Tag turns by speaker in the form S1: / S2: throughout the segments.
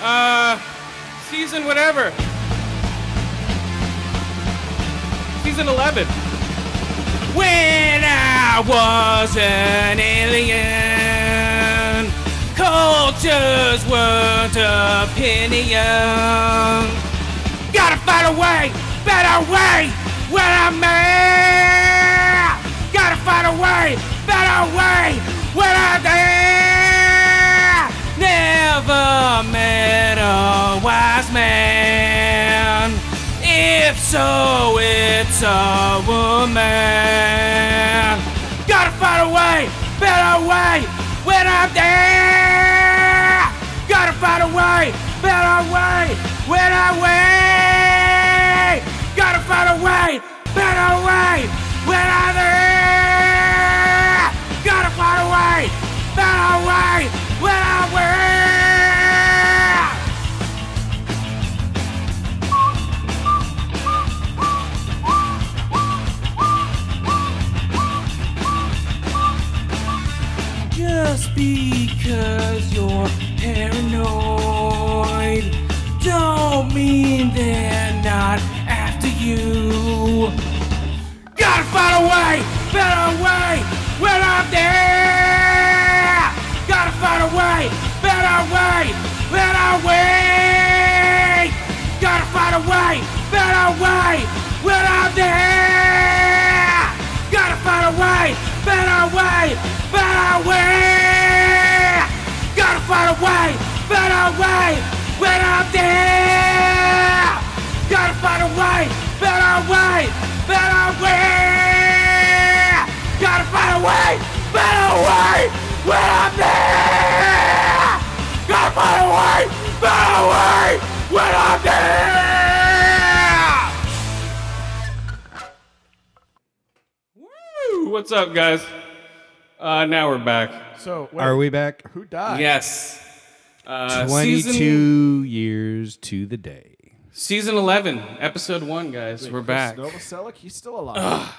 S1: Uh, Season whatever. Season 11. When I was an alien, cultures weren't opinion. Gotta find a way, better way, when I'm there. Gotta find a way, better way, when I'm there. Never met a wise man. If so, it's a woman. Gotta find a way, better way, when I'm there. Gotta find a way, better way, when I'm way. Gotta find a way, better way, when I'm there. Gotta find a way, better way, when I'm there. Just because you're paranoid don't mean they're not after you. Gotta find a way, better way, when I'm there. Gotta find a way, better way, better way. Gotta find a way, better way, when I'm there. Gotta find a way, better way, better way. Gotta find a way, better way, when I'm there. Gotta find a way, better way, better way. Gotta find a way, better way, when I'm there. Gotta find a way, better way, when I'm there. Woo! What's up, guys? Uh, now we're back.
S2: So wait,
S3: Are we back?
S2: Who died?
S1: Yes. Uh,
S3: 22
S1: Season,
S3: years to the day.
S1: season 11, episode 1, guys. we're
S2: Chris
S1: back.
S2: Novoselic, he's still alive.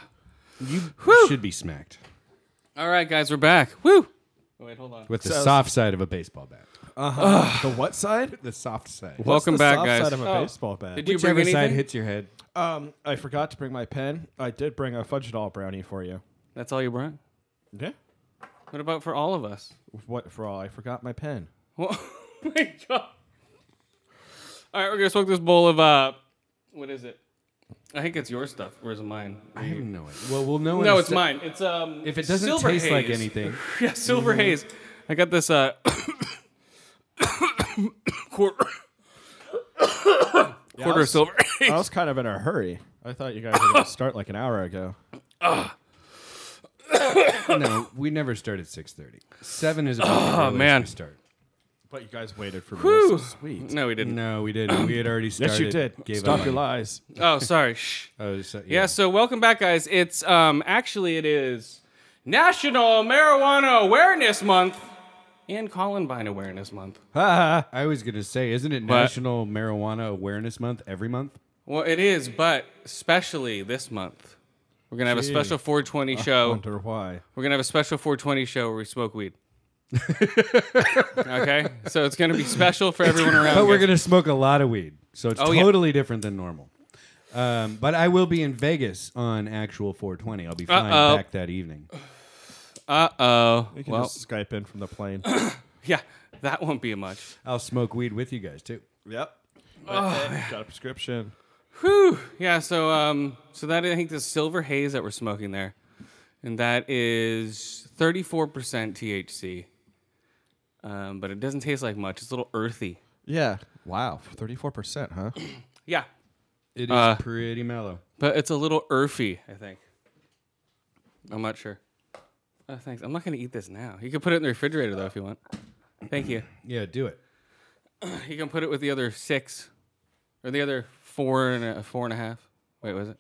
S3: You should be smacked
S1: All right, guys, we're back. Woo! Wait, hold on.
S3: with the
S2: So-
S3: soft side of a baseball bat.
S2: Uh-huh. The what side?
S3: The soft side.
S2: What's
S1: Welcome
S2: the
S1: back,
S2: soft
S1: guys.
S2: Side of a
S1: Oh.
S2: baseball bat.
S1: Did you bring
S3: Whichever
S1: anything?
S3: side hits your head.
S2: Um, I forgot to bring my pen. I did bring a fudge it all brownie for you.
S1: That's all you brought?
S2: Yeah.
S1: What about for all of us?
S2: What for all? I forgot my pen.
S1: Well, oh my God. All right, we're going to smoke this bowl of, uh, what is it? I think it's your stuff. Where's mine?
S3: I didn't know it. Well, we'll know. in
S1: No,
S3: a
S1: it's
S3: sec-
S1: mine. It's, um,
S3: If it doesn't
S1: Silver
S3: taste like
S1: Haze.
S3: anything,
S1: Yeah, Silver Haze. I got this uh quarter quarter
S2: was-
S1: silver.
S2: I was kind of in a hurry. I thought you guys were going to start like an hour ago.
S3: no, we never start at six thirty. Seven is about the
S4: Oh,
S3: earliest
S1: man.
S3: we start.
S2: But you guys waited for me.
S1: Whew.
S2: That's so sweet.
S1: no, we didn't.
S3: No, we didn't. We had already started.
S2: Yes, you did.
S3: Gave
S2: Stop
S3: up
S2: your
S3: on-
S2: lies.
S1: Oh, sorry. Shh.
S3: Oh, so-
S1: Yeah, so welcome back guys. It's um actually it is National Marijuana Awareness Month and Columbine Awareness Month.
S3: I was gonna say, isn't it
S1: But-
S3: National Marijuana Awareness Month every month?
S1: Well, it is, but especially this month. We're going to have a special 420
S4: Oh.
S2: I
S1: show.
S2: wonder why.
S1: We're going to have a special 420 show where we smoke weed. okay? So it's going to be special for everyone around.
S3: But we're
S1: guys.
S3: gonna smoke a lot of weed, so it's
S1: Oh, yeah.
S3: totally different than normal. Um, but I will be in Vegas on actual 420. I'll be flying
S1: Uh-oh.
S3: back that evening.
S1: Uh oh.
S2: You can
S1: Well,
S2: just Skype in from the plane.
S1: yeah, that won't be much.
S3: I'll smoke weed with you guys too.
S2: yep. Got a prescription.
S1: Whew. Yeah. So um, so that I think the silver haze that we're smoking there, and that is 34% THC. Um, but it doesn't taste like much. It's a little earthy.
S2: Yeah. Wow. 34%, huh?
S1: Yeah,
S3: It is
S1: Uh,
S3: pretty mellow.
S1: but it's a little earthy. I think. I'm not sure. Oh, thanks. I'm not gonna eat this now. You can put it in the refrigerator though if you want. Thank you.
S3: Yeah, do it.
S1: You can put it with the other six, or the other four and a four and a half. Wait, was it?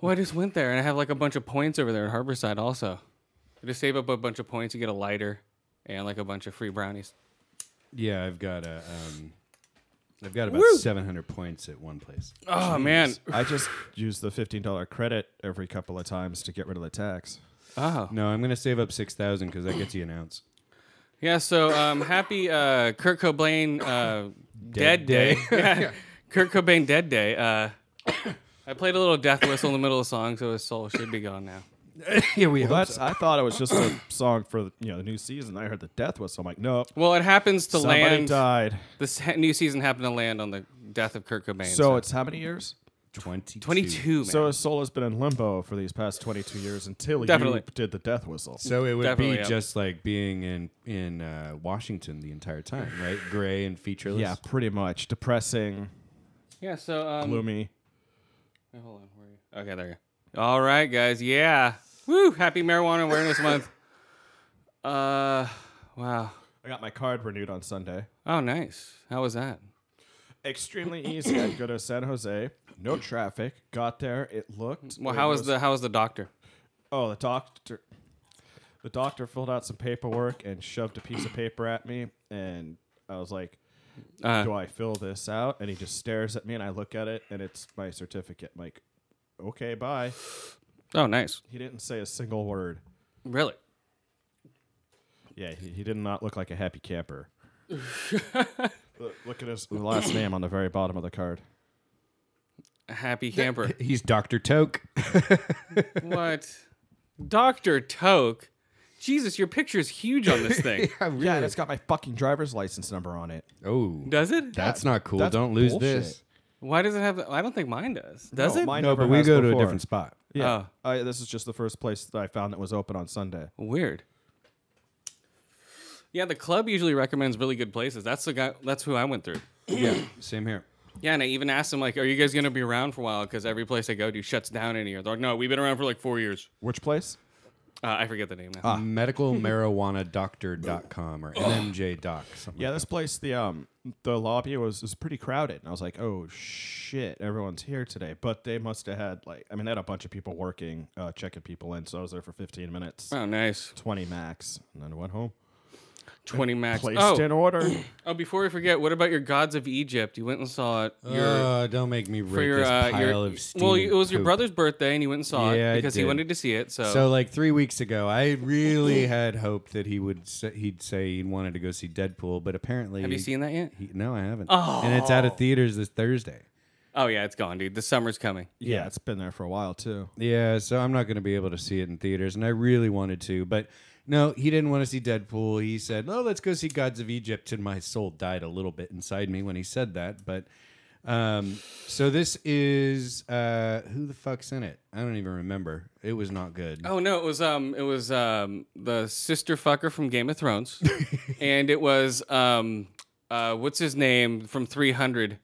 S1: well, I just went there and I have like a bunch of points over there at Harborside. Also, you just save up a bunch of points. You get a lighter and like a bunch of free brownies.
S3: Yeah, I've got a, um, I've got about 700 points at one place.
S1: Oh man!
S2: I just use the $15 credit every couple of times to get rid of the tax.
S1: Oh
S3: No, I'm gonna save up 6,000 because that gets you an ounce.
S4: Yeah, so um, happy uh, Kurt Cobain uh, dead, day. Yeah. Kurt Cobain dead day. Uh, I played a little death whistle in the middle of the song, so his soul should be gone now.
S3: yeah, we
S2: Well, that's. I thought it was just a song for the, you know the new season. I heard the death whistle. I'm like, nope.
S4: Well, it happens to
S2: Somebody
S4: land.
S2: died.
S4: The se- new season happened to land on the death of Kurt Cobain.
S2: So it's how many years?
S3: 22.
S4: 22, man.
S2: So his soul has been in limbo for these past 22 years until
S4: Definitely.
S2: you did the death whistle.
S3: So it would
S4: Definitely,
S3: be
S4: yeah.
S3: just like being in in uh, Washington the entire time, right? Gray and featureless.
S2: yeah, pretty much depressing,
S4: yeah, so um,
S2: gloomy.
S4: wait, hold on, where are you? Okay, there you go. All right, guys. Yeah. Woo! Happy Marijuana Awareness Month. Uh, wow.
S2: I got my card renewed on Sunday.
S4: Oh, nice. How was that?
S2: Extremely easy. I go to San Jose. No traffic. Got there. It looked.
S4: Well,
S2: it
S4: how was the how was the doctor?
S2: Oh, the doctor. The doctor filled out some paperwork and shoved a piece of paper at me, and I was like,
S4: Uh,
S2: "Do I fill this out?" And he just stares at me, and I look at it, and it's my certificate. I'm like, okay, bye.
S4: Oh, nice.
S2: He didn't say a single word.
S4: Really?
S2: Yeah, he, he did not look like a happy camper. look, look at his last name on the very bottom of the card.
S4: A happy camper.
S3: He's Dr. Toke.
S4: what? Dr. Toke? Jesus, your picture's huge on this thing.
S2: Yeah, and it's got my fucking driver's license number on it.
S3: Oh.
S4: Does it?
S3: that's not cool.
S2: that's
S3: Don't lose
S2: bullshit.
S3: this.
S4: Why does it have the, I don't think mine does. Does
S2: No,
S4: it?
S2: mine- I
S3: No,
S2: never
S3: but we
S2: has
S3: go to a
S2: before.
S3: different spot.
S2: Yeah,
S4: Oh.
S2: I, Uh, this is just the first place that I found that was open on Sunday.
S4: Weird. Yeah, the club usually recommends really good places. That's the guy that's who I went through.
S3: yeah, same here.
S4: Yeah, and I even asked them like, "Are you guys gonna be around for a while?" Because every place I go to shuts down in a year. They're like, "No, we've been around for like four years."
S2: Which place?
S4: Uh, I forget the name now.
S3: Ah. Medical marijuana doctor.com or MMJ doc. Something
S2: Yeah, this place, the um, the lobby was was pretty crowded, and I was like, "Oh shit, everyone's here today." But they must have had like, I mean, they had a bunch of people working, uh, checking people in. So I was there for 15 minutes,
S4: oh, nice.
S2: 20 max, and then went home.
S4: Twenty max.
S2: Placed
S4: Oh,
S2: in order.
S4: oh, before we forget, what about your Gods of Egypt? You went and saw it.
S3: Like
S4: Your,
S3: uh, don't make me
S4: for
S3: rate
S4: your,
S3: this
S4: uh,
S3: pile
S4: your
S3: of
S4: well,
S3: steaming
S4: it was your
S3: poop.
S4: brother's birthday, and you went and saw
S3: Yeah, I
S4: it because he
S3: did.
S4: wanted to see it. So,
S3: So like three weeks ago, I really had hoped that he would say, he'd say he wanted to go see Deadpool, but apparently
S4: have you seen Oh. that yet?
S3: He, no, I haven't. And it's out of theaters this Thursday.
S4: Oh yeah, it's gone, dude. The summer's coming.
S2: yeah, it's been there for a while too.
S3: Yeah, so I'm not going to be able to see it in theaters, and I really wanted to, but no, he didn't want to see Deadpool. He said, "Oh, let's go see Gods of Egypt," and my soul died a little bit inside me when he said that. But um, so this is uh, who the fuck's in it? I don't even remember. It was not good.
S4: Oh no, it was um, it was um, the sister fucker from Game of Thrones, and it was um, uh, what's his name from 300,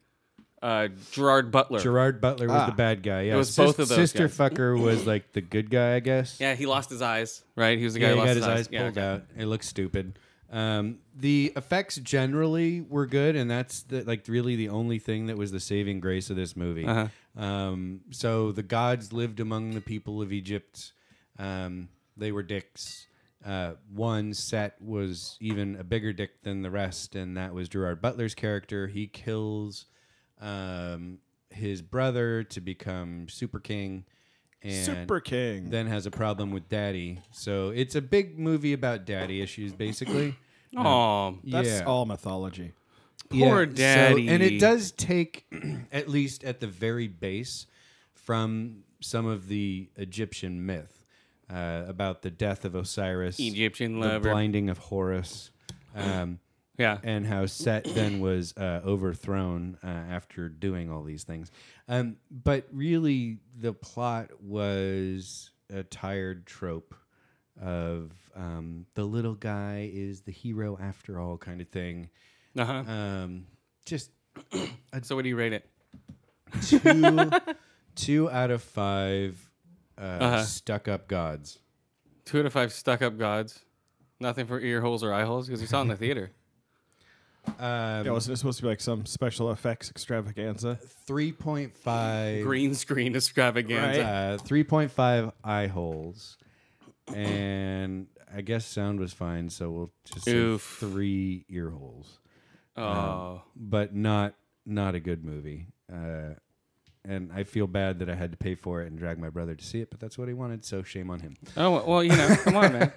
S4: uh, Gerard Butler.
S3: Gerard Butler was the bad guy. Yeah,
S4: Ah. was
S3: Sis-
S4: both of those
S3: Sister
S4: guys.
S3: fucker was like the good guy, I guess.
S4: yeah, he lost his eyes, right? He was the guy
S3: Yeah,
S4: who
S3: he
S4: lost
S3: got his eyes,
S4: Yeah,
S3: pulled
S4: okay.
S3: out. It looks stupid. Um, the effects generally were good, and that's the, like really the only thing that was the saving grace of this movie.
S4: Uh-huh.
S3: Um, so the gods lived among the people of Egypt. Um, they were dicks. Uh, one set was even a bigger dick than the rest, and that was Gerard Butler's character. He kills um, his brother to become Super King. And
S2: Super King.
S3: then has a problem with daddy. So it's a big movie about daddy issues, basically.
S4: Aw,
S2: That's
S3: yeah.
S2: all mythology.
S4: poor
S3: So-
S4: daddy.
S3: and it does take, at least at the very base, from some of the Egyptian myth uh, about the death of Osiris,
S4: Egyptian
S3: the
S4: lover.
S3: blinding of Horus. Um,
S4: yeah.
S3: and how Set then was uh, overthrown uh, after doing all these things. Um, but really, the plot was a tired trope of um, the little guy is the hero after all kind of thing.
S4: Uh-huh.
S3: Um, just
S4: so what do you rate it?
S3: two, two out of five uh, stuck up gods.
S4: Two out of five stuck-up gods. Nothing for ear holes or eye holes because we saw it in the theater.
S3: Um,
S2: Yeah, wasn't it supposed to be like some special effects extravaganza?
S3: 3.5.
S4: Green screen extravaganza.
S3: Uh, 3.5 eye holes. And I guess sound was fine, so we'll just say
S4: Oof.
S3: three ear holes.
S4: Oh,
S3: But not not a good movie. Uh, and I feel bad that I had to pay for it and drag my brother to see it, but that's what he wanted, so shame on him.
S4: Oh well, you know, come on, man.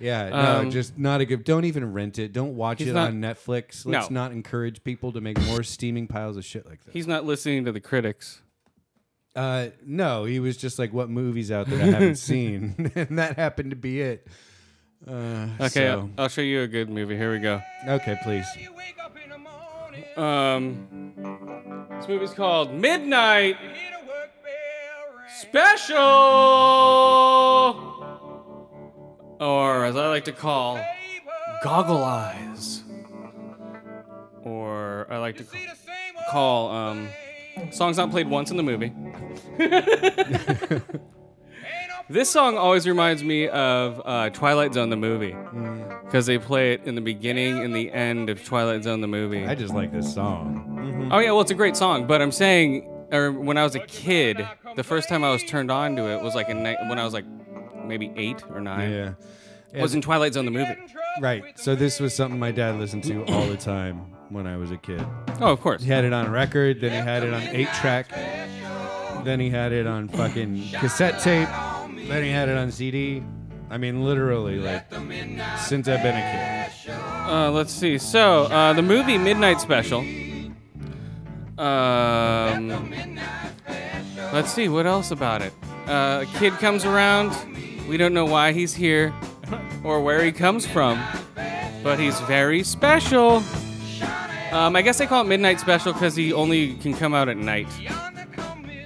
S3: Yeah, no,
S4: Um,
S3: just not a good. Don't even rent it. Don't watch
S4: He's
S3: it
S4: not-
S3: on Netflix.
S4: No.
S3: Let's not encourage people to make more steaming piles of shit like this.
S4: He's not listening to the critics.
S3: Uh, no, he was just like, "What movies out there I haven't seen?" and that happened to be it. Uh,
S4: Okay,
S3: so-
S4: I'll, I'll show you a good movie. Here we go.
S3: okay, please.
S4: Um, this movie's called Midnight Special, or as I like to call, Goggle Eyes, or I like to ca- call um, songs not played once in the movie. this song always reminds me of uh, Twilight Zone the movie because they play it in the beginning and the end of Twilight Zone the movie.
S3: I just like this song.
S4: Oh yeah, well it's a great song, but I'm saying, or when I was a kid, the first time I was turned on to it was like in ni- when I was like maybe eight or nine.
S3: Yeah,
S4: It was in Twilight Zone the movie.
S3: right. So this was something my dad listened to all the time when I was a kid.
S4: Oh, of course.
S3: He had it on record, then he had it on eight track, then he had it on fucking cassette tape, then he had it on CD. I mean, literally, like since I've been a
S4: Uh, let's see. So uh, the movie Midnight Special. Um, let's see what else about it. Uh, a kid comes around. We don't know why he's here or where he comes from, but he's very special. Um, I guess they call it Midnight Special because he only can come out at night.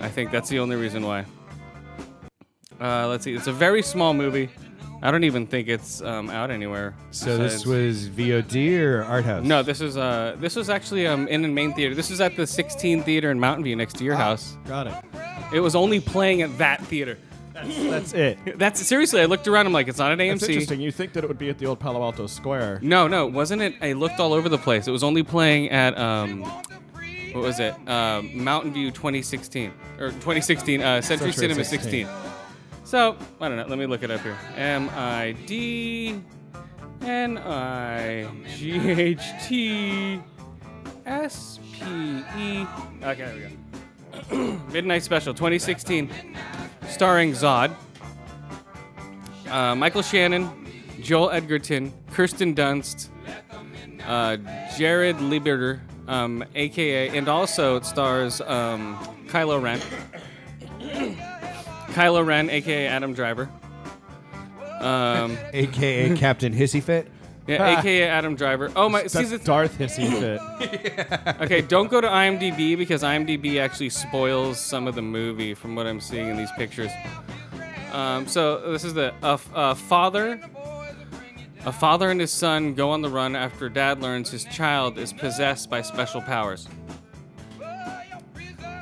S4: I think that's the only reason why. Uh, let's see. It's a very small movie. I don't even think it's um, out anywhere.
S3: kid. So this
S4: besides-
S3: was VOD or art house?
S4: no, this is uh, this was actually um, in the main theater. This is at the 16 Theater in Mountain View, next to your house.
S2: Got it.
S4: It was only playing at that theater.
S2: That's it.
S4: That's seriously. I looked around. I'm like, it's not at
S2: It's
S4: AMC.
S2: interesting. You think that it would be at the old Palo Alto Square?
S4: No, no, wasn't it? I looked all over the place. It was only playing at um, what was it? Uh, Mountain View 2016 or 2016 uh, Century,
S2: Century
S4: Cinema
S2: 16.
S4: 16. So I don't know. Let me look it up here. M I D N I G H T S P E. Okay, there we go. Midnight Special 2016, starring Zod, uh, Michael Shannon, Joel Edgerton, Kirsten Dunst, uh, Jared Lieberter, um, aka, and also it stars um, Kylo Ren. Kylo Ren, aka Adam Driver. Um,
S3: aka Captain Hissy Fit.
S4: yeah, aka Adam Driver. Oh my! See,
S2: That's
S4: the,
S2: Darth hissy fit.
S4: okay, don't go to IMDb because IMDb actually spoils some of the movie from what I'm seeing in these pictures. Um, so this is the a f- a father, a father and his son go on the run after dad learns his child is possessed by special powers.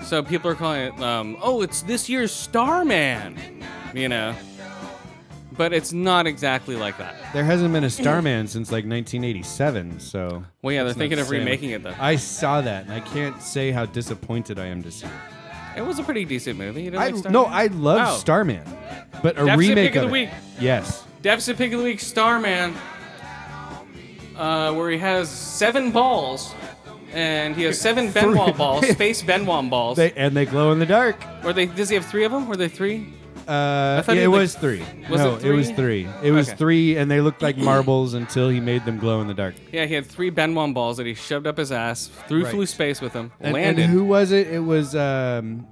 S4: So people are calling it, um, oh, it's this year's Starman, you know. But it's not exactly like that.
S3: There hasn't been a Starman since like 1987, so.
S4: Well, yeah, they're
S3: It's not
S4: thinking
S3: the
S4: of
S3: same.
S4: remaking it though.
S3: I saw that, and I can't say how disappointed I am to see. It.
S4: It was a pretty decent movie. You didn't
S3: I
S4: like Starman?
S3: no, I love
S4: Oh.
S3: Starman, but a
S4: Deficit
S3: remake
S4: Pick of the
S3: it.
S4: Week.
S3: Yes,
S4: Deficit Pick of the Week Starman, uh, where he has seven balls, and he has seven Benoit balls, space Benoit balls.
S3: they and they glow in the dark.
S4: Or they does he have three of them? Were they three?
S3: Uh,
S4: thought he
S3: yeah, it
S4: had, like-
S3: was three.
S4: Was
S3: no,
S4: it
S3: was
S4: three?
S3: three. It was
S4: Okay.
S3: three, and they looked like marbles until he made them glow in the dark.
S4: Yeah, he had three Benoit balls that he shoved up his ass, through
S3: Right.
S4: flew space with him,
S3: And, and
S4: landed.
S3: who was it? It was um,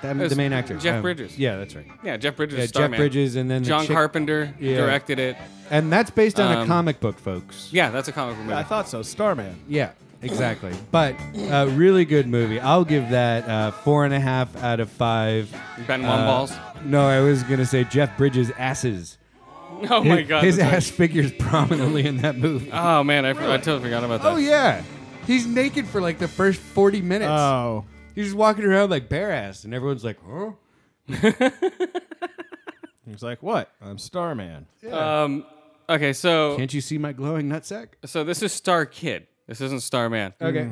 S3: that,
S4: was
S3: the main actor,
S4: Jeff
S3: Um,
S4: Bridges.
S3: Yeah, that's right.
S4: yeah, Jeff Bridges.
S3: Yeah, Jeff
S4: Starman.
S3: Bridges, and then the
S4: John
S3: chick-
S4: Carpenter
S3: Yeah.
S4: directed it.
S3: and that's based on a
S4: Um,
S3: comic book, folks.
S4: Yeah, that's a comic book movie.
S2: I thought so. Starman.
S3: Yeah, exactly. But uh, really good movie. I'll give that uh, four and a half out of five.
S4: Benoit
S3: Uh,
S4: balls.
S3: No, I was gonna say Jeff Bridges' asses.
S4: Oh my
S3: His-
S4: god.
S3: his
S4: that's right.
S3: ass figures prominently in that movie.
S4: Oh man, I, I totally forgot about that.
S3: oh yeah, he's naked for like the first forty minutes.
S2: Oh,
S3: he's just walking around like bare ass, and everyone's like, "Huh."
S2: he's like, what? I'm Starman.
S4: Um, okay, so
S3: Can't you see my glowing nutsack?
S4: so this is Star Kid. This isn't Starman.
S3: Mm. Okay.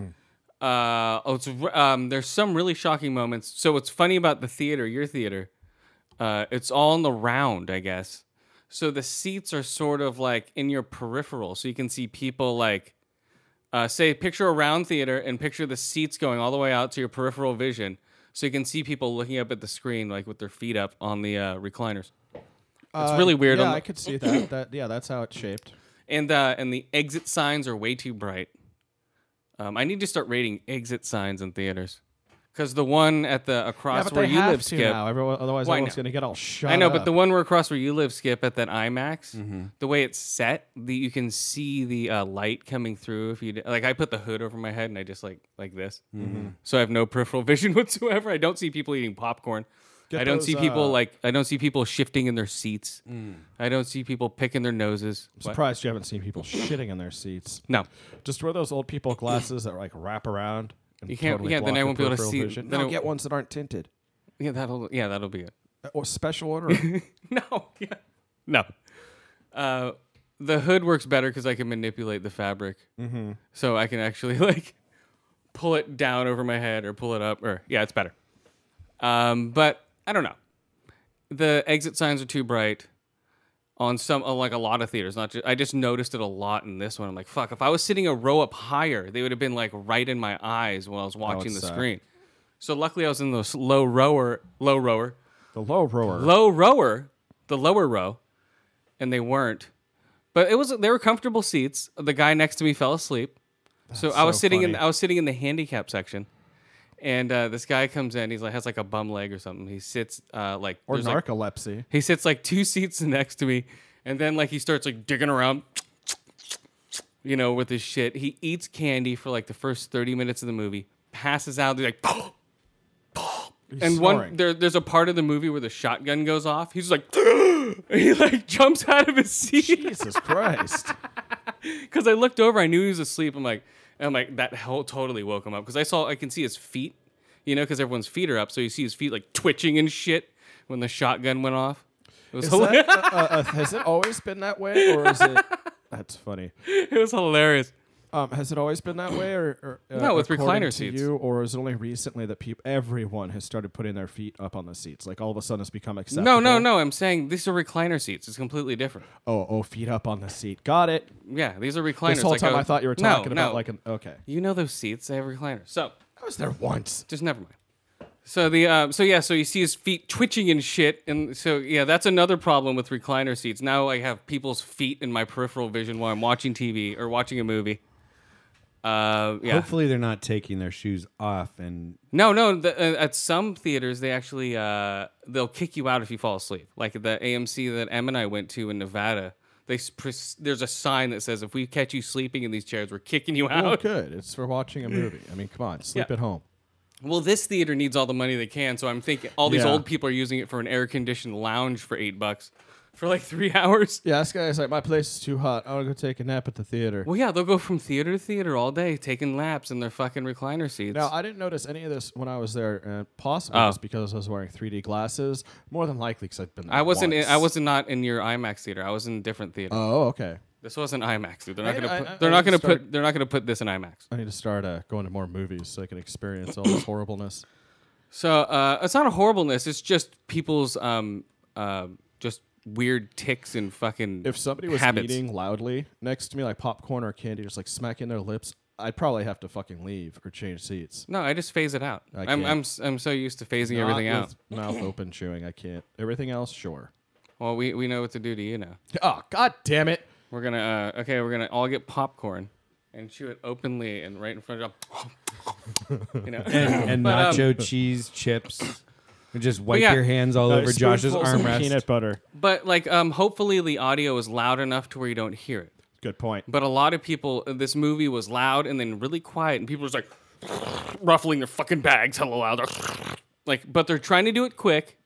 S4: Uh, oh, it's, re- um, there's some really shocking moments. So what's funny about the theater, your theater, uh, it's all in the round, I guess. So the seats are sort of like in your peripheral, so you can see people like, uh, say, picture a round theater and picture the seats going all the way out to your peripheral vision. so you can see people looking up at the screen like with their feet up on the uh, recliners. It's really weird.
S2: Uh, Yeah,
S4: on the-
S2: I could see that. that. Yeah, that's how it's shaped.
S4: and uh, and the exit signs are way too bright. Um, I need to start rating exit signs in theaters because the one at the
S2: Yeah,
S4: across
S2: but
S4: where
S2: they
S4: you
S2: have
S4: live,
S2: to
S4: Skip.
S2: now. Everyone, otherwise,
S4: Why
S2: everyone's
S4: not?
S2: gonna get all shut.
S4: I know, but
S2: up.
S4: the one where across where you live, Skip, at that IMAX, the way it's set, the you can see the uh, light coming through. If you d- like, I put the hood over my head and I just like like this, so I have no peripheral vision whatsoever. I don't see people eating popcorn.
S2: Get
S4: I don't
S2: those,
S4: see people
S2: uh,
S4: like I don't see people shifting in their seats. I don't see people picking their noses.
S2: I'm surprised you haven't seen people shitting in their seats.
S4: No,
S2: Just wear those old people glasses that like wrap around. And
S4: You can't-
S2: Totally
S4: yeah, then
S2: block
S4: I
S2: your
S4: won't be able to
S2: peripheral
S4: see-
S2: vision.
S4: then
S2: No,
S4: I-
S2: get ones that aren't tinted.
S4: yeah, that'll yeah that'll be it.
S2: Uh, Or special order.
S4: No, yeah, no. Uh, the hood works better because I can manipulate the fabric, mm-hmm. so I can actually like pull it down over my head or pull it up. Or yeah, it's better. Um, but I don't know. The exit signs are too bright on some uh, like a lot of theaters. Not just, I just noticed it a lot in this one. I'm like, fuck. If I was sitting a row up higher, they would have been like right in my eyes while I was watching the
S2: suck.
S4: screen. So luckily, I was in the s- low rower, low rower,
S2: the low rower.
S4: low rower, the lower row, and they weren't. But it was they were comfortable seats. The guy next to me fell asleep, so I was
S2: so
S4: sitting in
S2: funny.
S4: I was sitting in the handicap section, and uh, this guy comes in. He's like has like a bum leg or something. He sits uh, like
S2: or
S4: there's, like-
S2: narcolepsy.
S4: he sits like two seats next to me, and then like he starts like digging around, you know, with his shit. He eats candy for like the first thirty minutes of the movie, passes out. They're like.
S2: He's
S4: And one
S2: snoring.
S4: there, there's a part of the movie where the shotgun goes off. He's like, and he like jumps out of his seat
S2: Jesus Christ.
S4: because I looked over. I knew he was asleep. I'm like, and I'm like that hell totally woke him up because I saw I can see his feet, you know, because everyone's feet are up, so you see his feet like twitching and shit when the shotgun went off. It was,
S2: Is
S4: hila-
S2: that, uh, uh, uh, has it always been that way, or is it? That's funny.
S4: it was hilarious.
S2: Um, has it always been that way, or, or uh,
S4: No, with
S2: according
S4: recliner
S2: to
S4: seats.
S2: You, or is it only recently that people, everyone has started putting their feet up on the seats? Like all of a sudden, it's become acceptable.
S4: No, no, no. I'm saying these are recliner seats. It's completely different.
S2: Oh, oh, feet up on the seat. Got it.
S4: Yeah, these are recliners.
S2: This whole
S4: like
S2: time
S4: how-
S2: I thought you were
S4: No,
S2: talking about
S4: no.
S2: like an okay.
S4: you know those seats. They have recliners. So
S2: I was there once.
S4: just never mind. So the uh, so yeah, so you see his feet twitching and shit, and so yeah, that's another problem with recliner seats. Now I have people's feet in my peripheral vision while I'm watching TV or watching a movie. Uh, yeah.
S3: Hopefully, they're not taking their shoes off and
S4: No, no. The, uh, at some theaters, they actually uh, they'll kick you out if you fall asleep. Like at the AMC that Em and I went to in Nevada, they s- pres- there's a sign that says if we catch you sleeping in these chairs, we're kicking you out.
S2: Oh, good. It's for watching a movie. I mean, come on, sleep
S4: Yeah.
S2: at home.
S4: Well, this theater needs all the money they can, so I'm thinking all these
S2: Yeah.
S4: old people are using it for an air conditioned lounge for eight bucks for like three hours.
S2: Yeah, this guy's like, my place is too hot. I want to go take a nap at the theater.
S4: Well, yeah, they'll go from theater to theater all day, taking laps in their fucking recliner seats.
S2: Now, I didn't notice any of this when I was there, and possibly
S4: Oh.
S2: it's because I was wearing 3D glasses. More than likely, because I've been. There
S4: I wasn't. In,
S2: Once.
S4: I wasn't not in your IMAX theater. I was in a different theater.
S2: Oh, okay.
S4: this wasn't IMAX. Dude. They're not
S2: I-
S4: gonna.
S2: I-
S4: Put,
S2: I-
S4: they're
S2: I
S4: not gonna
S2: started-
S4: put. They're not gonna put this in IMAX.
S2: I need to start uh, going to more movies so I can experience all this horribleness.
S4: So uh, it's not a horribleness. It's just people's um uh, just weird ticks and fucking.
S2: If somebody was
S4: habits.
S2: eating loudly next to me, like popcorn or candy, just like smacking their lips, I'd probably have to fucking leave or change seats.
S4: No, I just phase it out.
S2: I
S4: I'm,
S2: can't.
S4: I'm s- I'm so used to phasing everything
S2: Not
S4: out.
S2: with Mouth open chewing, I can't. Everything else, sure.
S4: Well, we, we know what to do to you now.
S2: Oh, god damn it!
S4: We're gonna uh, okay. We're gonna all get popcorn and chew it openly and right in front of you know.
S3: and
S4: But, um,
S3: nacho cheese chips. And just wipe
S4: yeah. Uh,
S3: your hands all over Josh's armrest.
S2: Peanut butter.
S4: but like um, hopefully the audio is loud enough to where you don't hear it.
S2: Good point.
S4: But a lot of people, uh, this movie was loud and then really quiet, and people were just like ruffling their fucking bags hella loud. Like, but they're trying to do it quick,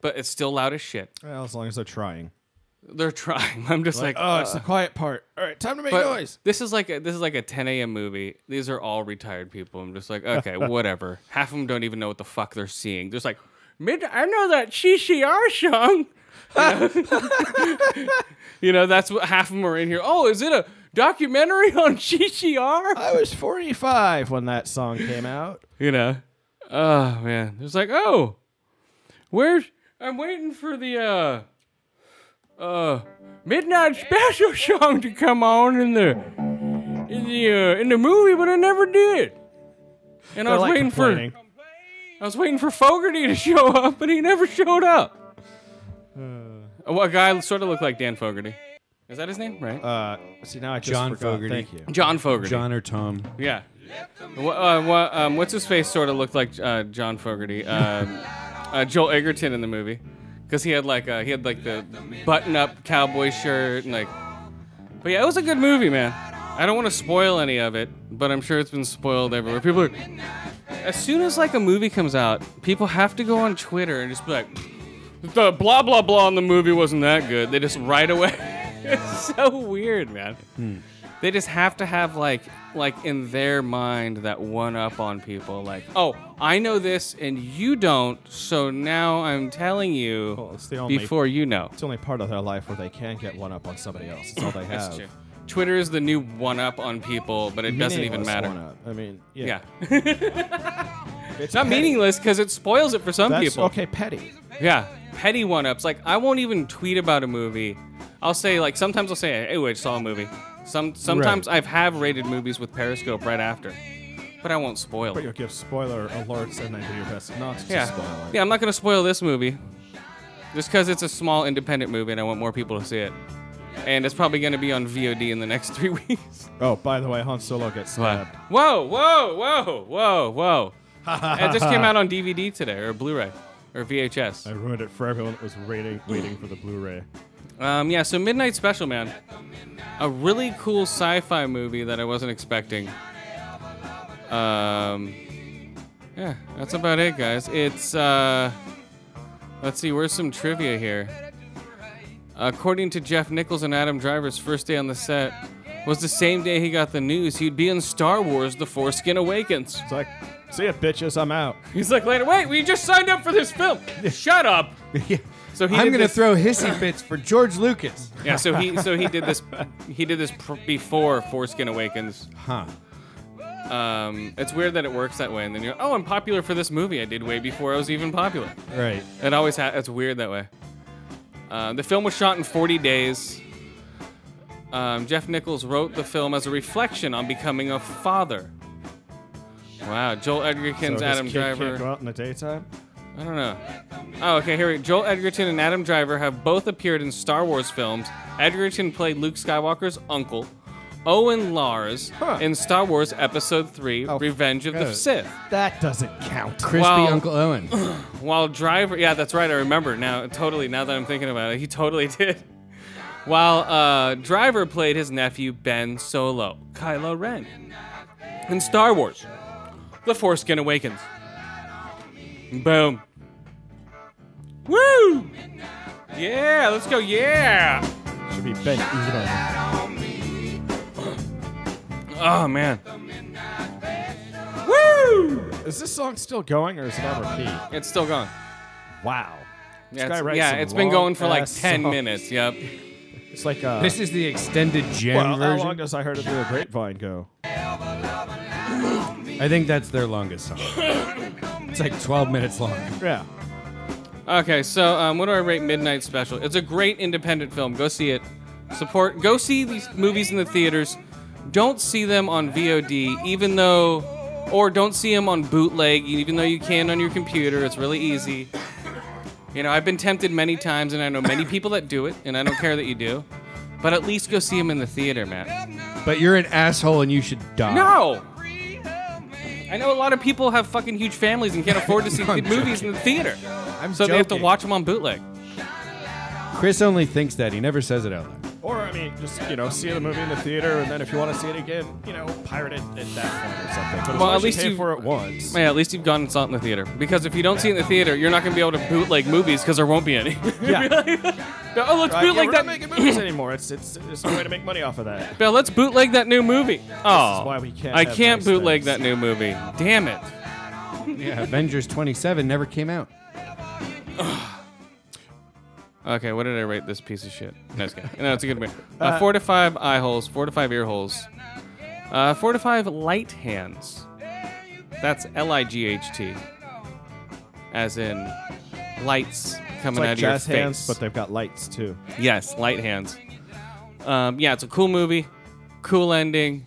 S4: but it's still loud as shit.
S2: Well, as long as they're trying.
S4: They're trying. I'm just like,
S2: oh, it's the quiet part. All right, time to make
S4: But
S2: noise.
S4: This is like a, this is like a 10 a.m. movie. These are all retired people. I'm just like, okay, whatever. Half of them don't even know what the fuck they're seeing. Just like, "Mid- I know that CCR song. You know? you know, that's what half of them are in here. Oh, is it a documentary on CCR?
S2: I was 45 when that song came out.
S4: You know, oh man, it's like, oh, where's I'm waiting for the uh, uh, midnight special song to come on in the in the uh, in the movie, but it never did. And I
S2: They're
S4: was
S2: like
S4: waiting for
S2: complaining.
S4: I was waiting for Fogarty to show up, but he never showed up.
S2: Uh.
S4: Oh, a guy sort of looked like Dan Fogarty. Is that his name? Right.
S2: Uh, see now I just
S3: John
S2: forgot.
S3: Fogerty.
S2: Thank you.
S4: John Fogarty.
S3: John or Tom.
S4: Yeah. Wha uh, wha- um, what's his face sort of looked like uh, John Fogerty, um uh, Joel Egerton in the movie, because he had like uh, he had like the button-up cowboy shirt and like. But yeah, it was a good movie, man. I don't want to spoil any of it, but I'm sure it's been spoiled everywhere. People are. As soon as like a movie comes out, people have to go on Twitter and just be like, the blah blah blah in the movie wasn't that good. They just right away. it's so weird, man they just have to have like like in their mind that one up on people like oh i know this and you don't so now i'm telling you
S2: Well, it's the only
S4: before you know
S2: it's the only part of their life where they can get one up on somebody else. It's all they have.
S4: that's true twitter is the new one up on people but it doesn't even
S2: Meaningless
S4: matter
S2: one-up. I mean, yeah,
S4: yeah
S2: it's
S4: not
S2: petty.
S4: meaningless because it spoils it for some
S2: That's
S4: people
S2: okay, petty.
S4: Yeah, petty one ups. Like I won't even tweet about a movie. I'll say like sometimes I'll say, "Hey, wait, saw a movie." Some sometimes I've have rated movies with Periscope right after, but I won't spoil.
S2: But
S4: it.
S2: you'll give spoiler alerts and then do your best not to
S4: Yeah,
S2: spoil it.
S4: yeah. I'm not gonna spoil this movie, just because it's a small independent movie and I want more people to see it. And it's probably gonna be on VOD in the next three weeks.
S2: Oh, by the way, Han Solo gets stabbed.
S4: Whoa, whoa, whoa, whoa, whoa! it just came out on DVD today, or Blu-ray, or VHS.
S2: I ruined it for everyone that was waiting, waiting for the Blu-ray.
S4: Um, yeah, so Midnight Special, man. A really cool sci fi movie that I wasn't expecting. Um, yeah, that's about it, guys. It's, uh, let's see, where's some trivia here? According to Jeff Nichols and Adam Driver's first day on the set was the same day he got the news he'd be in Star Wars The Foreskin Awakens.
S2: It's like, see ya, bitches, I'm out.
S4: He's like, later, wait, we just signed up for this film. Shut up. So he
S3: I'm
S4: did
S3: gonna
S4: this-
S3: throw hissy fits for George Lucas.
S4: Yeah, so he so he did this he did this pr- before Foreskin Awakens.
S3: Huh.
S4: Um, it's weird that it works that way, and then you're oh, I'm popular for this movie I did way before I was even popular.
S3: Right.
S4: It always ha- it's weird that way. Uh, the film was shot in 40 days. Um, Jeff Nichols wrote the film as a reflection on becoming a father. Wow, Joel Edgerton's
S2: So his
S4: Adam
S2: kid
S4: Driver.
S2: Can't go out in the daytime.
S4: I don't know. Oh, okay, here we go. Joel Edgerton and Adam Driver have both appeared in Star Wars films. Edgerton played Luke Skywalker's uncle, Owen Lars,
S2: Huh. Oh,
S4: in Star Wars Episode 3 Revenge of the
S2: good.
S4: Sith.
S2: That doesn't count.
S3: Crispy
S4: Wow.
S3: Uncle Owen.
S4: While Driver, yeah, that's right. I remember now. Totally. Now that I'm thinking about it, he totally did. While uh, Driver played his nephew Ben Solo, Kylo Ren, in Star Wars: The Foreskin Awakens. Boom. Woo! Yeah, let's go. Yeah.
S2: Should be Ben Eden.
S4: Oh man. Woo!
S2: Is this song still going or is it on repeat?
S4: It's still going.
S2: Wow. This
S4: Yeah,
S2: guy
S4: it's,
S2: writes
S4: yeah,
S2: some
S4: it's been going for like
S2: long-ass
S4: ten
S2: songs.
S4: minutes. Yep.
S2: It's like uh,
S3: This is the extended jam
S2: well, how long
S3: version.
S2: does I heard it through a grapevine go?
S3: I think that's their longest song. it's like 12 minutes long.
S2: Yeah.
S4: Okay, so um, what do I rate Midnight Special? It's a great independent film. Go see it. Support. Go see these movies in the theaters. Don't see them on VOD, even though, or don't see them on bootleg, even though you can on your computer. It's really easy. You know, I've been tempted many times, and I know many people that do it, and I don't care that you do. But at least go see them in the theater, man.
S3: But you're an asshole and you should die.
S4: No. I know a lot of people have fucking huge families and can't afford to see
S3: I'm
S4: movies in the theater,
S3: I'm
S4: so they have to
S3: joking.
S4: watch them on bootleg.
S3: Chris only thinks that. He never says it out loud.
S2: Or I mean, just you know, see the movie in the theater, and then if you want to see it again, you know, pirate it at that point or something. But as
S4: Well,
S2: long
S4: at
S2: as
S4: least
S2: you pay
S4: you-
S2: for it once.
S4: Yeah, at least you've gone and saw it in the theater. Because if you don't see it in the theater, you're not going to be able to bootleg movies because there won't be any.
S2: Yeah.
S4: oh, let's
S2: Right, yeah,
S4: bootleg
S2: we're
S4: that.
S2: not making movies anymore. It's it's it's a way to make money off of that.
S4: Bill, let's bootleg that new movie. Oh,
S2: why we can't
S4: I
S2: have
S4: can't
S2: nice
S4: bootleg
S2: things.
S4: that new movie. Damn it.
S3: Yeah, Avengers 27 never came out.
S4: Okay, what did I rate this piece of shit? No, it's good. No, it's a good movie. Uh, four to five eye holes, four to five ear holes, uh, four to five light hands. That's L I G H T, as in lights
S2: It's
S4: coming out
S2: like
S4: of your
S2: jazz
S4: face.
S2: hands, but they've got lights too.
S4: Yes, Light Hands. Um, yeah, it's a cool movie, cool ending.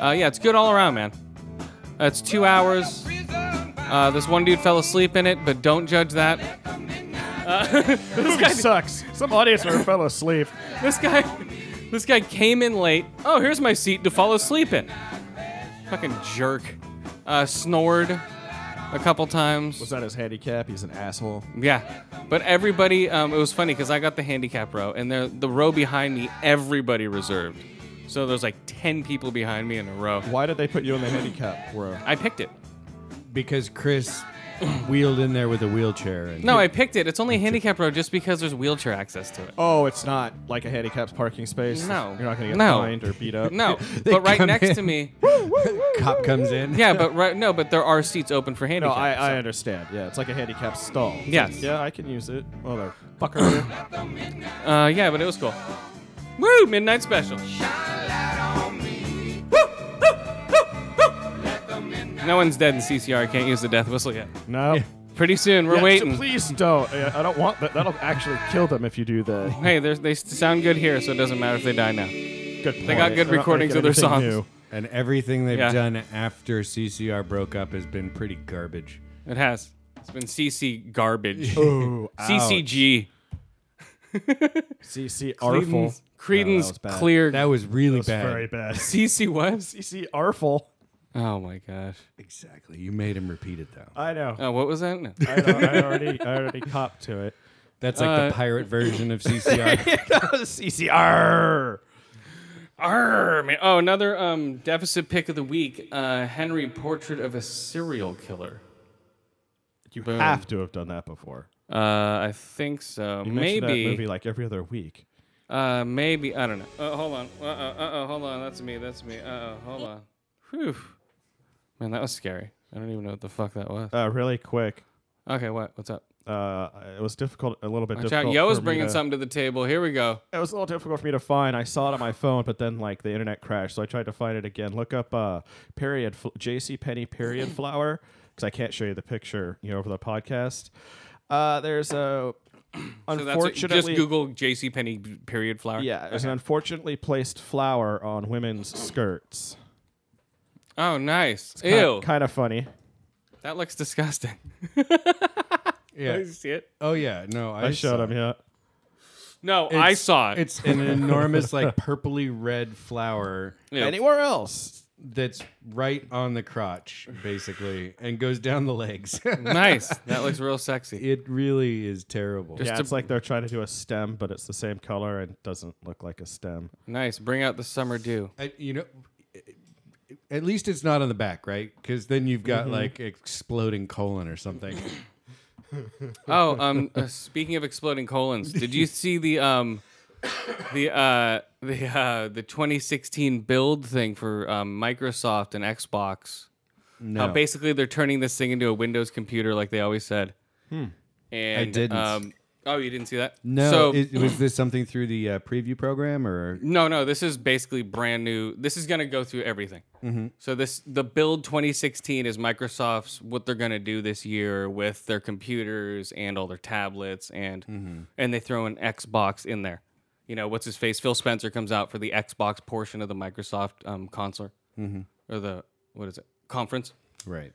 S4: Uh, yeah, it's good all around, man. Uh, it's two hours. Uh, this one dude fell asleep in it, but don't judge that. Uh,
S2: This guy sucks. Some audience member fell asleep.
S4: This guy, this guy came in late. Oh, here's my seat to fall asleep in. Fucking jerk. Uh, snored a couple times.
S2: Was that his handicap? He's an asshole.
S4: Yeah, but everybody. Um, it was funny because I got the handicap row, and the the row behind me, everybody reserved. So there's like ten people behind me in a row.
S2: Why did they put you in the handicap row?
S4: I picked it.
S3: because Chris wheeled in there with a wheelchair. And
S4: No, I picked it. It's only a handicap row just because there's wheelchair access to it.
S2: Oh, it's not like a handicapped parking space.
S4: No.
S2: You're not going to get
S4: No.
S2: fined or beat up.
S4: No, but right
S3: come
S4: next
S3: in.
S4: to me.
S3: cop comes in.
S4: Yeah, but right no, but there are seats open for
S2: No,
S4: handicap.
S2: I,
S4: so-
S2: I understand. Yeah, it's like a handicapped stall.
S4: Yes.
S2: Yeah, I can use it. Well, there. Fucker.
S4: Uh, yeah, but it was cool. Woo! Midnight special. Woo, woo, woo, woo. No one's dead in CCR. Can't use the death whistle yet.
S2: no.
S4: Pretty soon, we're
S2: Yeah, so
S4: waiting.
S2: please don't. I I don't want that. That'll actually kill them if you do that.
S4: Hey, there's- they s- sound good here, so it doesn't matter if they die now.
S2: Good point. They're
S4: got
S2: not
S4: good
S2: gonna
S4: recordings
S2: get
S4: of their
S2: anything
S4: songs.
S2: new.
S3: And everything they've
S4: Yeah.
S3: done after CCR broke up has been pretty garbage.
S4: It has. It's been CC garbage.
S2: Ooh,
S4: CCG.
S2: CC Arful.
S4: Credence
S2: was bad.
S4: clear.
S3: That was really
S2: That's
S3: bad.
S2: very bad.
S4: CC what?
S2: CC Arful.
S4: Oh my gosh.
S3: Exactly. You made him repeat it though.
S2: I know.
S4: Oh, what was that? No.
S2: I, know. I already, I already copped to it.
S3: That's like
S4: Uh,
S3: the pirate version of CCR.
S2: CCR.
S4: Arr, man. Oh, another um, deficit pick of the week uh, Henry Portrait of a Serial Killer.
S2: You have to have done that before.
S4: Uh, I think so.
S2: You mentioned
S4: maybe.
S2: that movie like every other week.
S4: Uh, maybe. I don't know. Uh, hold on. Uh oh. Uh oh. Hold on. That's me. That's me. Uh oh. Hold on. Whew. Man, that was scary. I don't even know what the fuck that was.
S2: Uh, really quick.
S4: Okay, what? What's up?
S2: Uh, it was difficult, a little bit
S4: Watch out.
S2: difficult.
S4: Yo
S2: for
S4: is
S2: me
S4: bringing
S2: to-
S4: something to the table. Here we go.
S2: It was a little difficult for me to find. I saw it on my phone, but then like the internet crashed, so I tried to find it again. Look up uh, period fl- J.C. Penny period flower because I can't show you the picture, you know, over the podcast. Uh, there's a
S4: So that's what-
S2: unfortunately
S4: just Google J.C. Penny period flower.
S2: yeah, there's an unfortunately placed flower on women's skirts.
S4: Oh, nice. Ew.
S2: kind of funny.
S4: That looks disgusting.
S3: yeah.
S4: you see it?
S3: Oh yeah. No, I,
S2: I
S3: saw
S2: showed him. Yeah,
S4: No,
S3: It's-
S4: I saw it.
S3: It's an enormous like purpley red flower
S4: Ew.
S2: anywhere else.
S3: that's right on the crotch basically and goes down the legs.
S4: nice. That looks real sexy.
S3: it really is terrible.
S4: Just
S2: Yeah,
S4: to-
S2: it's like they're trying to do a stem, but it's the same color and doesn't look like a stem.
S4: Nice. Bring out the summer dew.
S3: I, you know, at least it's not on the back, right? Because then you've
S4: Mm-hmm.
S3: got like exploding colon or something.
S4: Oh, um, uh, speaking of exploding colons, did you see the um, the uh, the uh, the 2016 build thing for um, Microsoft and Xbox?
S3: No,
S4: Uh, basically, they're turning this thing into a Windows computer, like they always said. And
S3: Hmm. I didn't.
S4: Um, oh, you didn't see that?
S3: no.
S4: So
S3: is- was this something through the uh, preview program or?
S4: no, no. This is basically brand new. This is gonna go through everything.
S3: Mm-hmm.
S4: So this the build 2016 is Microsoft's what they're gonna do this year with their computers and all their tablets and
S3: Mm-hmm.
S4: and they throw an Xbox in there. You know what's his face? Phil Spencer comes out for the Xbox portion of the Microsoft um, console
S3: Mm-hmm.
S4: or the what is it conference.
S3: Right.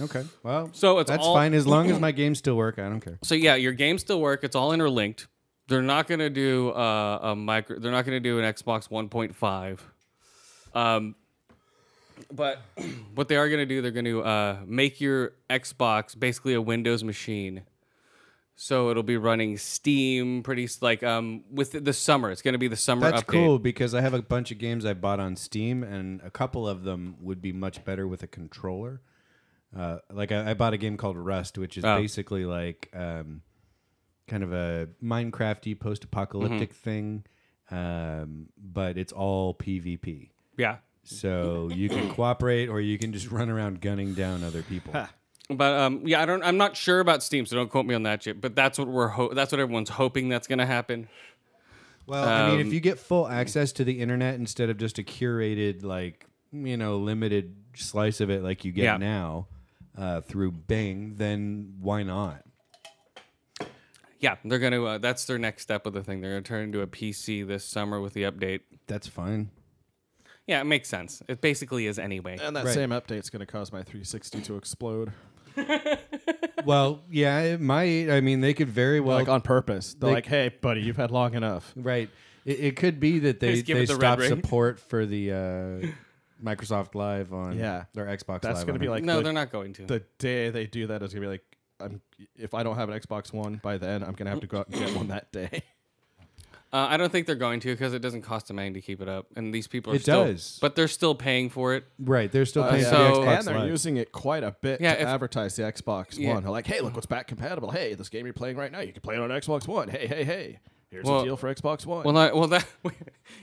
S3: Okay. Well,
S4: So it's
S3: that's
S4: all-
S3: fine as long as my games still work. I don't care.
S4: So yeah, your games still work. It's all interlinked. They're not gonna do uh, a micro. They're not gonna do an Xbox 1.5. Um, but what they are gonna do, they're gonna uh, make your Xbox basically a Windows machine. So it'll be running Steam pretty s- like um with the summer. It's gonna be the summer
S3: That's
S4: update.
S3: cool because I have a bunch of games I bought on Steam, and a couple of them would be much better with a controller. Uh, like I, I bought a game called Rust, which is basically like um, kind of a Minecrafty post-apocalyptic thing, um, but it's all PvP.
S4: Yeah.
S3: So you can cooperate, or you can just run around gunning down other people.
S4: But um, yeah, I don't. I'm not sure about Steam, so don't quote me on that shit. But that's what we're. Ho- that's what everyone's hoping that's gonna happen.
S3: Well, I
S4: Um,
S3: mean, if you get full access to the internet instead of just a curated, like you know, limited slice of it, like you get
S4: Yeah.
S3: now uh, through Bing, then why not?
S4: Yeah, they're gonna. Uh, that's their next step of the thing. They're gonna turn into a PC this summer with the update.
S3: That's fine.
S4: Yeah, it makes sense. It basically is anyway.
S2: And that
S3: Right.
S2: same update's going to cause my 360 to explode.
S3: Well, yeah, it might. I mean, they could very well.
S2: like on purpose. They're
S3: they-
S2: like, hey, buddy, you've had long enough.
S3: right. It, it could be that they,
S4: Just give
S3: they
S4: it the red
S3: stop
S4: ring.
S3: support for the uh, Microsoft Live on
S2: Yeah.
S3: their Xbox
S2: That's
S3: Live.
S2: gonna
S3: on
S2: be
S3: it.
S2: like
S4: no,
S2: the,
S4: they're not going to.
S2: the day they do that is gonna be like, I'm if I don't have an Xbox One by then, I'm gonna have to go out and get one that day.
S4: Uh, I don't think they're going to because it doesn't cost them anything to keep it up, and these people are
S3: It
S4: still,
S3: does.
S4: but they're still paying for it.
S3: Right. They're still paying
S4: Uh, so-
S3: for the Xbox
S2: Uh, and they're
S3: Live.
S2: using it quite a bit
S4: Yeah,
S2: to
S4: if-
S2: advertise the Xbox
S4: Yeah.
S2: One. They're like, hey, look what's back compatible. Hey, this game you're playing right now, you can play it on Xbox One. Hey, hey, hey. Here's
S4: Well-
S2: a deal for Xbox One.
S4: Well, not, well, that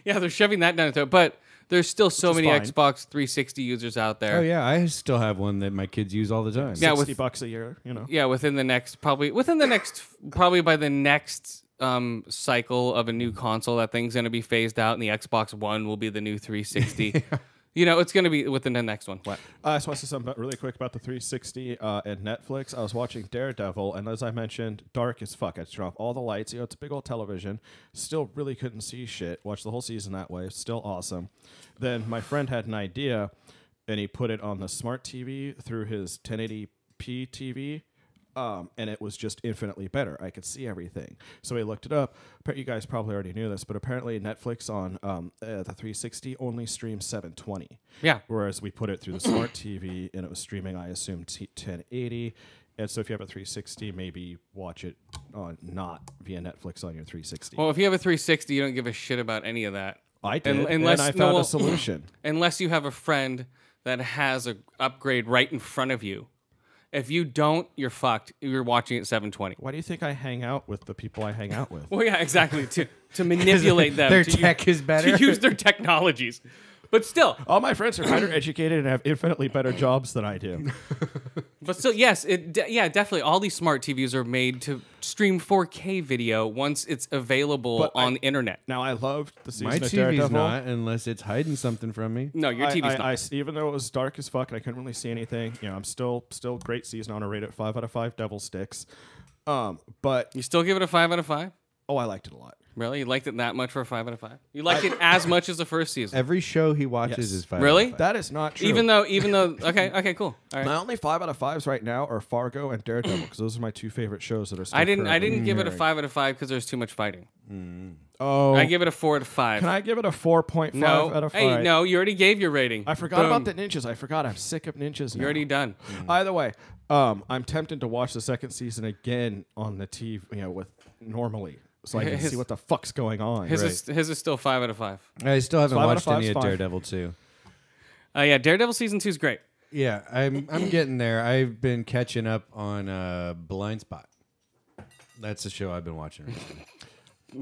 S4: yeah, they're shoving that down the throat. But there's still so
S2: is
S4: many
S2: fine.
S4: Xbox 360 users out there.
S3: oh yeah, I still have one that my kids use all the time.
S4: Yeah,
S2: 60
S4: with-
S2: bucks a year, you know.
S4: Yeah, within the next probably within the next probably by the next um cycle of a new console, that thing's gonna be phased out, and the Xbox One will be the new 360. You know, it's gonna be within the next one. What?
S2: Uh, I just want to say something about- really quick about the 360 uh, and Netflix. I was watching Daredevil, and as I mentioned, dark as fuck. I turned off all the lights. You know, it's a big old television. Still really couldn't see shit. Watched the whole season that way. Still awesome. Then my friend had an idea, and he put it on the smart TV through his 1080p TV. Um, and it was just infinitely better. I could see everything. So we looked it up. Appa- You guys probably already knew this, but apparently Netflix on um, uh, the 360 only streams 720.
S4: Yeah.
S2: Whereas we put it through the smart TV and it was streaming, I assume, t- 1080. And so if you have a 360, maybe watch it on not via Netflix on your 360.
S4: Well, if you have a 360, you don't give a shit about any of that.
S2: I did,
S4: un-
S2: and,
S4: unless-
S2: I
S4: no,
S2: found
S4: well-
S2: a solution.
S4: unless you have a friend that has a upgrade right in front of you. If you don't, you're fucked. You're watching at 720.
S2: Why do you think I hang out with the people I hang out with?
S4: Well, yeah, exactly. To to manipulate them.
S3: their
S4: to u-
S3: tech is better.
S4: To use their technologies, but still,
S2: All my friends are better educated and have infinitely better jobs than I do.
S4: but still, yes, it de- yeah, definitely. All these smart TVs are made to stream 4K video once it's available
S2: But I-
S4: on the internet.
S2: Now I loved the season
S3: my
S2: of
S3: TV's
S2: Daredevil.
S3: not unless it's hiding something from me.
S4: No, your
S2: I-
S4: TV's
S2: I-
S4: not.
S2: I s- even though it was dark as fuck and I couldn't really see anything, you know, I'm still still great season on a rate at five out of five devil sticks. Um, but
S4: you still give it a five out of five?
S2: oh, I liked it a lot.
S4: Really? You liked it that much for a five out of five? You liked it as much as the first season?
S3: Every show he watches
S2: Yes.
S3: is five.
S4: Really?
S2: That is not true.
S4: Even though, even though, okay, okay, cool. All right.
S2: my only five out of fives right now are Fargo and Daredevil because those are my two favorite shows that are. Still
S4: I didn't. I
S2: currently
S4: didn't give it a
S2: airing.
S4: five out of five because there's too much fighting.
S2: Oh,
S4: I give it a four out of five.
S2: can I give it a four point five
S4: no.
S2: out of five?
S4: Hey, no. You already gave your rating.
S2: I forgot about
S4: Boom.
S2: the ninjas. I forgot. I'm sick of ninjas.
S4: You're already done.
S2: Either way, um, I'm tempted to watch the second season again on the TV, you know, with normally, so I can
S4: His-
S2: see what the fuck's going on.
S4: His is his is still five out of five.
S3: I still haven't
S2: Five out of
S3: watched any
S2: five's
S3: of
S2: fine.
S3: Daredevil two.
S4: Uh, yeah, Daredevil season two is great.
S3: Yeah, I'm I'm getting there. I've been catching up on uh, Blind Spot. That's the show I've been watching. recently.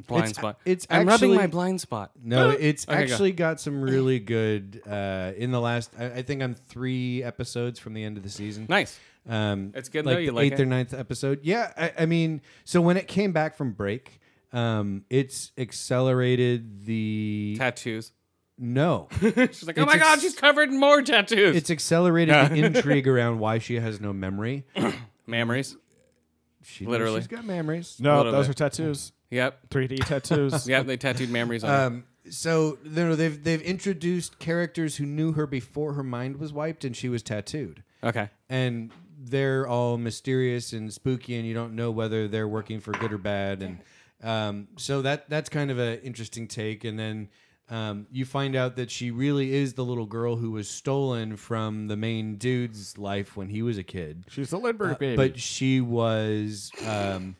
S4: Blind
S3: It's-
S4: spot.
S3: it's
S4: I'm rubbing
S3: actually-
S4: my blind spot.
S3: No, it's
S4: Okay, go.
S3: actually got some really good uh, in the last. I, I think I'm three episodes from the end of the season.
S4: Nice.
S3: Um,
S4: It's good
S3: like
S4: though, you
S3: the
S4: like
S3: eighth or
S4: it?
S3: ninth episode. Yeah, I, I mean, so when it came back from break, um, it's accelerated the
S4: Tattoos.
S3: no.
S4: She's like, oh
S3: It's
S4: my god,
S3: ex-
S4: she's covered in more tattoos.
S3: it's accelerated the intrigue around why she has no memory.
S4: memories.
S3: She knows
S4: Literally.
S3: she's got memories.
S2: no,
S4: little
S2: those
S4: bit.
S2: are tattoos.
S4: Yep.
S2: 3D tattoos.
S4: Yep. They tattooed memories on. her.
S3: Um, so you know, they've they've introduced characters who knew her before her mind was wiped and she was tattooed,
S4: Okay.
S3: and they're all mysterious and spooky, and you don't know whether they're working for good or bad, and um, so that that's kind of an interesting take, and then. Um, you find out that she really is the little girl who was stolen from the main dude's life when he was a kid.
S2: She's the
S4: Uh,
S2: Lindbergh baby.
S3: But she was um,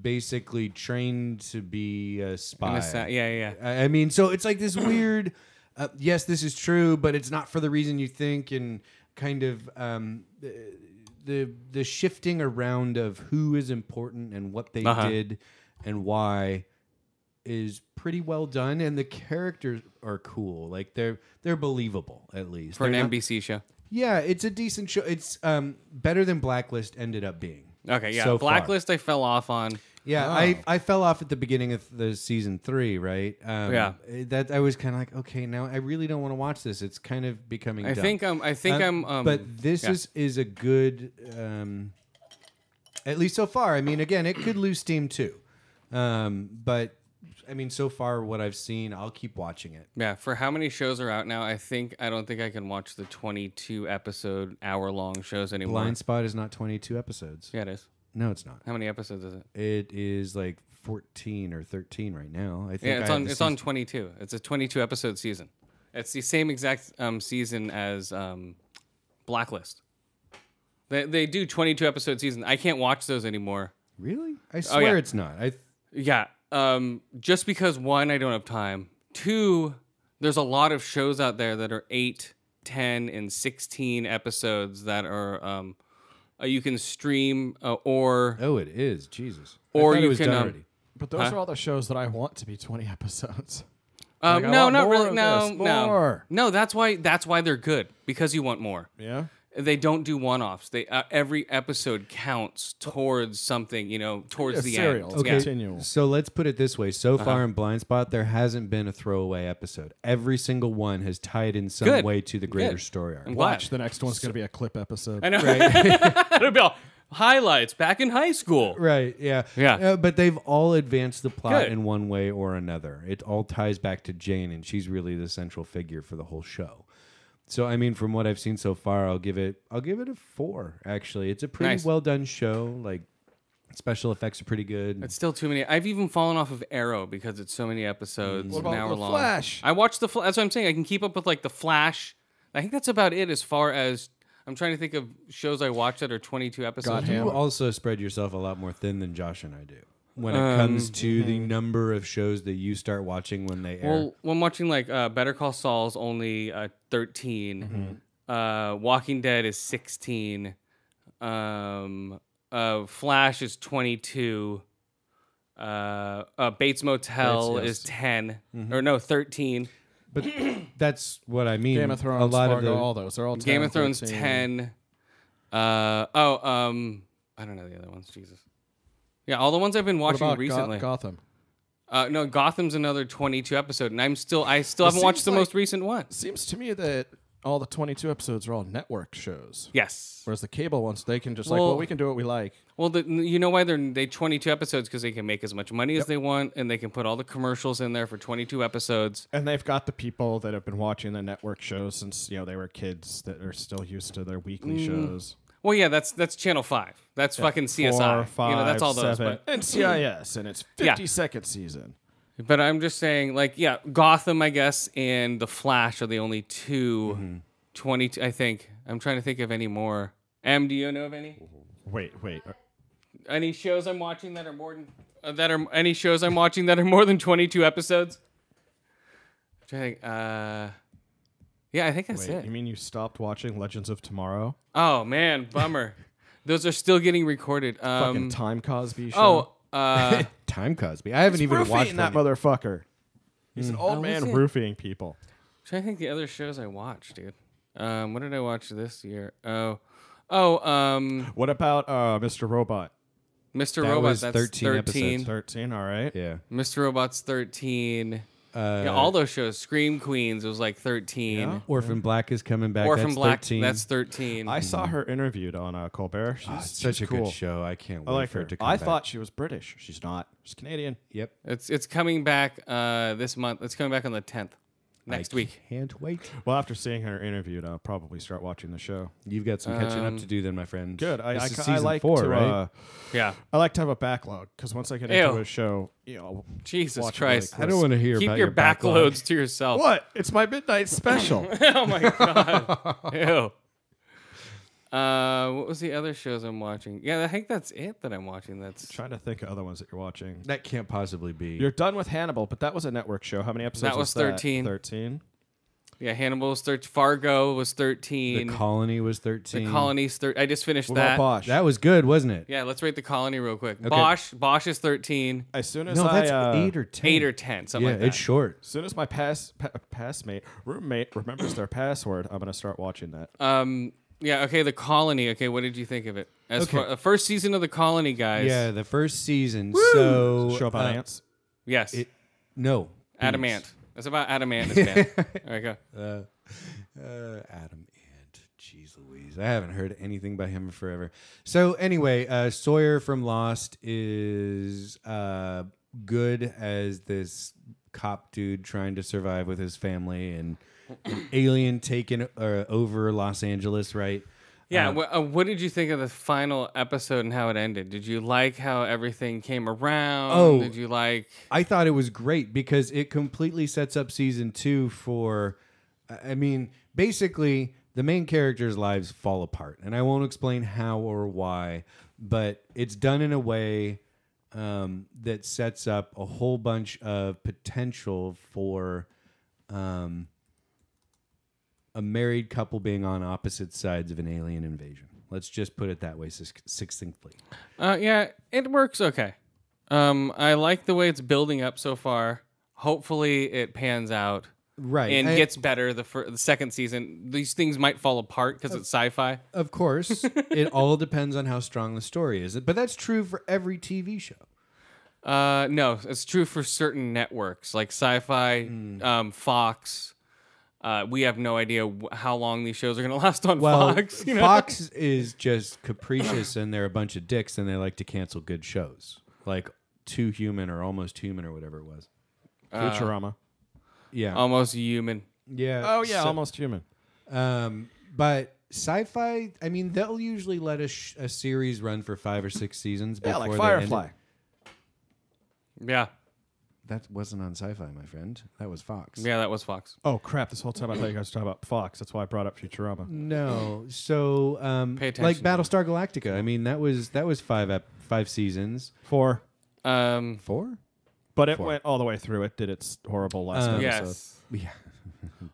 S3: basically trained to be a spy.
S4: And it's that- yeah, yeah, yeah.
S3: I I mean, so it's like this weird. Uh, yes, this is true, but it's not for the reason you think, and kind of um, the, the the shifting around of who is important and what they
S4: Uh-huh.
S3: did and why is pretty well done, and the characters are cool. Like they're they're believable at least
S4: For an
S3: They're not-
S4: NBC show.
S3: yeah, it's a decent show. It's um better than Blacklist ended up being.
S4: Okay. Yeah.
S3: so far.
S4: Blacklist. I fell off on.
S3: Yeah, I,
S4: Ah.
S3: I fell off at the beginning of the season three, right? Um,
S4: Yeah.
S3: that I was kind of like, okay, now I really don't want to watch this. It's kind of becoming.
S4: I
S3: dumb.
S4: think I'm. I think I'm.
S3: Um,
S4: Um,
S3: but this
S4: yeah.
S3: is is a good, um, at least so far. I mean, again, it could lose steam too, um, but I mean, so far what I've seen, I'll keep watching it.
S4: Yeah, for how many shows are out now? I think I don't think I can watch the 22 episode hour long shows anymore.
S3: Blind Spot is not 22 episodes.
S4: Yeah, it is.
S3: No, it's not.
S4: How many episodes is it?
S3: It is like 14 or 13 right now. I think
S4: Yeah, it's
S3: I
S4: on
S3: have the
S4: it's on
S3: season-
S4: 22. It's a 22 episode season. It's the same exact um, season as um, Blacklist. They they do 22 episode season. I can't watch those anymore.
S3: Really? I
S4: Oh,
S3: swear
S4: yeah.
S3: it's not. I
S4: Yeah. Um, just because one, I don't have time. Two, there's a lot of shows out there that are eight, 10, and 16 episodes that are um, uh, you can stream uh, or
S3: Oh, it is. Jesus. I
S4: Or
S3: thought
S4: you
S3: it was
S4: can,
S3: done
S4: um,
S3: already.
S2: But those are all the shows that I want to be 20 episodes.
S4: um,
S2: Like, I
S4: no,
S2: want
S4: not
S2: more
S4: really.
S2: of
S4: No,
S2: this,
S4: no,
S2: more.
S4: no. That's why that's why they're good because you want more.
S2: Yeah.
S4: They don't do one-offs. They uh, every episode counts towards something. You know, towards
S2: Yeah,
S4: the
S2: serial.
S4: end.
S2: Okay.
S4: Yeah.
S2: Continual.
S3: So let's put it this way. So
S4: Uh-huh.
S3: far in Blind Spot, there hasn't been a throwaway episode. Every single one has tied in some
S4: Good.
S3: way to the greater
S4: Good.
S3: story arc.
S4: I'm glad.
S2: Watch the next one's going to be a clip episode.
S4: I know. It'll be all highlights back in high school.
S3: Right. Yeah.
S4: Yeah.
S3: Uh, but they've all advanced the plot
S4: Good.
S3: in one way or another. It all ties back to Jane, and she's really the central figure for the whole show. So I mean, from what I've seen so far, I'll give it. I'll give it a four. Actually, it's a pretty
S4: Nice.
S3: well done show. Like special effects are pretty good.
S4: It's still too many. I've even fallen off of Arrow because it's so many episodes,
S2: about
S4: an hour
S2: The
S4: long.
S2: Flash?
S4: I watched the. Fl- that's what I'm saying. I can keep up with like the Flash. I think that's about it as far as I'm trying to think of shows I watched that are 22 episodes.
S2: God,
S3: you
S2: Hammer.
S3: also spread yourself a lot more thin than Josh and I do when it
S2: Um,
S3: comes to the
S2: mm-hmm.
S3: number of shows that you start watching when they air.
S4: Well, when watching like uh, Better Call Saul's only uh, 13,
S2: Mm-hmm.
S4: uh, Walking Dead is 16, um, uh, Flash is 22, uh, uh, Bates Motel
S3: Bates, yes.
S4: is 10
S2: Mm-hmm.
S4: or no 13.
S3: but that's what I mean.
S2: Game of Thrones,
S3: a lot
S2: Fargo,
S3: of the,
S2: all those. They're all 10,
S4: Game of Thrones
S2: 13.
S4: ten. Uh oh, um I don't know the other ones, Jesus. Yeah, all the ones I've been
S2: What
S4: watching
S2: about Go-
S4: recently.
S2: Gotham?
S4: uh no, Gotham's another twenty two episode and I'm still I still
S2: It
S4: haven't watched
S2: seems
S4: the
S2: like-
S4: most recent one.
S2: Seems to me that all the 22 episodes are all network shows.
S4: Yes.
S2: Whereas the cable ones, they can just like,
S4: Well-
S2: well, we can do what we like.
S4: Well, the, you know why they're they 22 episodes because they can make as much money as they want and they can put all the commercials in there for 22 episodes.
S2: And they've got the people that have been watching the network shows since you know they were kids that are still used to their weekly
S4: Mm.
S2: shows.
S4: Well, yeah, that's that's Channel 5. That's fucking CSI.
S2: Four, five,
S4: you know, that's all those.
S2: seven,
S4: But Hmm.
S2: and CIS, and it's
S4: Yeah.
S2: fifty second season.
S4: But I'm just saying, like, yeah, Gotham, I guess, and The Flash are the only 2
S2: Mm-hmm.
S4: 22, I think. I'm trying to think of any more. Am, do you know of any?
S2: Wait, wait. uh,
S4: Any shows I'm watching that are more than, uh, that are, any shows I'm watching that are more than 22 episodes? I'm trying to think, uh, yeah, I think that's
S2: Wait,
S4: it.
S2: you mean you stopped watching Legends of Tomorrow?
S4: oh, man, bummer. Those are still getting recorded.
S2: Fucking
S4: Um,
S2: Time Cosby show.
S4: oh, uh,
S3: Time Cosby. I haven't even watched
S2: roofing that Hmm.
S3: one yet.
S2: motherfucker. He's an old
S4: Oh,
S2: man
S4: is it?
S2: roofing people.
S4: trying to think the other shows I watched, dude. Um, what did I watch this year? Oh, oh, um,
S2: What about uh, Mr. Robot?
S4: Mr.
S3: That
S4: Robot.
S3: was
S4: that's
S3: 13
S4: 13.
S3: episodes.
S2: Thirteen. All right.
S3: Mm. Yeah.
S4: Mr. Robot's 13.
S3: Uh,
S4: yeah, all those shows. Scream Queens was like 13.
S3: Orphan Black is coming back.
S4: Orphan
S3: that's
S4: Black.
S3: 13.
S4: That's 13.
S2: I saw her interviewed on uh, Colbert. She's,
S3: Mm-hmm. Oh, It's such
S2: she's
S3: a
S2: cool.
S3: good show. I can't
S2: I
S3: wait
S2: like
S3: for
S2: her.
S3: it to come
S2: I
S3: back.
S2: thought she was British. She's not. She's Canadian.
S3: Yep.
S4: it's it's coming back uh, this month. It's coming back on the 10th. Next
S3: I
S4: week.
S3: Can't wait.
S2: Well, after seeing her interviewed, I'll probably start watching the show.
S3: You've got some catching
S4: Um,
S3: up to do, then, my friend.
S2: Good. I,
S3: This
S2: I,
S3: is
S2: ca- I
S3: season
S2: like
S3: four,
S2: to.
S3: right?
S2: Uh,
S4: Yeah.
S2: I like to have a backlog because once I get into
S4: Ew.
S2: a show, you know,
S4: Jesus
S2: Watch it really
S4: Christ.
S3: I don't want to hear
S4: Keep
S3: about
S4: your,
S3: your backlog.
S4: backloads to yourself.
S2: what? It's my midnight special.
S4: oh my god. Ew. Uh, what was the other shows I'm watching? Yeah, I think that's it that I'm watching. That's
S2: trying to think of other ones that you're watching.
S3: That can't possibly be.
S2: You're done with Hannibal, but that was a network show. How many episodes?
S4: That was 13.
S2: Thirteen.
S4: yeah. Hannibal was 13. Fargo was
S3: the
S4: 13.
S3: colony was thirteen.
S4: The colony's thir- I just finished
S2: What
S4: that.
S2: about Bosch?
S3: That was good, wasn't it?
S4: Yeah, let's rate the colony real quick. Bosch, Bosch is thirteen,
S2: as soon as
S3: No,
S2: I
S3: that's
S2: uh,
S3: eight or ten.
S4: eight or ten, something
S3: Yeah,
S4: like that.
S3: it's short.
S2: as soon as my pass pa- passmate roommate remembers their password, I'm gonna start watching that.
S4: um, yeah, okay, the colony. Okay, what did you think of it? As
S3: Okay.
S4: far, the first season of the colony, guys.
S3: Yeah, the first season. So
S2: show about
S3: uh,
S2: ants.
S4: Yes.
S3: It, no.
S4: Adamant. That's about Adamant. and his band. All right, go.
S3: Uh, Adam Ant. Jeez Louise. I haven't heard anything by him forever. So anyway, uh, Sawyer from Lost is uh, good as this cop dude trying to survive with his family and an alien taking uh, over Los Angeles, right?
S4: Yeah. wha- uh, what did you think of the final episode and how it ended? Did you like how everything came around?
S3: Oh.
S4: Did you like?
S3: I thought it was great because it completely sets up season two for. I I mean, basically, the main characters' lives fall apart, and I won't explain how or why, but it's done in a way um, that sets up a whole bunch of potential for um, a married couple being on opposite sides of an alien invasion. Let's just put it that way, sus- succinctly.
S4: Uh, yeah, it works okay. Um, I like the way it's building up so far. Hopefully, it pans out.
S3: Right,
S4: and
S3: I-
S4: gets better the, fir- the second season. These things might fall apart because it's sci-fi.
S3: Of course, it all depends on how strong the story is. But that's true for every TV show.
S4: Uh, no, it's true for certain networks like Sci-Fi,
S3: Hmm.
S4: um, Fox. Uh, we have no idea wh- how long these shows are going to last on
S3: Well,
S4: Fox. you know?
S3: Fox is just capricious and they're a bunch of dicks and they like to cancel good shows. Like Too Human or Almost Human or whatever it was.
S2: uh, Futurama.
S3: Yeah.
S4: almost human.
S3: yeah.
S2: Oh yeah,
S3: so-
S2: almost human.
S3: Um, but sci-fi, I mean, they'll usually let a, sh- a series run for five or six seasons.
S2: Yeah, like
S3: before they end it.
S2: Firefly.
S4: Yeah,
S3: That wasn't on sci-fi, my friend. That was Fox.
S4: yeah, that was Fox.
S2: Oh crap! This whole time I thought you guys were talking about Fox. That's why I brought up Futurama.
S3: No, so um,
S4: Pay
S3: like
S4: attention.
S3: Battlestar Galactica. I mean, that was that was five ep- five seasons.
S2: Four,
S4: Um,
S3: Four?
S2: but it
S3: Four.
S2: went all the way through. It did its horrible last
S3: Um,
S2: episode.
S4: yes.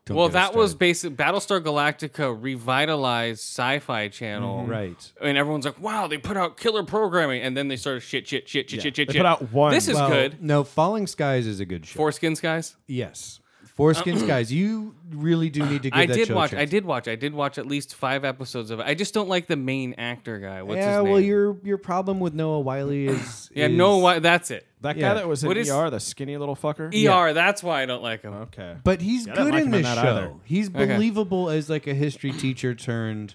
S3: Yeah.
S4: Well, that was basic. Battlestar Galactica revitalized Sci-Fi Channel,
S2: Mm-hmm.
S3: right.
S4: And everyone's like, "Wow, they put out killer programming," and then they started shit, shit, shit, shit, shit, shit.
S2: They
S4: shit.
S2: put out one.
S4: This is
S2: Well,
S4: good.
S3: No, Falling Skies is a good show.
S4: Foreskin Skies.
S3: yes, Four Skins Skies. You really do need to give
S4: Uh-uh. I
S3: that
S4: did
S3: show a
S4: watch. I
S3: chance.
S4: did watch. I did watch at least five episodes of it. I just don't like the main actor guy. What's
S3: yeah,
S4: his name?
S3: well, your your problem with Noah Wiley is
S4: yeah,
S3: is-
S4: no, why? That's it.
S2: That guy
S3: Yeah. E
S2: that was in
S4: What is-
S2: ER, the skinny little fucker.
S4: ER. That's why I don't like him.
S2: Okay.
S3: But he's
S2: Yeah, I didn't
S3: good
S2: like
S3: in
S2: him in
S3: this show.
S2: that either.
S3: He's believable as like a history teacher turned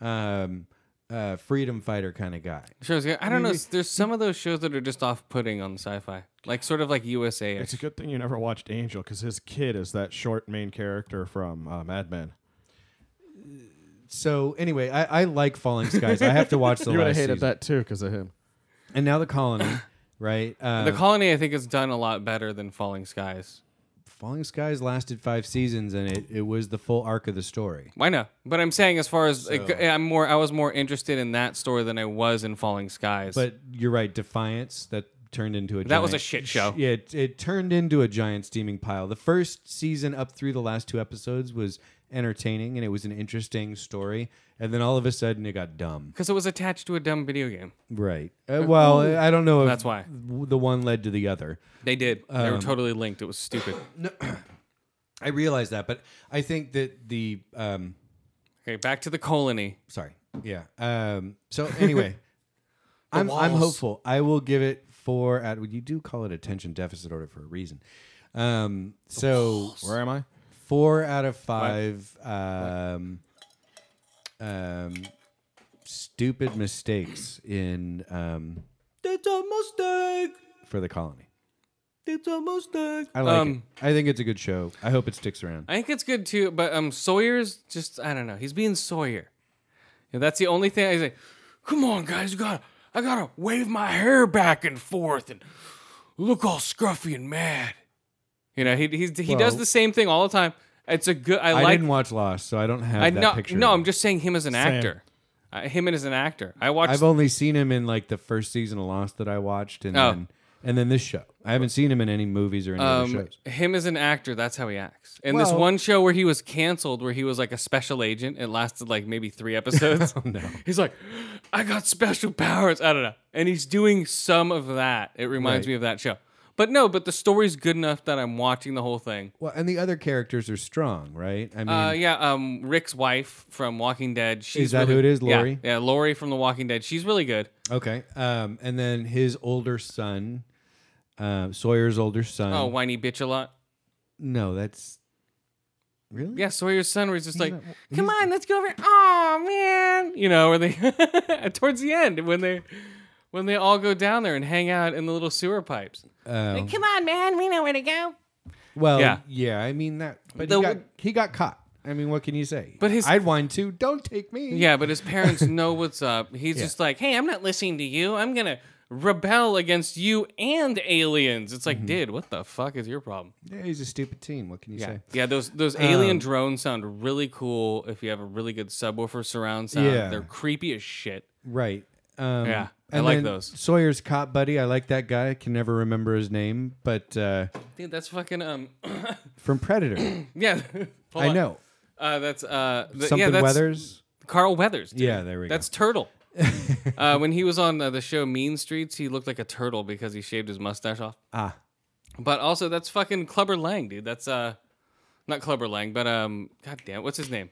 S3: um, uh, freedom fighter kind of guy.
S4: Shows. I don't know. There's some of those shows that are just off-putting on sci-fi, like sort of like USA.
S2: It's a good thing you never watched Angel because his kid is that short main character from uh, Mad Men.
S3: So anyway, I, I like Falling Skies. I have to watch the
S2: You would have
S3: last
S2: hated
S3: season.
S2: that too because of him.
S3: And now the colony, right? Uh,
S4: The Colony, I think, is done a lot better than Falling Skies.
S3: Falling Skies lasted five seasons, and it, it was the full arc of the story.
S4: I know, but I'm saying as far as like, eh, I'm more, I was more interested in that story than I was in Falling Skies.
S3: But you're right, Defiance that turned into a
S4: That was a
S3: giant-
S4: shit show.
S3: Yeah, it, it turned into a giant steaming pile. The first season up through the last two episodes was entertaining, and it was an interesting story. And then all of a sudden, it got dumb.
S4: because it was attached to a dumb video game,
S3: Right. Uh, well, I don't know. If
S4: That's why.
S3: the one led to the other.
S4: they did. they were totally linked. It was stupid.
S3: I realize that, but I think that the um,
S4: Okay, back to the Colony.
S3: sorry. Yeah. Um, so anyway, I'm, I'm hopeful. I will give it four out. Well, you do call it attention deficit order for a reason. Um, so
S2: Where am I?
S3: four out of five. Um, um, stupid mistakes in um,
S4: It's a mistake.
S3: for the colony.
S4: It's a mistake.
S3: I like
S4: Um,
S3: it. I think it's a good show. I hope it sticks around.
S4: I think it's good too, but um, Sawyer's just I don't know. He's being Sawyer. And that's the only thing I say. Come on, guys, you gotta I gotta wave my hair back and forth and look all scruffy and mad. You know, he he's, he does
S3: Well-
S4: the same thing all the time. It's a good. I,
S3: I,
S4: like.
S3: didn't watch Lost, so I don't have
S4: I
S3: that
S4: no,
S3: picture.
S4: no. I'm just saying him as an
S2: Same.
S4: actor. Uh, him and as an actor. I watched.
S3: I've only seen him in like the first season of Lost that I watched, and
S4: Oh.
S3: then and then this show. I haven't seen him in any movies or any other
S4: um,
S3: shows.
S4: him as an actor, that's how he acts. And this
S3: Well-
S4: one show where he was canceled, where he was like a special agent, it lasted like maybe three episodes.
S3: Oh, no.
S4: He's like, I got special powers. I don't know. And he's doing some of that. It reminds
S3: Right.
S4: me of that show. But no, but the story's good enough that I'm watching the whole thing.
S3: Well, and the other characters are strong, right? I mean,
S4: Uh, yeah, um, Rick's wife from Walking Dead. She's
S3: that
S4: really-
S3: who it Mm. is,
S4: yeah,
S3: Lori?
S4: Yeah, Lori from The Walking Dead. She's really good.
S3: okay. Um, and then his older son, uh, Sawyer's older son.
S4: Oh, whiny bitch a lot.
S3: no, that's really
S4: Yeah, Sawyer's son was just like, "Come on, let's go over." Oh man, you know, where they towards the end when they when they all go down there and hang out in the little sewer pipes.
S3: Oh.
S4: Come on, man, we know where to go.
S3: Well,
S4: Yeah.
S3: yeah. I mean that, but
S4: The-
S3: he got he got caught. I mean, what can you say?
S4: But his-
S3: I'd whine too. Don't take me.
S4: Yeah, but his parents know what's up. He's just like, hey, I'm not listening to you. I'm gonna rebel against you and aliens. It's like, dude, what the fuck is your problem?
S3: Yeah, he's a stupid teen. What can you say?
S4: Yeah, Um. those those alien drones sound really cool if you have a really good subwoofer surround sound.
S3: Yeah.
S4: They're creepy as shit.
S3: Right. Um,
S4: Yeah, I
S3: and
S4: like
S3: then
S4: those.
S3: Sawyer's cop buddy. I like that guy. I can never remember his name, but uh,
S4: Dude, that's fucking um
S3: from Predator,
S4: yeah. Hold
S3: I
S4: on.
S3: know
S4: Uh, that's uh th-
S3: something
S4: yeah, that's
S3: Weathers.
S4: Carl Weathers. Dude.
S3: Yeah, there we go.
S4: That's Turtle. uh, when he was on uh, the show Mean Streets, he looked like a turtle because he shaved his mustache off.
S3: Ah,
S4: But also, that's fucking Clubber Lang, dude. That's uh, not Clubber Lang, but um, goddamn, what's his name?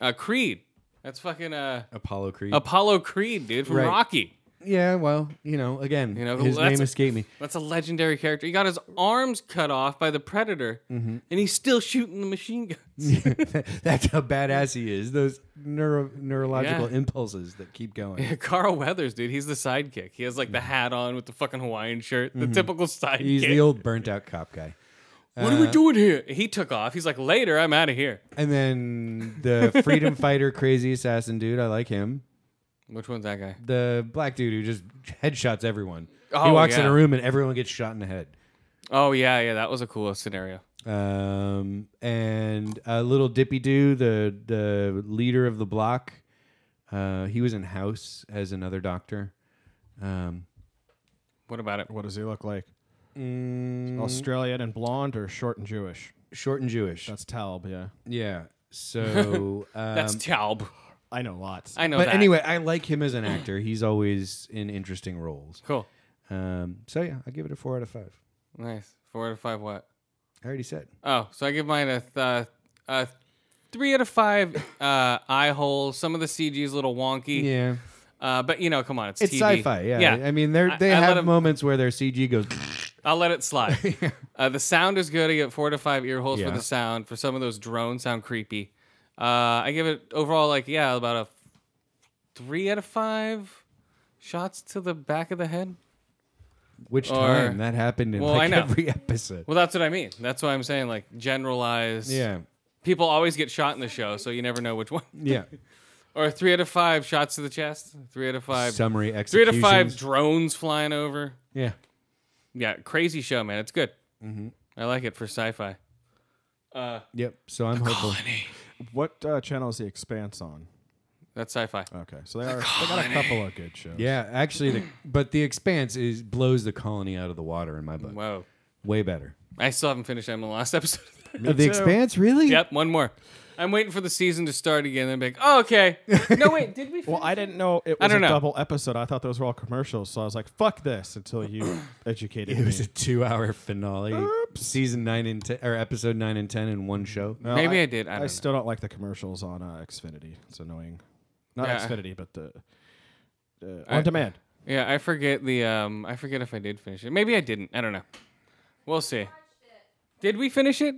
S4: Uh, Creed. That's fucking uh,
S3: Apollo Creed.
S4: Apollo Creed, dude, from
S3: Right.
S4: Rocky.
S3: yeah, well, you know, again,
S4: You know,
S3: his
S4: that's
S3: name
S4: a-
S3: escaped me.
S4: That's a legendary character. He got his arms cut off by the Predator,
S3: Mm-hmm.
S4: and he's still shooting the machine guns.
S3: That's how badass he is. Those neuro- neurological
S4: Yeah.
S3: impulses that keep going.
S4: Carl Weathers, dude, he's the sidekick. He has like the hat on with the fucking Hawaiian shirt, the typical sidekick.
S3: Mm-hmm. He's the old Uh-huh. burnt out cop guy.
S4: what are we doing here? He took off. He's like, later, I'm out of here.
S3: And then the freedom fighter, crazy assassin dude. I like him.
S4: Which one's that guy?
S3: The black dude who just headshots everyone.
S4: Oh,
S3: he walks in
S4: yeah.
S3: a room and everyone gets shot in the head.
S4: Oh yeah, yeah, that was a cool scenario.
S3: Um, and uh, little Dippy Doo, the the leader of the block. Uh, he was in House as another doctor. Um,
S4: What about it?
S2: What does he look like? Mm-hmm.
S3: mm,
S2: Australian and blonde or short and Jewish?
S3: short and Jewish.
S2: That's Talb, yeah.
S3: yeah. So um,
S4: That's Taub.
S2: I know lots.
S4: I know
S3: but
S4: that.
S3: anyway, I like him as an actor. He's always in interesting roles.
S4: cool,
S3: Um, so yeah, I give it a four out of five.
S4: nice. Four out of five. What?
S3: I already said.
S4: Oh, so I give mine a, th- uh, a three out of five uh, eye holes. Some of the CG is a little wonky.
S3: Yeah,
S4: Uh, but you know, come on, it's
S3: it's
S4: TV.
S3: sci-fi. Yeah, I mean, they
S4: I-
S3: they
S4: I let
S3: have
S4: 'em-
S3: moments where their CG goes.
S4: I'll let it slide. uh, the sound is good. I get four to five ear holes for
S3: Yeah.
S4: the sound. For some of those drones, sound creepy. Uh, I give it overall like yeah, about a three out of five shots to the back of the head.
S3: Which
S4: Or-
S3: time that happened in
S4: Well, I
S3: like
S4: know.
S3: every episode.
S4: Well, that's what I mean. That's why I'm saying like generalized.
S3: Yeah,
S4: People always get shot in the show, so you never know which one.
S3: yeah.
S4: Or three out of five shots to the chest. Three out of five.
S3: Summary
S4: three out
S3: executions.
S4: of five drones flying over.
S3: Yeah.
S4: Yeah, crazy show, man. It's good.
S3: Mm-hmm.
S4: I like it for sci-fi.
S3: Yep. So I'm hopeful.
S2: What uh, channel is the Expanse on?
S4: That's sci-fi.
S3: Uh,
S2: Okay, so they are they got a couple of good shows.
S3: Yeah, actually, the, but the Expanse is blows the colony out of the water in my book.
S4: Whoa.
S3: Way better.
S4: I still haven't finished Emma last episode.
S3: Uh,
S2: too.
S3: the Expanse, really?
S4: yep, one more. I'm waiting for the season to start again and be like, oh, okay. No, wait, did we?
S2: Well, I didn't know it
S4: I
S2: was a
S4: don't know.
S2: double episode. I thought those were all commercials, so I was like, "Fuck this!" Until you educated
S3: It was a
S2: me.
S3: two-hour finale, season nine and ten, or episode nine and ten in
S4: Mm.
S3: one show.
S2: No,
S4: Maybe I did. I
S2: I,
S4: don't know.
S2: still don't like the commercials on uh, Xfinity. It's annoying. Not
S4: Yeah.
S2: Xfinity, but the uh,
S4: I-
S2: on demand.
S4: Yeah, I forget the um I forget if I did finish it. Maybe I didn't. I don't know. We'll see. Did we finish it?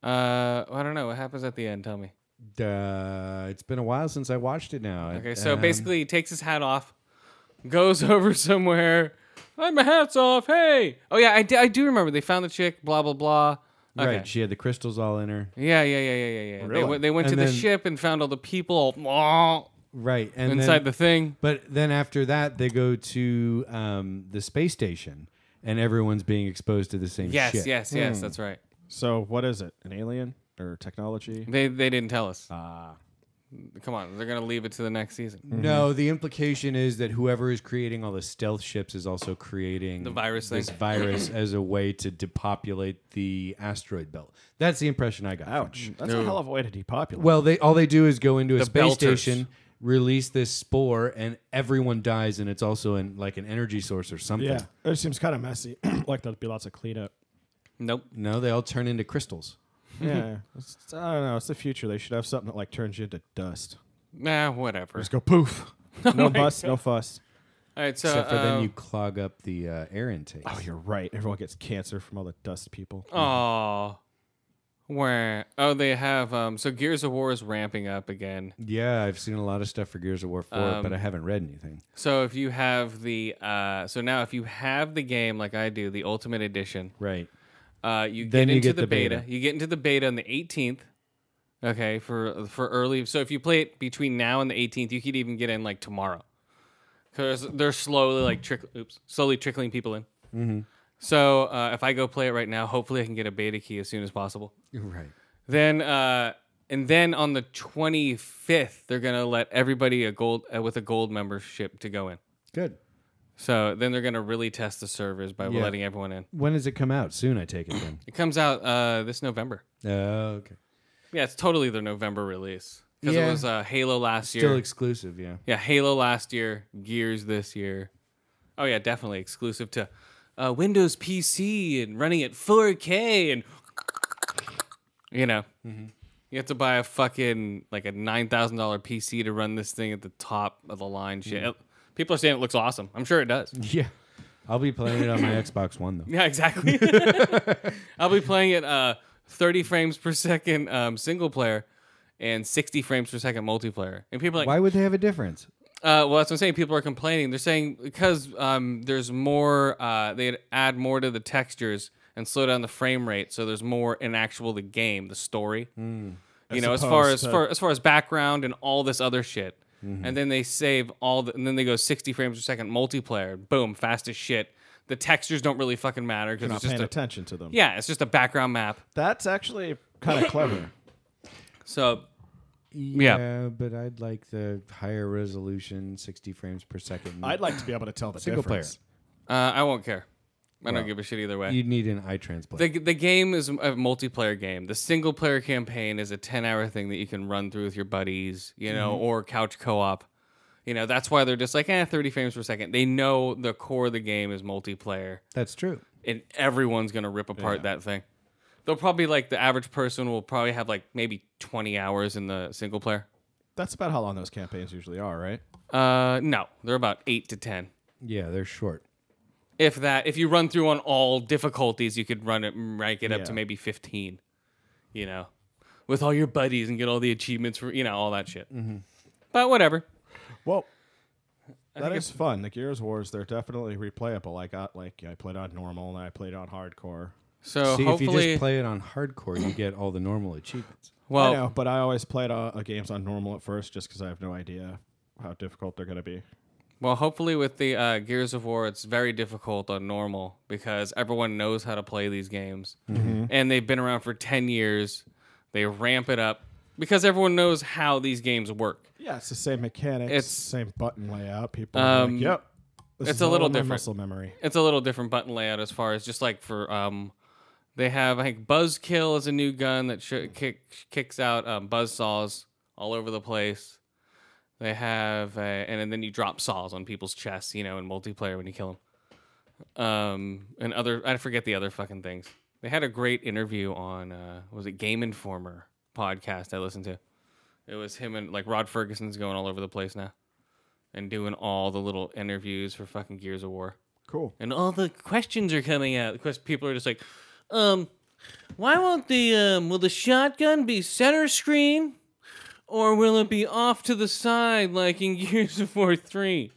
S4: Uh, I don't know. What happens at the end? Tell me.
S3: Uh, it's been a while since I watched it now.
S4: Okay, so
S3: Um,
S4: basically, he takes his hat off, goes over somewhere. i my hat's off. Hey. Oh yeah, I, d- I do remember. They found the chick. Blah blah blah. Okay.
S3: right? She had the crystals all in her.
S4: Yeah, yeah, yeah, yeah, yeah, yeah. They,
S2: Really?
S4: went- they went
S3: And
S4: to the
S3: then-
S4: ship and found all the people all
S3: Right, and
S4: inside
S3: then,
S4: the thing.
S3: But then after that, they go to um, the space station, and everyone's being exposed to the same
S4: Yes,
S3: shit. Hmm.
S4: yes, yes. That's right.
S2: So what is it? An alien or technology?
S4: They they didn't tell us.
S3: Ah.
S4: Come on, they're gonna leave it to the next season.
S2: Mm-hmm.
S3: No, the implication is that whoever is creating all the stealth ships is also creating the
S4: virus
S3: this
S4: thing.
S3: virus as a way to depopulate the asteroid belt. That's the impression I got. from it.
S2: Ouch! That's a hell of a way to depopulate.
S3: Well, they all they do is go into a
S4: The
S3: space
S4: belters.
S3: station, release this spore, and everyone dies, and it's also in like an energy source or something.
S2: yeah, it seems kind of messy. like there'd be lots of cleanup.
S4: Nope.
S3: No, they all turn into crystals.
S2: Yeah, it's, it's- I don't know. It's the future. They should have something that like turns you into dust.
S4: Nah, whatever.
S2: Just go poof.
S3: Oh
S2: No fuss. No fuss.
S4: All right, so
S3: Except for
S4: uh,
S3: then you clog up the uh, air intake. Oh.
S2: Oh, you're right. Everyone gets cancer from all the dust people.
S4: Aw. Where oh they have um so Gears of War is ramping up again.
S3: Yeah, I've seen a lot of stuff for Gears of War 4, but I haven't read anything.
S4: So if you have the uh so now if you have the game like I do, the Ultimate Edition,
S3: Right.
S4: uh you
S3: Then
S4: get
S3: you
S4: into
S3: get
S4: the,
S3: the
S4: beta.
S3: beta.
S4: You get into the beta on the 18th. Okay, for for early. So if you play it between now and the 18th, you could even get in like tomorrow. Cuz they're slowly like trick oops, slowly trickling people in. Mm-hmm. So uh, if I go play it right now, hopefully I can get a beta key as soon as possible.
S3: Right.
S4: Then uh and then on the 25th, they're going to let everybody a gold uh, with a gold membership to go in.
S3: Good.
S4: So then they're going to really test the servers by
S3: Yeah.
S4: letting everyone in.
S3: When does it come out? Soon, I take it then.
S4: It comes out uh this November.
S3: Oh, okay.
S4: Yeah, it's totally their November release. Cuz it
S3: Yeah.
S4: was uh Halo last
S3: Still
S4: year.
S3: exclusive, yeah.
S4: yeah, Halo last year, Gears this year. Oh yeah, definitely exclusive to uh, Windows PC and running at 4K and you know.
S3: Mm-hmm.
S4: You have to buy a fucking like a nine thousand dollar PC to run this thing at the top of the line. Shit,
S3: Mm.
S4: people are saying it looks awesome. I'm sure it does.
S3: Yeah. I'll be playing it on my Xbox One though.
S4: Yeah, exactly. I'll be playing it uh, 30 frames per second um, single player and 60 frames per second multiplayer. And people are like,
S3: Why would they have a difference?
S4: uh, well, that's what I'm saying. People are complaining. They're saying because um, there's more, uh, they'd add more to the textures and slow down the frame rate, so there's more in actual the game, the story. You know, as far as
S2: Hmm. opposed to- Mm-hmm.
S4: far, as far as background and all this other shit. And then they save all the, and then they go 60 frames per second multiplayer. Boom, fast as shit. The textures don't really fucking matter because
S2: Not
S4: it's just
S2: paying
S4: a,
S2: attention to them.
S4: yeah, it's just a background map.
S2: That's actually kind of clever.
S4: So
S3: Yeah.
S4: Yeah.
S3: but I'd like the higher resolution, 60 frames per second.
S2: I'd like to be able to tell the
S3: Single player.
S2: difference.
S4: uh, I won't care. I don't give a shit either way.
S3: You'd need an eye transplant.
S4: the, the game is a multiplayer game. The single player campaign is a 10 hour thing that you can run through with your buddies, you know, or couch co op. You know, that's why they're just like, eh, 30 frames per second. They know the core of the game is multiplayer,
S3: That's true.
S4: and everyone's going to rip apart that thing. They'll probably, like, the average person will probably have, like, maybe 20 hours in the single player.
S2: That's about how long those campaigns usually are, right?
S4: Uh, no, they're about 8 to 10.
S3: Yeah, they're short.
S4: if that if you run through on all difficulties you could run it rank it up to
S2: Yeah.
S4: maybe 15 you know with all your buddies and get all the achievements for you know all that shit
S3: Mm-hmm.
S4: but whatever
S2: Well, that is fun. The Gears Wars, they're definitely replayable. I got like I played on normal and I played on hardcore.
S4: so
S3: See, if you
S4: hopefully
S3: just play it on hardcore, you get all the normal achievements.
S2: I know,
S4: well
S2: but I always played uh, uh, games on normal at first just because I have no idea how difficult they're going to be.
S4: well hopefully with the uh, gears of war it's very difficult on normal because everyone knows how to play these games
S3: Mm-hmm.
S4: and they've been around for 10 years they ramp it up because everyone knows how these games work
S2: Yeah, it's the same mechanics,
S4: It's-
S2: it's same button layout. People, are
S4: Um,
S2: like, yep. This
S4: it's
S2: is
S4: a
S2: all
S4: little
S2: in my
S4: different.
S2: Muscle memory.
S4: it's a little different button layout as far as just like for um they have I think Buzzkill is a new gun that sh- kick, kicks out um, buzz saws all over the place. They have uh and then you drop saws on people's chests, you know, in multiplayer when you kill them. Um and other I forget the other fucking things. They had a great interview on uh was it Game Informer podcast I listened to. It was him and like Rod Ferguson's going all over the place now and doing all the little interviews for fucking Gears of War
S2: Cool.
S4: and all the questions are coming out. Because people are just like, um, why won't the um, will the shotgun be center screen, or will it be off to the side like in Gears of War three,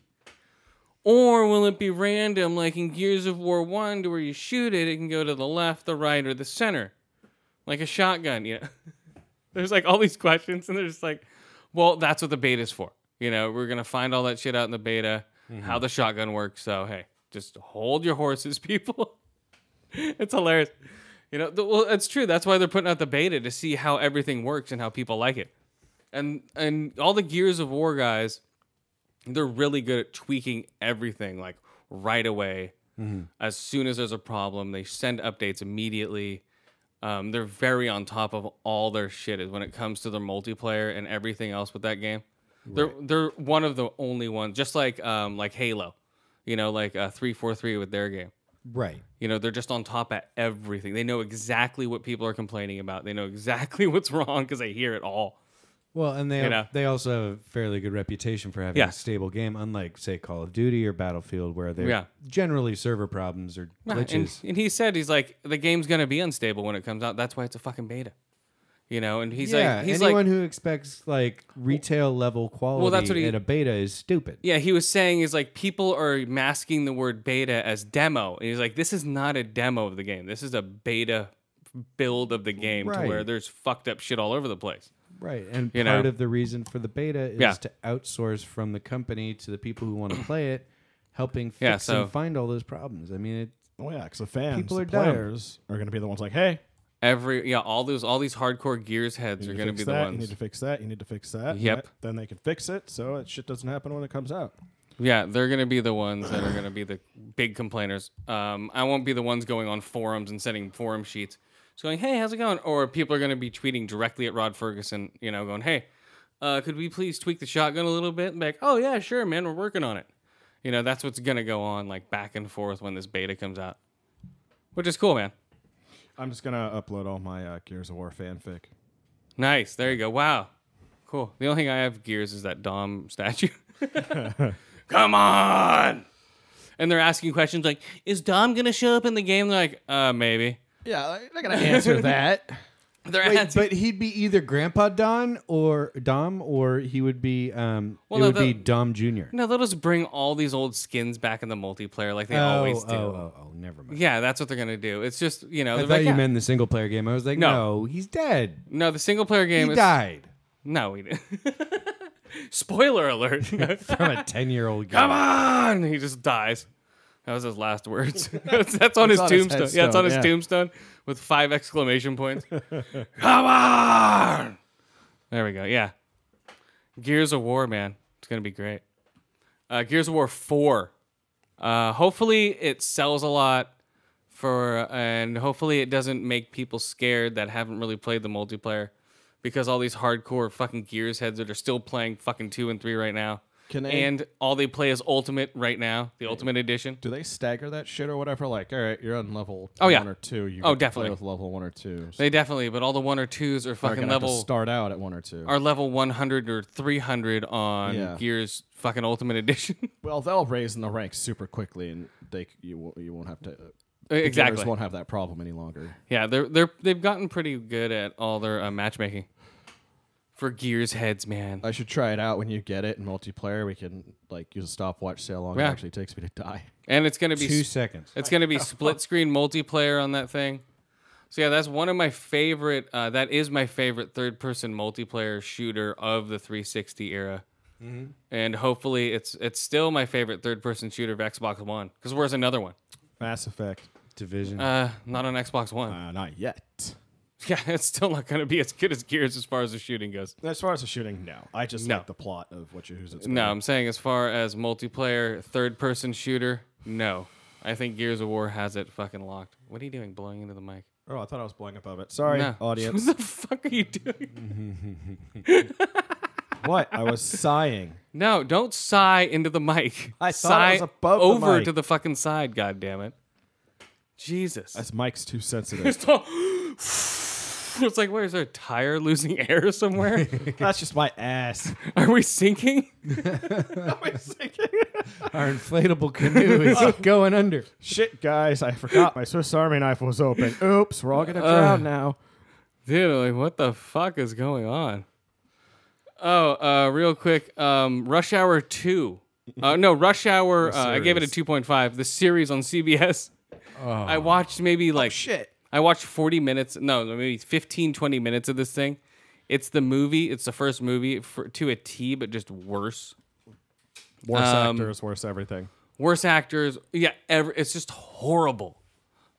S4: or will it be random like in Gears of War one, to where you shoot it, it can go to the left, the right, or the center, like a shotgun. You know, there's like all these questions, and they're just like, well, that's what the beta's for. You know, we're gonna find all that shit out in the beta, how the shotgun works. So hey, just hold your horses, people. it's hilarious. You know, the, well, it's true. That's why they're putting out the beta to see how everything works and how people like it. And and all the Gears of War guys, they're really good at tweaking everything like right away. As soon as there's a problem, they send updates immediately. Um, they're very on top of all their shit is when it comes to their multiplayer and everything else with that game. They're they're one of the only ones, just like um like Halo, you know, like uh, three four three with their game.
S3: Right.
S4: You know, they're just on top at everything. They know exactly what people are complaining about. They know exactly what's wrong because they hear it all.
S3: Well, and they
S4: You know?
S3: they also have a fairly good reputation for having
S4: Yeah.
S3: a stable game, unlike say Call of Duty or Battlefield, where they're
S4: Yeah.
S3: generally server problems or
S4: Yeah,
S3: glitches.
S4: And, and he said he's like the game's gonna be unstable when it comes out. That's why it's a fucking beta, you know. And he's
S3: yeah,
S4: like, he's
S3: anyone
S4: like,
S3: who expects like retail level quality
S4: that's what he-
S3: at a beta is stupid.
S4: yeah. He was saying is like people are masking the word beta as demo, and he's like, this is not a demo of the game. This is a beta build of the game to where
S3: Right.
S4: there's fucked up shit all over the place.
S3: Right, and
S4: You
S3: part
S4: know?
S3: of the reason for the beta is
S4: Yeah.
S3: to outsource from the company to the people who want to play it, helping fix
S4: Yeah, so-
S3: and find all those problems. I mean, it,
S2: Oh yeah, because the fans,
S3: People
S2: the
S3: are dumb.
S2: players, are going to be the ones like, "Hey,
S4: Every yeah, all those all these hardcore gears heads
S2: you
S4: are
S2: need
S4: gonna
S2: to fix
S4: be the
S2: that. You need
S4: ones.
S2: to fix that. You need to fix that." and
S4: Yep.
S2: that- Then they can fix it, so it shit doesn't happen when it comes out.
S4: Yeah, they're gonna be the ones that are gonna be the big complainers. Um, I won't be the ones going on forums and sending forum sheets, just going, "Hey, how's it going?" Or people are gonna be tweeting directly at Rod Ferguson, you know, going, "Hey, uh, could we please tweak the shotgun a little bit?" And be like, "Oh yeah, sure, man, we're working on it." You know, that's what's gonna go on like back and forth when this beta comes out, which is cool, man.
S2: I'm just gonna upload all my uh, Gears of War fanfic.
S4: Nice. There you go. Wow. Cool. The only thing I have gears is that Dom statue. Come on. And they're asking questions like, "Is Dom gonna show up in the game?" They're like, "Uh, maybe."
S2: Yeah, I'm not gonna answer that.
S4: They're
S3: Wait,
S4: asking.
S3: but he'd be either Grandpa Don or Dom, or he would be um,
S4: Well,
S3: it
S4: no,
S3: would
S4: the-
S3: be Dom Junior.
S4: No, they'll just bring all these old skins back in the multiplayer like they always do.
S3: Oh, oh, oh, never mind.
S4: Yeah, that's what they're gonna do. It's just you know,
S3: I
S4: they're
S3: thought
S4: like,
S3: you
S4: "Yeah."
S3: meant the single player game. I was like,
S4: No.
S3: no, he's dead.
S4: no, the single player game
S3: He
S4: is
S3: died
S4: no, we didn't. Spoiler alert.
S3: from a ten year old.
S4: come on he just dies that was his last words that's, that's on his
S2: on his
S4: tombstone yeah it's on his
S2: headstone, yeah.
S4: tombstone with five exclamation points come on there we go yeah gears of war man it's gonna be great uh, gears of war 4 uh, hopefully it sells a lot for and hopefully it doesn't make people scared that haven't really played the multiplayer because all these hardcore fucking gears heads that are still playing fucking 2 and 3 right now
S2: Can I-
S4: and all they play is ultimate right now the ultimate edition
S2: Do they stagger that shit or whatever? Like, all right, you're on level
S4: Oh,
S2: one
S4: yeah.
S2: or two. You
S4: Oh,
S2: get to
S4: definitely.
S2: play with level one or two. So
S4: they definitely but all the 1 or 2s are
S2: you're
S4: fucking
S2: gonna have to
S4: level
S2: start out at one or two.
S4: are level 100 or 300 on
S2: Yeah.
S4: gears fucking ultimate edition
S2: well, they'll raise in the ranks super quickly, and they c- you won't, you won't have to. Uh,
S4: exactly
S2: Gears won't have that problem any longer.
S4: Yeah, they're they're they've gotten pretty good at all their uh, matchmaking for Gears heads, man.
S2: I should try it out when you get it in multiplayer. We can like use a stopwatch, see how long
S4: Yeah.
S2: it actually takes me to die.
S4: And it's gonna be
S3: Two
S4: s-
S3: seconds.
S4: it's gonna be split screen multiplayer on that thing. So yeah, that's one of my favorite. Uh, that is my favorite third person multiplayer shooter of the 360 era. And hopefully, it's it's still my favorite third person shooter of Xbox One. Because where's another one?
S2: Mass Effect,
S3: Division.
S4: Uh, not on Xbox One.
S2: uh, not yet.
S4: yeah, it's still not gonna be as good as Gears as far as the shooting goes.
S2: As far as the shooting, no. I just
S4: No.
S2: like the plot of what you who's it's.
S4: No, I'm saying as far as multiplayer third person shooter, no. I think Gears of War has it fucking locked. What are you doing blowing into the mic?
S2: Oh, I thought I was blowing above it. Sorry,
S4: No.
S2: audience.
S4: What the fuck are you doing?
S2: what? I was sighing.
S4: No, don't sigh into the mic.
S2: I thought
S4: sigh
S2: it was above the
S4: over
S2: mic.
S4: to the fucking side, god damn it. Jesus.
S2: That's Mike's too sensitive.
S4: it's like, where is there a tire losing air somewhere?
S2: That's just my ass.
S4: Are we sinking?
S3: Our inflatable canoe is going under.
S2: Shit, guys, I forgot my Swiss Army knife was open. Oops, we're all gonna
S4: Uh.
S2: drown now.
S4: Dude, like, what the fuck is going on? Oh, uh, real quick, um, Rush Hour Two. Uh, no, Rush Hour. Uh, I gave it a
S2: series. Oh.
S4: two point five. The series on CBS. I watched maybe like
S2: Shit.
S4: I watched forty minutes. No, maybe 15, 20 minutes of this thing. It's the movie. It's the first movie for, to a T, but just worse.
S2: Worse
S4: Um,
S2: actors, worse everything.
S4: Worse actors. Yeah, ever, it's just horrible.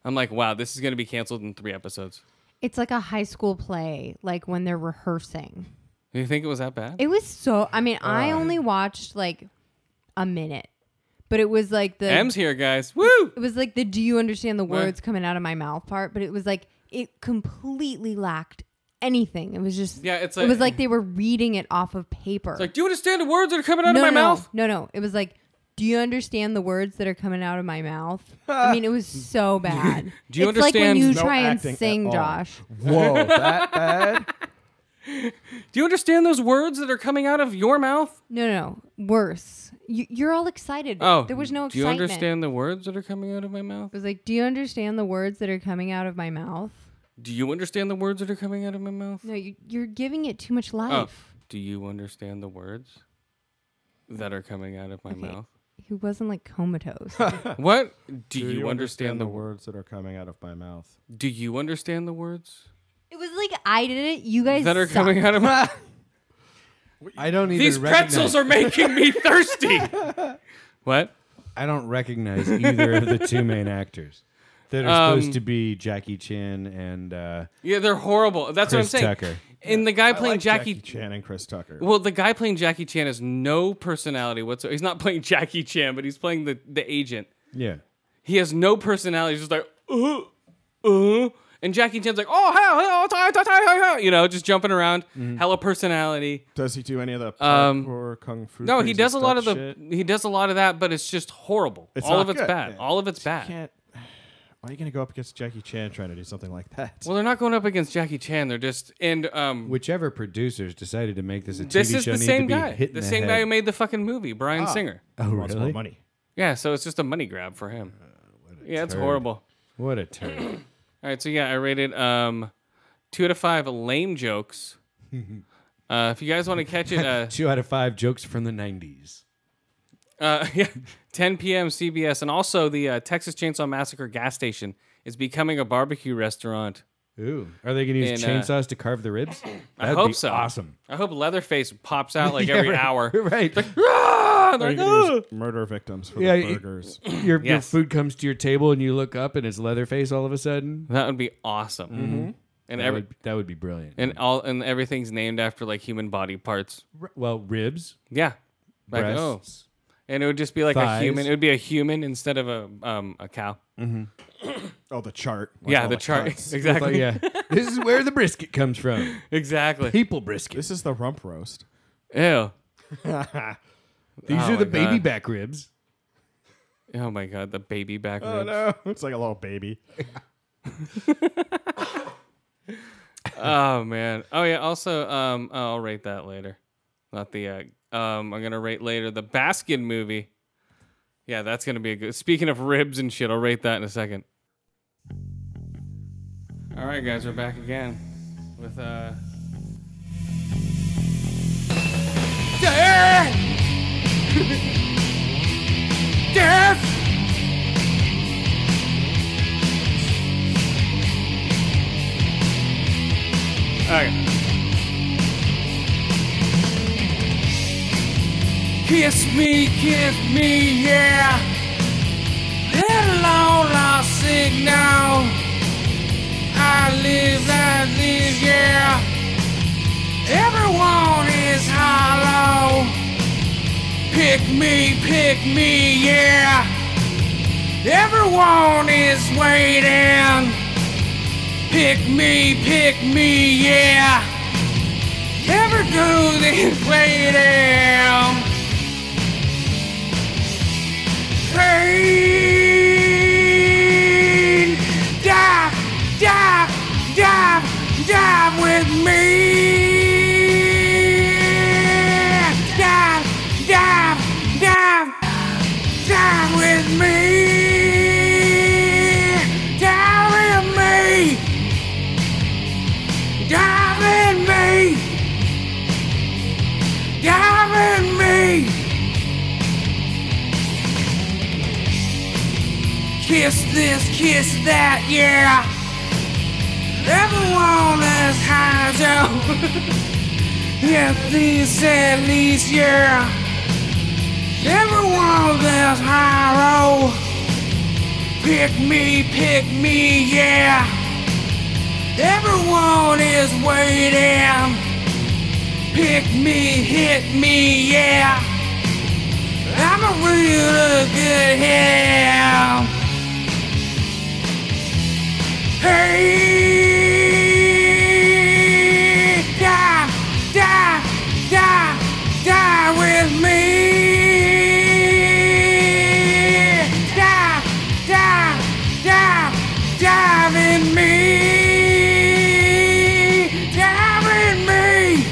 S4: I'm like, wow, this is gonna be canceled in three episodes.
S5: It's like a high school play, like when they're rehearsing.
S4: Do you think it was that bad?
S5: It was so. I mean,
S4: Oh,
S5: I only watched like a minute, but it was like the.
S4: M's here, guys. Woo!
S5: it was like the do you understand the words coming out of my mouth part, but it was like it completely lacked anything. It was just
S4: Yeah, it's
S5: it
S4: like-
S5: was like they were reading it off of paper.
S4: Like, do you understand the words that are coming out
S5: no,
S4: of my
S5: no,
S4: mouth?
S5: no, no. It was like, do you understand the words that are coming out of my mouth? I mean, it was so bad.
S4: Do you
S5: it's like
S4: understand-
S5: when you
S2: No
S5: try and
S2: acting at
S5: sing,
S2: all.
S5: Josh.
S2: Whoa, that bad?
S4: Do you understand those words that are coming out of your mouth?
S5: No, no, no. Worse. You, you're all excited.
S4: Oh,
S5: there was no
S4: Do you
S5: excitement.
S4: understand the words that are coming out of my mouth?
S5: It was like, do you understand the words that are coming out of my mouth?
S4: Do you understand the words that are coming out of my mouth?
S5: No, you, you're giving it too much life.
S4: Oh, do you understand the words that are coming out of my
S5: Okay.
S4: mouth?
S5: He wasn't like comatose.
S4: What? Do, you, understand, the word?
S2: words that are coming out of my mouth?
S4: Do you understand the words
S5: it was like I did it. You guys
S4: that are
S5: suck.
S4: coming out of my?
S3: I don't even.
S4: These pretzels
S3: recognize-
S4: are making me thirsty. what?
S3: I don't recognize either of the two main actors that are
S4: Um,
S3: supposed to be Jackie Chan and uh,
S4: Yeah, they're horrible. That's what I'm
S3: Chris
S4: saying.
S3: Tucker.
S4: And the guy playing
S2: like
S4: Jackie,
S2: Chan and Chris Tucker.
S4: well, the guy playing Jackie Chan has no personality whatsoever. He's not playing Jackie Chan, but he's playing the the agent.
S3: Yeah.
S4: He has no personality. He's just like, uh, uh. And Jackie Chan's like, oh, hell, hell, tie, tie, tie, tie, tie," you know, just jumping around, hella personality.
S2: Does he do any of the
S4: Um,
S2: parkour kung fu?
S4: No, he
S2: crazy
S4: does a lot of the
S2: stuff shit?
S4: he does a lot of that, but it's just horrible.
S2: It's
S4: All
S2: not
S4: of it's
S2: good,
S4: bad.
S2: yeah.
S4: All of it's
S2: You
S4: bad.
S2: Can't. Why are you gonna go up against Jackie Chan trying to do something like that?
S4: Well, they're not going up against Jackie Chan. They're just and um,
S3: Whichever producers decided to make this a TV
S4: this is
S3: show
S4: the
S3: need
S4: same
S3: to be
S4: guy,
S3: hit in
S4: the same guy
S3: head.
S4: who made the fucking movie, Brian Singer.
S3: Oh,
S2: He wants
S3: really?
S2: more money.
S4: Yeah, so it's just a money grab for him. yeah, it's
S3: turd.
S4: horrible.
S3: What a turn.
S4: All right, so yeah, I rated um, two out of five lame jokes. uh, if you guys want to catch it, uh,
S3: Two out of five jokes from the 90s.
S4: uh, yeah, 10 p.m. CBS, and also the uh, Texas Chainsaw Massacre gas station is becoming a barbecue restaurant.
S3: Ooh. Are they going to use
S4: And, uh,
S3: chainsaws to carve the ribs? That'd
S4: I hope
S3: be
S4: so.
S3: awesome.
S4: I hope Leatherface pops out like every hour.
S3: right.
S4: Ah,
S2: Or
S4: they're
S2: you
S4: like,
S2: can
S4: "Ugh."
S2: use murder victims for
S3: Yeah,
S2: the
S3: y-
S2: burgers.
S3: your, your
S4: Yes.
S3: food comes to your table and you look up and it's Leatherface all of a sudden.
S4: that would be awesome. And
S3: Mm-hmm. That
S4: every
S3: would, that would be brilliant.
S4: and all and everything's named after like human body parts.
S3: R- well, ribs,
S4: Yeah. Like,
S3: breasts.
S4: oh, and it would just be like a
S3: Thighs.
S4: human. It would be a human instead of a um a cow.
S2: oh, the chart. Like
S4: yeah,
S2: all
S4: the chart.
S2: cuts.
S3: It's like,
S4: Exactly.
S3: yeah. this is where the brisket comes from.
S4: Exactly.
S3: People brisket.
S2: This is the rump roast.
S4: Ew.
S3: These
S4: Oh
S3: are the
S4: my
S3: baby
S4: God.
S3: back ribs.
S4: Oh my god, the baby back
S1: Oh,
S4: ribs.
S2: no, it's like a little baby.
S4: Oh man. Oh yeah. Also, um, I'll rate that later. Not the. Uh, um, I'm gonna rate later the Baskin movie. Yeah, that's gonna be a good. Speaking of ribs and shit, I'll rate that in a second. All right, guys, we're back again with uh.
S1: Death! Death!
S4: Okay.
S1: Kiss me, kiss me, yeah. Let alone our signal. I live, I live, yeah. Everyone is hollow. Pick me, pick me, yeah. Everyone is waiting. Pick me, pick me, yeah. Never do this waiting. pain. Dive, dive, dive, dive with me. Dive, dive, dive, dive with me. Dive in me. Dive in me. Dive in me. Kiss this, kiss that, yeah. Everyone is high dough. yeah, these at least, yeah. Everyone is high row. Pick me, pick me, yeah. Everyone is waiting. Pick me, hit me, yeah. I'm a real good ham. Hey, die, die, die, die with me. Die, die, die, dive in me. Dive in me.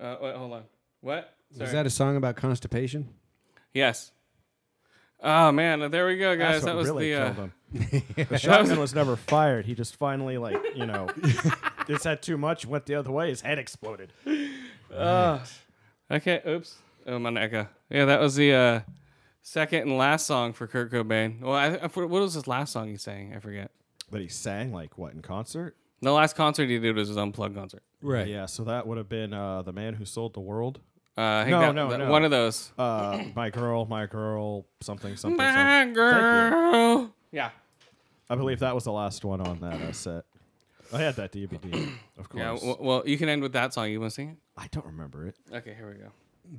S4: Uh, What?
S3: Is
S4: Sorry.
S3: that a song about constipation?
S4: yes. Oh man, there we go, guys.
S2: That's
S4: That
S2: what
S4: was
S2: really
S4: the. Uh,
S2: killed him. The shotgun was never fired. He just finally, like, you know, just had too much, went the other way, his head exploded.
S4: Okay, oops. Oh, my echo. Yeah, that was the uh, second and last song for Kurt Cobain. Well, I, I, for- what was his last song he sang? I forget.
S2: But he sang, like, what, in concert?
S4: The last concert he did was his unplugged concert.
S3: Right.
S2: Yeah, so that would have been uh, The Man Who Sold the World.
S4: Uh, I think
S2: No,
S4: that-
S2: no,
S4: that-
S2: no.
S4: One of those.
S2: Uh, my girl, my girl, something, something, something.
S4: My girl. Yeah.
S2: I believe that was the last one on that uh, set. I had that DVD, of course.
S4: Yeah. w- well, you can end with that song. You want to sing
S2: I don't remember it.
S4: it? Okay, here we go.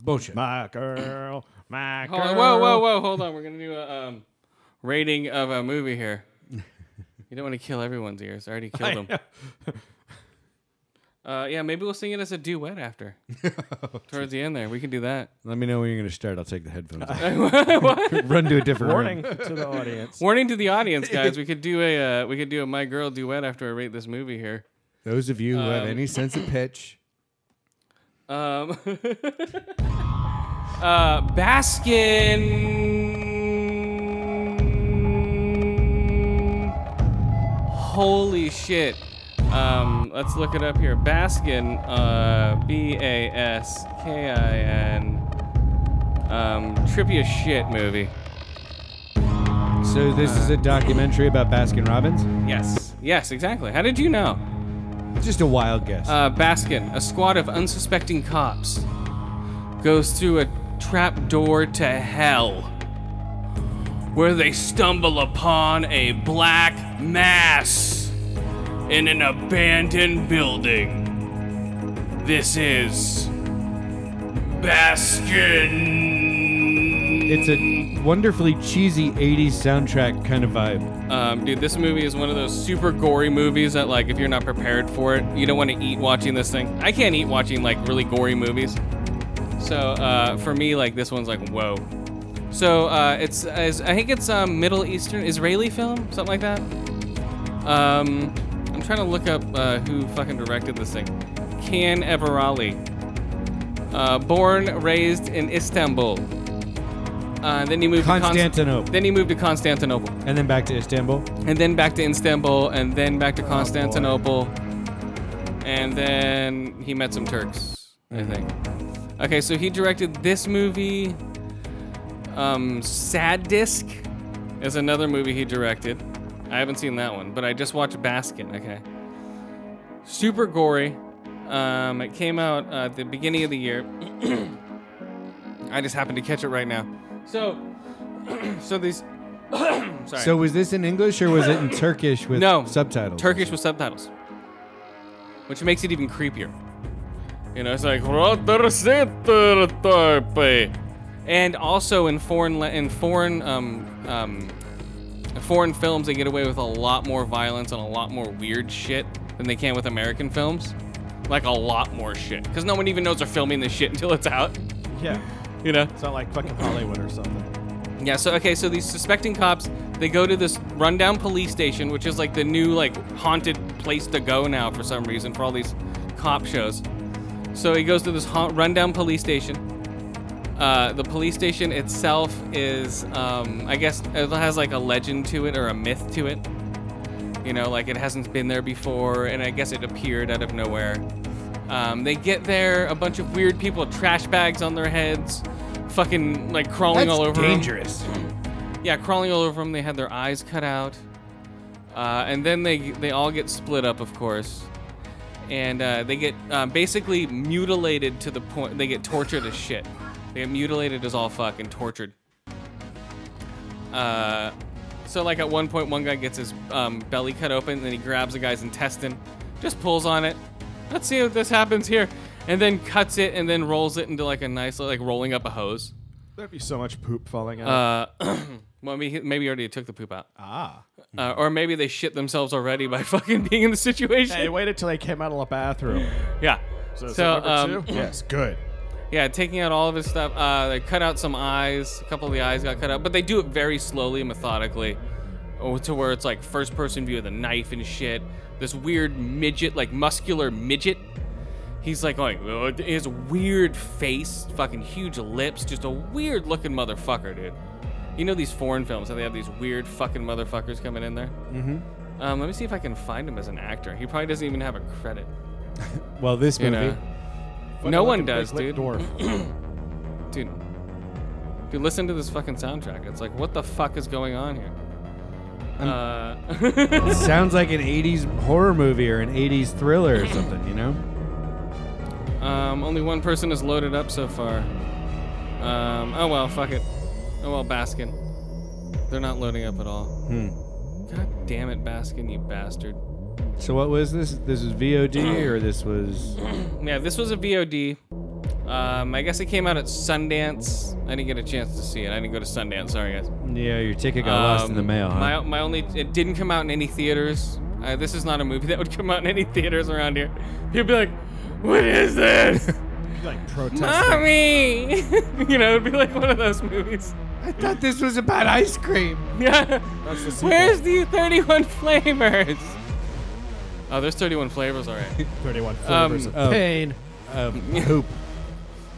S3: Bullshit.
S2: My girl, my girl.
S4: Hold on. Oh, Whoa, whoa, whoa. Hold on. We're going to do a um, rating of a movie here. you don't want to kill everyone's ears. I already killed them. Uh, yeah, maybe we'll sing it as a duet after. Towards the end there. We can do that.
S3: Let me know when you're going to start. I'll take the headphones off. Run to a different
S2: Warning
S3: room.
S2: to the audience.
S4: Warning to the audience, guys. We could do a uh, we could do a my girl duet after I rate this movie here.
S3: Those of you who have any sense of pitch,
S4: Um, uh, Baskin. Holy shit. Um, let's look it up here. Baskin, uh, B A S K I N. Um, trippy as shit movie.
S3: So this is a documentary about Baskin Robbins.
S4: Yes. Yes, exactly. How did you know?
S3: Just a wild guess.
S4: Uh, Baskin, a squad of unsuspecting cops, goes through a trap door to hell, where they stumble upon a black mass in an abandoned building. This is Baskin.
S3: it's a wonderfully cheesy '80s soundtrack kind of vibe.
S4: Um, dude, this movie is one of those super gory movies that, like, if you're not prepared for it, you don't want to eat watching this thing. I can't eat watching, like, really gory movies. So, uh, for me, like, this one's like, whoa. So, uh, it's, is, I think it's um, Middle Eastern, Israeli film, something like that. Um, I'm trying to look up uh, who fucking directed this thing. Can Everali. Uh, born, raised in Istanbul. Uh, then he moved To
S3: Constantinople.
S4: Const- then he moved to Constantinople
S3: And then back to Istanbul.
S4: and then back to Istanbul, and then back to Constantinople, and then he met some Turks, I think. Okay, so he directed this movie. Um, Sad Disc is another movie he directed. I haven't seen that one, but I just watched Baskin. Okay, super gory. Um, it came out uh, at the beginning of the year. I just happened to catch it right now. So, so these. sorry.
S3: So was this in English or was it in Turkish with
S4: no
S3: subtitles?
S4: Turkish with subtitles, which makes it even creepier. You know, it's like "Rotarsetertorpe." and also in foreign la- in foreign um, um, foreign films, they get away with a lot more violence and a lot more weird shit than they can with American films. Like a lot more shit, because no one even knows they're filming this shit until it's out.
S2: Yeah.
S4: You know.
S2: It's not like fucking Hollywood or something.
S4: Yeah, so okay, so these suspecting cops, they go to this rundown police station, which is like the new like haunted place to go now for some reason for all these cop shows. So he goes to this ha- rundown police station. Uh, the police station itself is, um, I guess, it has like a legend to it or a myth to it. You know, like it hasn't been there before, and I guess it appeared out of nowhere. Um, they get there, a bunch of weird people, with trash bags on their heads, fucking like crawling all over 'em.
S3: dangerous.
S4: Yeah, crawling all over them. They had their eyes cut out, uh, and then they they all get split up, of course, and uh, they get uh, basically mutilated to the point they get tortured as shit. They get mutilated as all fuck and tortured. Uh, so like at one point, one guy gets his um, belly cut open, and then he grabs a guy's intestine, just pulls on it. Let's see if this happens here, and then cuts it, and then rolls it into like a nice like rolling up a hose.
S2: There'd be so much poop falling out.
S4: Uh, well, maybe, maybe he already took the poop out.
S2: ah.
S4: Uh, or maybe they shit themselves already by fucking being in the situation.
S2: They waited till they came out of the bathroom.
S4: yeah.
S2: So,
S4: So,
S2: is that number
S4: um,
S2: two? yes, good.
S4: yeah, taking out all of his stuff. Uh, they cut out some eyes. A couple of the eyes got cut out, but they do it very slowly and methodically, oh, to where it's like first person view of the knife and shit. This weird midget, like muscular midget, He's like going "Ugh," his weird face, fucking huge lips, just a weird looking motherfucker, dude. You know these foreign films how they have these weird fucking motherfuckers coming in there. Mm-hmm. Um, let me see if I can find him as an actor. He probably doesn't even have a credit.
S3: Well, this
S4: You
S3: movie.
S4: know, no one does, dude.
S2: Lit Dwarf.
S4: Dude, dude, listen to this fucking soundtrack. It's like, what the fuck is going on here? Uh,
S3: Sounds like an 80s horror movie or an 80s thriller or something, you know?
S4: Um, only one person is loaded up so far. Um, oh well, fuck it. Oh well, Baskin. They're not loading up at all. Hmm. God damn it, Baskin, you bastard.
S3: So what was this? This was VOD or this was
S4: Yeah, this was a VOD. Um, I guess it came out at Sundance. I didn't get a chance to see it. I didn't go to Sundance. Sorry, guys.
S3: Yeah, your ticket got lost in the
S4: Um,
S3: mail. Huh?
S4: My, my only it didn't come out in any theaters. Uh, this is not a movie that would come out in any theaters around here. People be like, "What is this?"
S2: Like protest.
S4: Mommy! you know, it'd be like one of those movies.
S3: I thought this was about ice cream.
S4: Yeah.
S2: That's the sequel.
S4: Where's the 31 flavors? Oh, there's 31 flavors, all right.
S2: 31 flavors
S4: Um,
S2: of
S3: oh.
S2: pain.
S3: Um, poop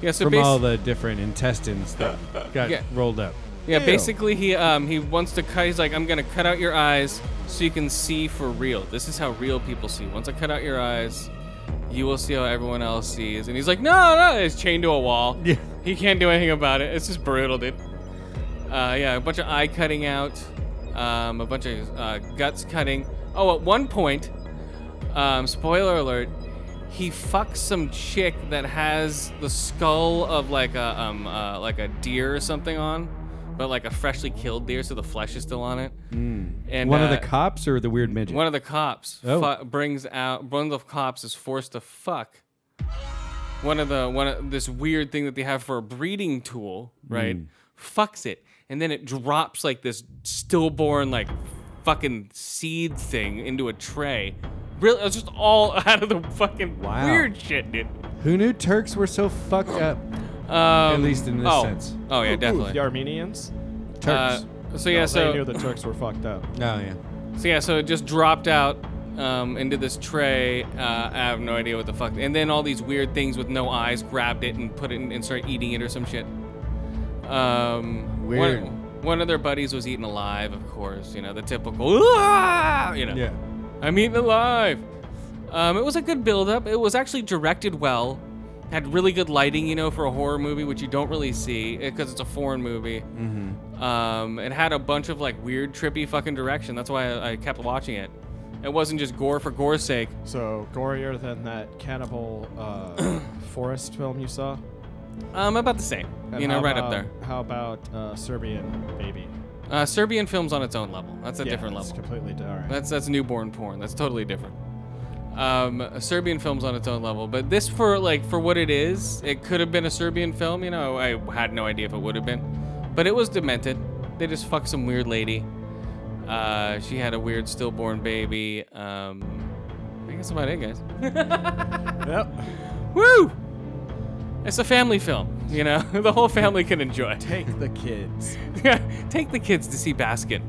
S4: Yeah, so
S3: from
S4: basi-
S3: all the different intestines that got
S4: Yeah.
S3: rolled up.
S4: yeah,
S2: Ew.
S4: basically he um he wants to cut. He's like, I'm gonna cut out your eyes so you can see for real. This is how real people see. Once I cut out your eyes, you will see how everyone else sees. And he's like, No, no, it's chained to a wall.
S3: Yeah.
S4: He can't do anything about it. It's just brutal, dude. Uh, yeah, a bunch of eye cutting out, um, a bunch of uh, guts cutting. Oh, at one point, um, spoiler alert, he fucks some chick that has the skull of like a um, uh, like a deer or something on, but like a freshly killed deer, so the flesh is still on it. And
S3: Hmm. one of
S4: uh,
S3: the cops or the weird midget?
S4: one of the cops
S3: Oh.
S4: fu- brings out one of the cops is forced to fuck one of the one of this weird thing that they have for a breeding tool, right?
S3: Hmm.
S4: Fucks it, and then it drops like this stillborn like fucking seed thing into a tray. Really, it was just all out of the fucking
S3: Wow.
S4: weird shit, dude.
S3: Who knew Turks were so fucked up?
S4: Um,
S3: least in this
S4: oh.
S3: sense.
S4: Oh yeah,
S2: Ooh, The
S4: definitely.
S2: Armenians?
S3: Turks.
S4: Uh, so yeah,
S2: No,
S4: so
S2: They knew the Turks were fucked up.
S3: oh yeah.
S4: So yeah, so it just dropped out um, into this tray. Uh, I have no idea what the fuck. And then all these weird things with no eyes grabbed it and put it in, and started eating it or some shit. Um,
S3: Weird.
S4: One, one of their buddies was eaten alive, of course. You know the typical. "Ah!" You know.
S3: Yeah.
S4: I'm eaten alive. Um, it was a good build-up. It was actually directed well. Had really good lighting, you know, for a horror movie, which you don't really see because it's a foreign movie. Mm-hmm. Um, it had a bunch of like weird, trippy fucking direction. That's why I, I kept watching it. It wasn't just gore for gore's sake.
S2: So gorier than that cannibal uh, forest film you saw.
S4: Um, about the same,
S2: And
S4: you know,
S2: how
S4: right up
S2: about-
S4: there.
S2: How about uh, Serbian baby?
S4: Uh, Serbian films on its own level. That's a
S2: Yeah,
S4: different
S2: it's
S4: level.
S2: completely di- all right.
S4: That's that's newborn porn. That's totally different. Um, Serbian films on its own level, but this for like for what it is, it could have been a Serbian film. You know, I had no idea if it would have been, but it was demented. They just fucked some weird lady. Uh, she had a weird stillborn baby. Um, I guess that's about it, guys.
S2: Yep.
S4: Woo! It's a family film. You know, the whole family can enjoy. it.
S2: Take the kids.
S4: take the kids to see Basket.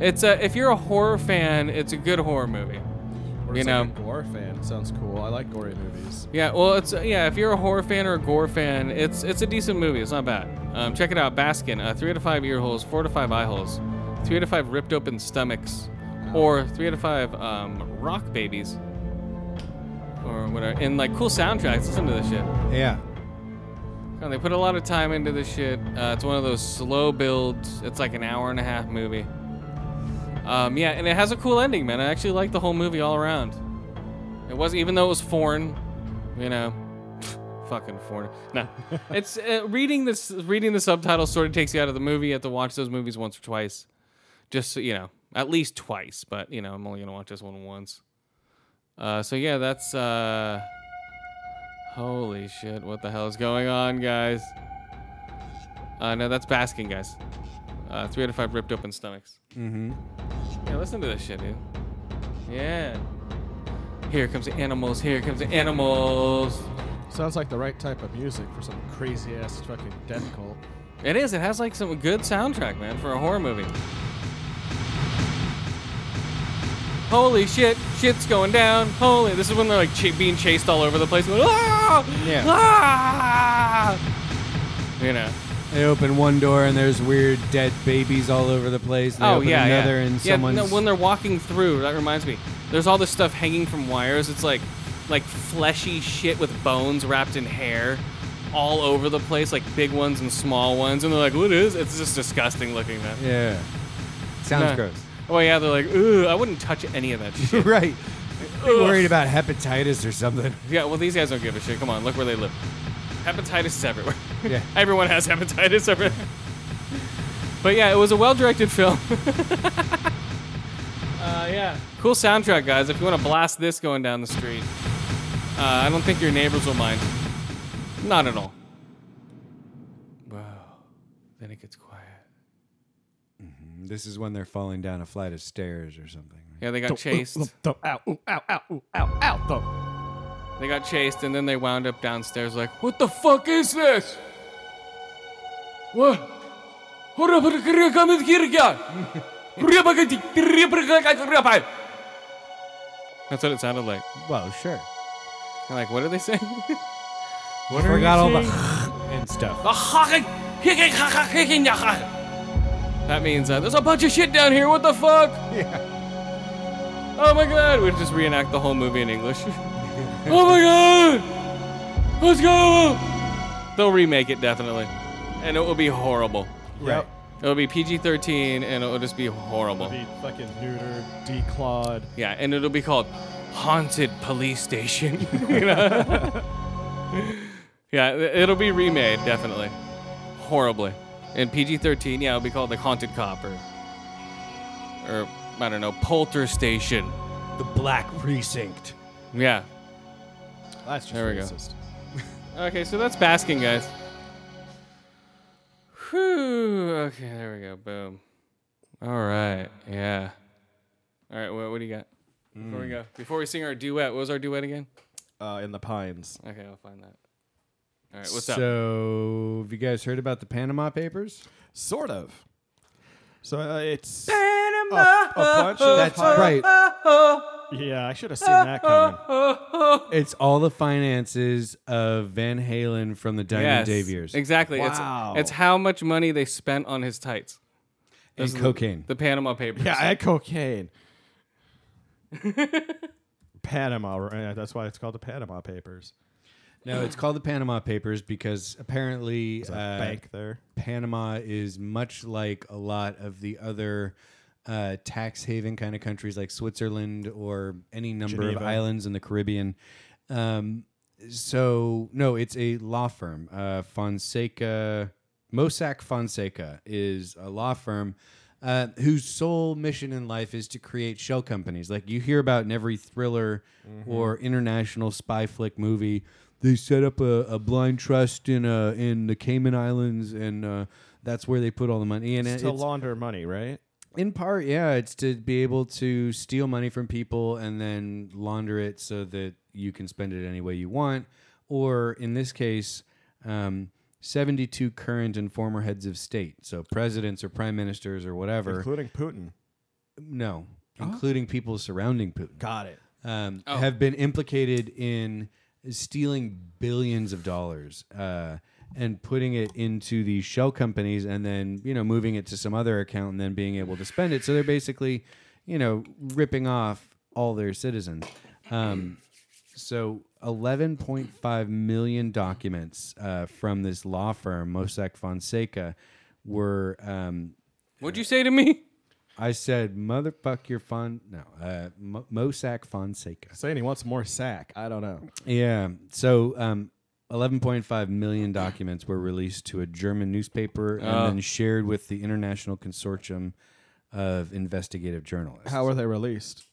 S4: It's a if you're a horror fan, it's a good horror movie.
S2: Or
S4: You
S2: it's
S4: know.
S2: like a gore fan sounds cool. I like gory movies.
S4: Yeah, well, it's uh, yeah. If you're a horror fan or a gore fan, it's it's a decent movie. It's not bad. Um, check it out. Baskin. Uh, three out of five ear holes. Four out of five eye holes. Three out of five ripped open stomachs, or three out of five um, rock babies, or whatever. And like cool soundtracks. Listen to this shit.
S3: Yeah.
S4: God, they put a lot of time into this shit. Uh, it's one of those slow builds. It's like an hour and a half movie. Um, yeah, and it has a cool ending, man. I actually liked the whole movie all around. It was even though it was foreign, you know, fucking foreign. No, it's uh, reading this. Reading the subtitles sort of takes you out of the movie. You have to watch those movies once or twice, just so, you know, at least twice. But you know, I'm only gonna watch this one once. Uh, so yeah, that's. Uh, Holy shit, what the hell is going on, guys? Uh, no, that's basking, guys. Uh, three out of five ripped open stomachs.
S3: Mm-hmm.
S4: Yeah, listen to this shit, dude. Yeah. Here comes the animals, here comes the animals.
S2: Sounds like the right type of music for some crazy ass fucking death cult.
S4: It is, it has like some good soundtrack, man, for a horror movie. Holy shit, shit's going down. Holy, this is when they're like ch- being chased all over the place. Going, ah,
S3: Yeah.
S4: ah! You know.
S3: They open one door and there's weird dead babies all over the place. And they
S4: oh
S3: open
S4: yeah,
S3: another
S4: yeah.
S3: and
S4: yeah,
S3: someone's
S4: no, when they're walking through, that reminds me. There's all this stuff hanging from wires. It's like, like fleshy shit with bones wrapped in hair, all over the place, like big ones and small ones. And they're like, "What is?" It's just disgusting looking, man.
S3: yeah, sounds
S4: No.
S3: gross.
S4: Oh yeah, they're like, "Ooh, I wouldn't touch any of that shit."
S3: right, They
S4: Ugh.
S3: worried about hepatitis or something.
S4: Yeah, well, these guys don't give a shit. Come on, look where they live. Hepatitis is everywhere.
S3: Yeah.
S4: Everyone has hepatitis everywhere. but yeah, it was a well directed film. uh, yeah. Cool soundtrack, guys. If you want to blast this going down the street, uh, I don't think your neighbors will mind. Not at all. Wow. Then it gets quiet.
S3: This is when they're falling down a flight of stairs or something. right?
S4: Yeah, they got chased.
S2: Ow, ow, ow, ow, ow, ow, thump.
S4: They got chased and then they wound up downstairs like, What the fuck is this? What? That's what it sounded like.
S3: Well, sure.
S4: You're like, what are they saying?
S3: What forgot all the and stuff.
S4: that means uh, there's a bunch of shit down here. What the fuck? Oh my god, we'd just reenact the whole movie in English. oh my god! Let's go! They'll remake it definitely. And it will be horrible.
S2: Yep.
S4: It'll be PG 13 and it'll just be horrible.
S2: Be fucking neutered, declawed.
S4: Yeah, and it'll be called Haunted Police Station. you know? yeah, it- it'll be remade definitely. Horribly. And PG 13, yeah, it'll be called like Haunted Cop or, or I don't know, Polter Station.
S3: The black precinct.
S4: Yeah,
S2: That's just
S4: There we go.
S2: racist.
S4: Okay, so that's basking, guys. Whew. Okay, there we go. Boom. All right. Yeah. All right. What, what do you got? Before we go, before we sing our duet, what was our duet again?
S2: Uh, in the pines.
S4: Okay, I'll find that. All right. What's
S3: so,
S4: up?
S3: have you guys heard about the Panama Papers?
S2: Sort of. So uh, it's a, a
S4: Uh,
S2: bunch of
S3: That's
S2: pirates-
S3: right.
S2: Yeah, I should have seen that coming.
S3: It's all the finances of Van Halen from the
S4: Yes.
S3: Diamond Dave years
S4: Exactly.
S2: Wow.
S4: It's it's how much money they spent on his tights.
S3: and
S4: Those are the-
S3: cocaine.
S4: The Panama Papers.
S2: Yeah, I had cocaine. Panama. Right? That's why it's called the Panama Papers.
S3: no, it's called the Panama Papers because apparently
S2: There's a
S3: uh,
S2: bank there.
S3: Panama is much like a lot of the other uh, tax haven kind of countries like Switzerland or any number
S2: Geneva.
S3: of islands in the Caribbean. Um, so, no, it's a law firm. Uh, Fonseca, Mossack Fonseca is a law firm. Uh, whose sole mission in life is to create shell companies. Like you hear about in every thriller
S2: Mm-hmm.
S3: or international spy flick movie, they set up a, a blind trust in uh in the Cayman Islands, and uh, that's where they put all the money. And
S2: It's
S3: it's,
S2: to launder money, right?
S3: in part, yeah, it's to be able to steal money from people and then launder it so that you can spend it any way you want. Or in this case, um, 72 current and former heads of state, so presidents or prime ministers or whatever.
S2: Including Putin.
S3: no, including people surrounding Putin
S2: Oh. Got it.
S3: um, have been implicated in stealing billions of dollars uh, and putting it into these shell companies and then you know moving it to some other account and then being able to spend it so they're basically you know ripping off all their citizens um, so 11.5 million documents uh, from this law firm mossack fonseca were um,
S4: What'd you say to me?
S3: i said motherfuck your fon no uh, Mo- mossack fonseca
S2: Saying he wants more sack. I don't know.
S3: yeah. So, um, 11.5 million documents were released to a German newspaper and
S4: Oh.
S3: then shared with the International Consortium of Investigative Journalists.
S2: How are they released?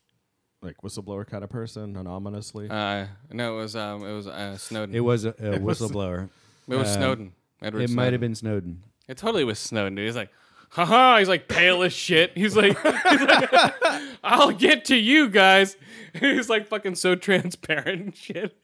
S2: Like whistleblower kind of person, anonymously.
S4: Uh, no, it was um, it was uh, Snowden.
S3: it was a, a whistleblower.
S4: It was
S3: uh,
S4: Snowden. Edward
S3: It
S4: Snowden.
S3: might have been Snowden.
S4: It totally was Snowden, dude. He's like, haha. He's like pale as shit. He's like, he's like, I'll get to you guys. He's like fucking so transparent and shit.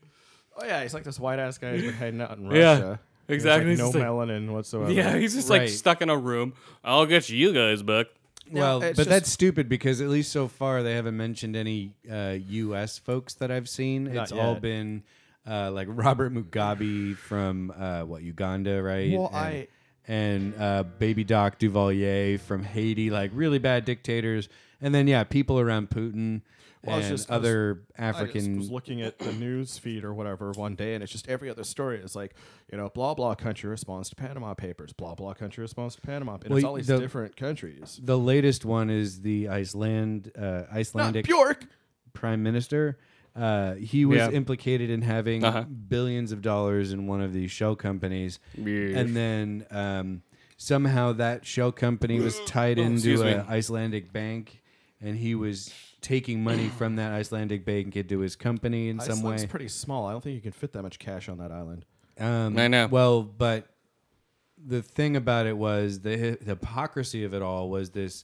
S2: oh yeah, he's like this white ass guy who's been hiding out in
S4: Yeah,
S2: Russia. He has,
S4: exactly. He's
S2: Like,
S4: just
S2: no
S4: like-
S2: melanin whatsoever.
S4: Yeah, he's just like
S3: Right.
S4: stuck in a room. I'll get you guys back.
S3: well,
S2: it's
S3: but
S2: just-
S3: that's stupid because at least so far they haven't mentioned any uh, U.S. folks that I've seen.
S2: Not
S3: it's all
S2: yet.
S3: been uh, like Robert Mugabe from uh, what Uganda, right?
S2: Well,
S3: and,
S2: I-
S3: and uh, Baby Doc Duvalier from Haiti, like really bad dictators. And then yeah, people around Putin
S2: Well, I was
S3: and
S2: just- I was-
S3: other
S2: I just
S3: African.
S2: was looking at the news feed or whatever one day, and it's just every other story is like, you know, blah blah country responds to Panama Papers, blah blah country responds to Panama, and
S3: Well,
S2: it's all these
S3: the-
S2: different countries.
S3: the latest one is the Iceland uh,
S2: Not
S3: Icelandic
S2: Bjork.
S3: prime minister. Uh, he was
S4: Yeah.
S3: implicated in having
S4: Uh-huh.
S3: billions of dollars in one of these shell companies,
S4: Yes.
S3: and then um, somehow that shell company was tied into
S4: Oh, excuse me.
S3: an Icelandic bank, and he was taking money from that Icelandic bank into his company in some
S2: Iceland's
S3: way.
S2: pretty small. I don't think you can fit that much cash on that island.
S3: Um,
S4: I know.
S3: Well, but the thing about it was the, hy- the hypocrisy of it all was this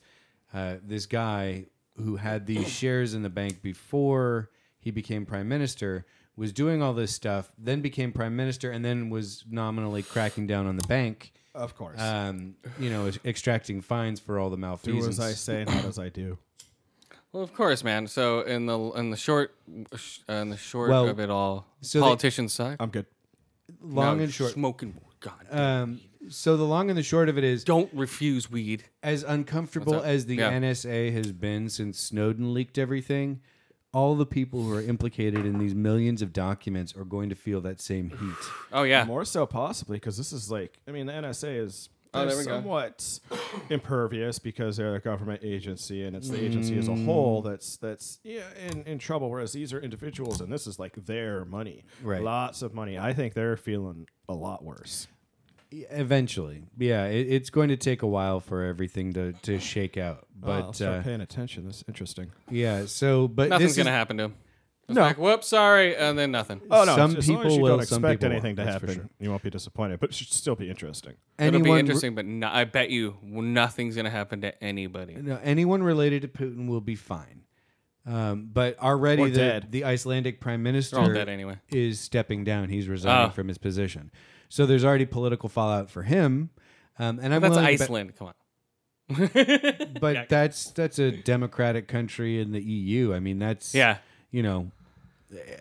S3: uh, this guy who had these shares in the bank before he became prime minister was doing all this stuff, then became prime minister, and then was nominally cracking down on the bank.
S2: Of course.
S3: Um, you know, ex- extracting fines for all the
S2: do as
S3: malfeasance.
S2: I say, not as I do.
S4: Well, of course, man. So in the in the short uh, in the short
S3: Well,
S4: of it all,
S3: so they-
S4: politicians suck.
S2: I'm good.
S3: Long
S4: No,
S3: and short.
S4: smoking. God,
S3: Um, so the long and the short of it is,
S4: don't refuse weed.
S3: as uncomfortable
S4: What's up?
S3: as the
S4: Yeah.
S3: NSA has been since Snowden leaked everything, all the people who are implicated in these millions of documents are going to feel that same heat.
S4: Oh yeah,
S2: More so, possibly, because this is like, I mean, the NSA is
S4: Oh,
S2: they're
S4: there we go.
S2: somewhat impervious because they're a government agency, and
S3: Mm.
S2: it's the agency as a whole that's that's yeah in, in trouble. Whereas these are individuals, and this is like their money,
S3: Right.
S2: Lots of money. I think they're feeling a lot worse.
S3: Eventually, yeah, it, it's going to take a while for everything to, to shake out.
S4: Oh,
S2: I'll
S3: But
S2: start
S3: uh,
S2: paying attention. That's interesting.
S3: yeah, so but
S4: nothing's
S3: this
S4: gonna
S3: is,
S4: happen to him. It's
S2: No.
S4: like, whoops, sorry, and then nothing.
S2: Oh no!
S3: Some
S2: as long as
S3: people
S2: you
S3: will,
S2: don't
S3: some
S2: expect
S3: people
S2: anything
S3: won't,
S2: to
S3: that's for
S2: happen.
S3: sure.
S2: You won't be disappointed, but it should still be interesting.
S4: It'll be
S3: anyone-
S4: interesting, but no, I bet you nothing's gonna happen to anybody.
S3: No, anyone related to Putin will be fine. Um, but already
S2: Or
S3: the,
S2: dead.
S3: the Icelandic prime
S4: They're all
S3: minister
S4: dead anyway.
S3: is stepping down. He's resigning
S4: Ah.
S3: from his position. So there's already political fallout for him. Um, and I'm
S4: That's
S3: willing to bet-
S4: Iceland. Come on.
S3: but that's that's a democratic country in the EU. I mean, that's
S4: Yeah.
S3: you know,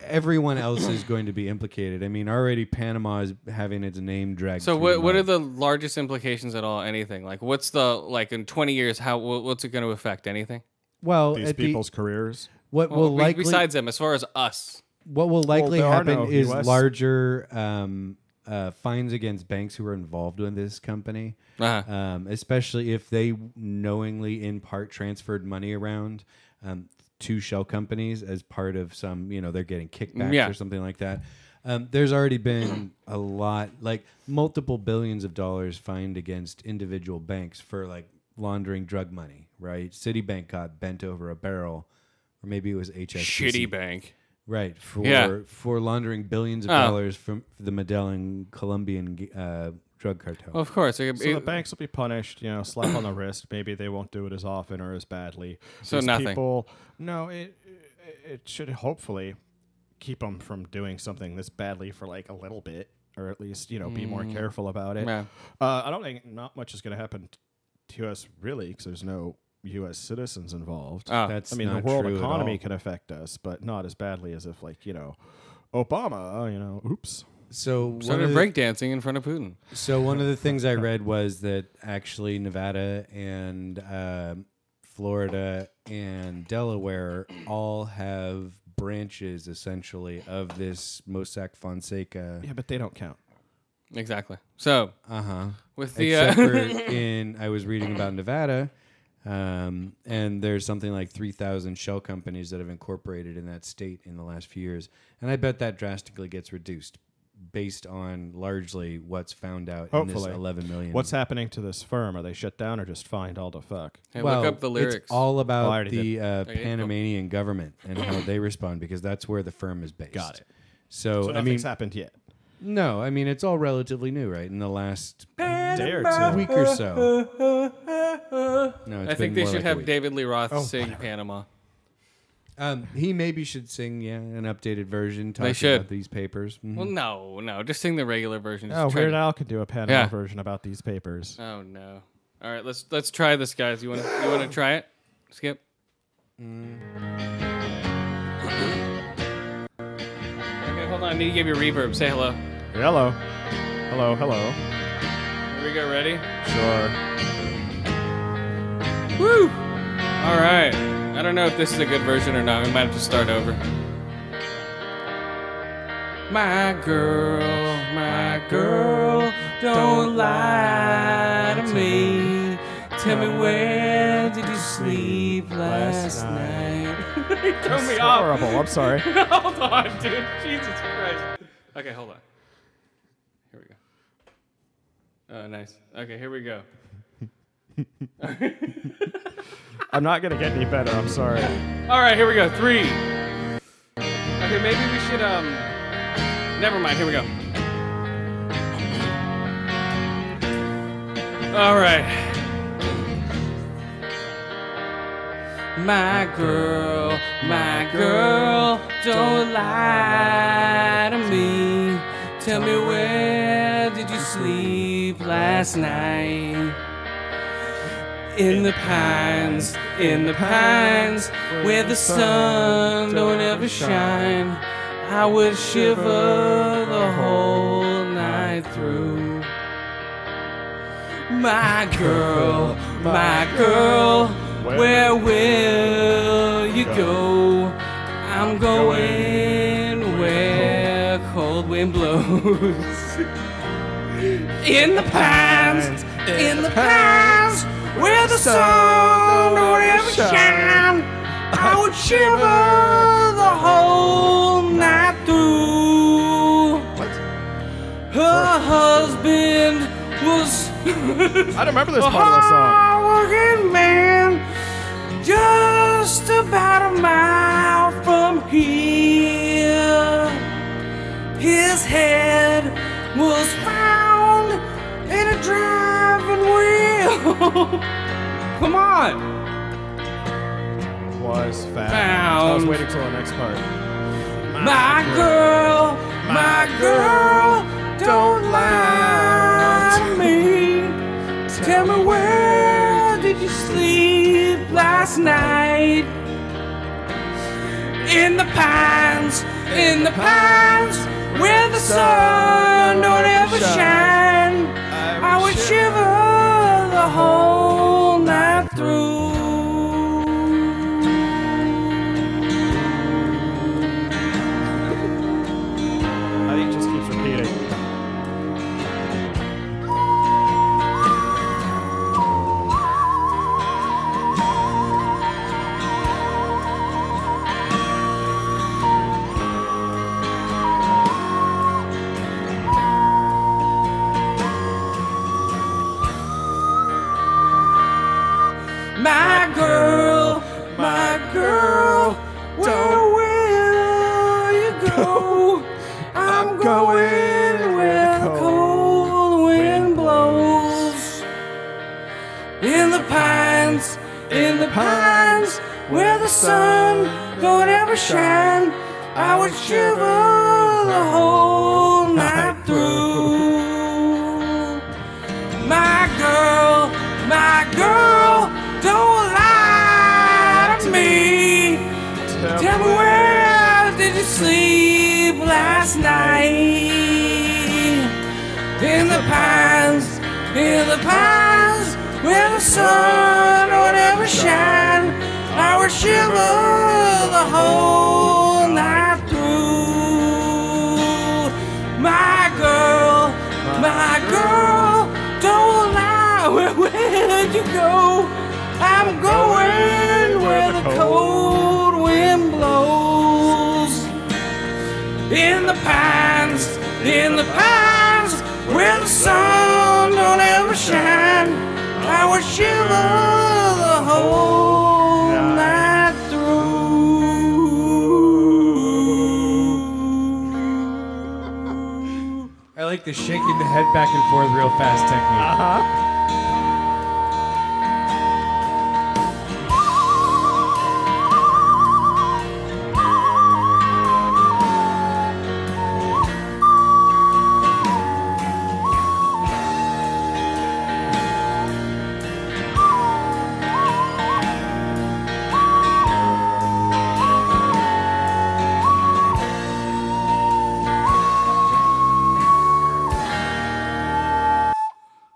S3: everyone else is going to be implicated. I mean, already Panama is having its name dragged.
S4: So
S3: through
S4: what what
S3: mud.
S4: are the largest implications at all? Anything like what's the like in twenty years? How wha- what's it going to affect? Anything?
S3: well
S2: These
S3: at the-
S2: people's careers.
S3: what
S4: Well,
S3: will
S4: be-
S3: likely
S4: besides them, as far as us,
S3: what will likely
S2: there are
S3: happen
S2: no
S3: is
S2: US
S3: larger um, uh, fines against banks who are involved in this company.
S4: Uh-huh.
S3: um, especially if they knowingly in part transferred money around um, to shell companies as part of some you know they're getting kickbacks
S4: Mm, Yeah.
S3: or something like that um, there's already been a lot like multiple billions of dollars fined against individual banks for like laundering drug money right citibank got bent over a barrel or maybe it was HSBC.
S4: shitty bank.
S3: Right for
S4: Yeah.
S3: for laundering billions of
S4: Oh.
S3: dollars from the Medellin Colombian uh, drug cartel.
S4: Well, of course. it-
S2: So the
S4: it-
S2: banks will be punished, you know, slap on the wrist. Maybe they won't do it as often or as badly.
S4: So nothing.
S2: People, no, it it should hopefully keep them from doing something this badly for like a little bit, or at least you know be more careful about it.
S4: Mm. Yeah.
S2: Uh, I don't think not much is going to happen t- to us really, because there's no U.S. citizens involved.
S4: Oh.
S3: That's
S2: I mean, the
S3: not
S2: world
S3: true at all.
S2: economy can affect us, but not as badly as if like you know, Obama, you know, oops.
S3: So
S4: so
S3: one,
S4: they're
S3: of the,
S4: breakdancing in front of Putin.
S3: so one of the things I read was that actually Nevada and um Florida and Delaware all have branches essentially of this Mossack Fonseca.
S2: Yeah, but they don't count.
S4: Exactly. So
S3: Uh huh.
S4: with the
S3: Except
S4: uh,
S3: for in I was reading about Nevada, um, and there's something like three thousand shell companies that have incorporated in that state in the last few years, and I bet that drastically gets reduced based on largely what's found out in
S2: Hopefully.
S3: this eleven million.
S2: What's happening to this firm? Are they shut down or just fined all the fuck?
S4: hey,
S3: Well,
S4: look up the lyrics.
S3: It's all
S2: Oh, I
S3: about
S2: already
S3: the uh,
S4: cool.
S3: Panamanian government and how they respond because that's where the firm is based.
S2: Got it.
S3: So,
S2: So
S3: I
S2: nothing's
S3: mean,
S2: happened yet.
S3: no, I mean it's all relatively new, right? In the last
S2: Day or two.
S3: week or so. No, it's
S4: I think
S3: been
S4: they
S3: more
S4: should
S3: like a
S4: have
S3: week.
S4: David Lee Roth
S1: Oh,
S4: sing Panama.
S3: Um, he maybe should sing, yeah, an updated version. Talking
S4: should.
S3: about these papers. Mhm.
S4: Well, no, no, just sing the regular version. Just
S2: Oh,
S4: try
S2: Weird
S4: to-
S2: Al could do a Panama
S4: Yeah.
S2: version about these papers.
S4: Oh no.
S1: All right, let's let's try this, guys. You want to you want to try it? Skip. Mm. Okay, hold on. I need to give you reverb. Say hello.
S2: Hello. Hello, hello.
S1: Here we go. Ready?
S2: Sure.
S1: Woo! All right. I don't know if this is a good version or not. We might have to start over. My girl, my girl, don't lie to me. Tell me where did you sleep last night? Turn me off.
S2: Horrible. I'm sorry.
S1: hold on, dude. Jesus Christ. Okay, hold on. Here we go. Oh, nice. Okay, here we go.
S2: I'm not gonna get any better. I'm sorry.
S1: All right, here we go. Three. Okay, maybe we should um. Never mind. Here we go. All right. My girl, my girl, don't lie to me. Tell me where did you sleep last night? In the pines, in the pines, where the sun don't ever shine. I would shiver the whole night through. My girl, my girl, where will you go? I'm going where cold wind blows. In the pines, in the pines, where the sun don't ever shine. I would shiver the whole night through. Her husband was
S2: I don't remember this
S1: a
S2: part of
S1: Ah!
S2: the song.
S1: hard-working man, just about a mile from here. His head was found in a driving wheel. Come on.
S2: Was fat. I was
S1: Found.
S2: waiting till the next part.
S1: My girl, my girl, don't lie to me. Tell me where did you sleep last night? In the pines, in the pines, where the sun don't ever shine. I would shiver the whole night through.
S2: I think it just keeps repeating.
S1: My girl, my girl, where will you go? I'm going where the cold wind blows. In the pines, in the pines, where the sun don't ever shine, I would shiver the whole night through. My girl, my girl, don't lie to me. Tell me where did you sleep last night? In the pines, in the pines, where the sun would ever shine. I would shiver the whole night through. My girl, my girl, don't lie. Where would you go? I'm going where the cold wind blows. In the pines, in the pines, where the sun don't ever shine, I would shiver the whole night through.
S3: I like the shaking the head back and forth real fast technique.
S2: Uh-huh.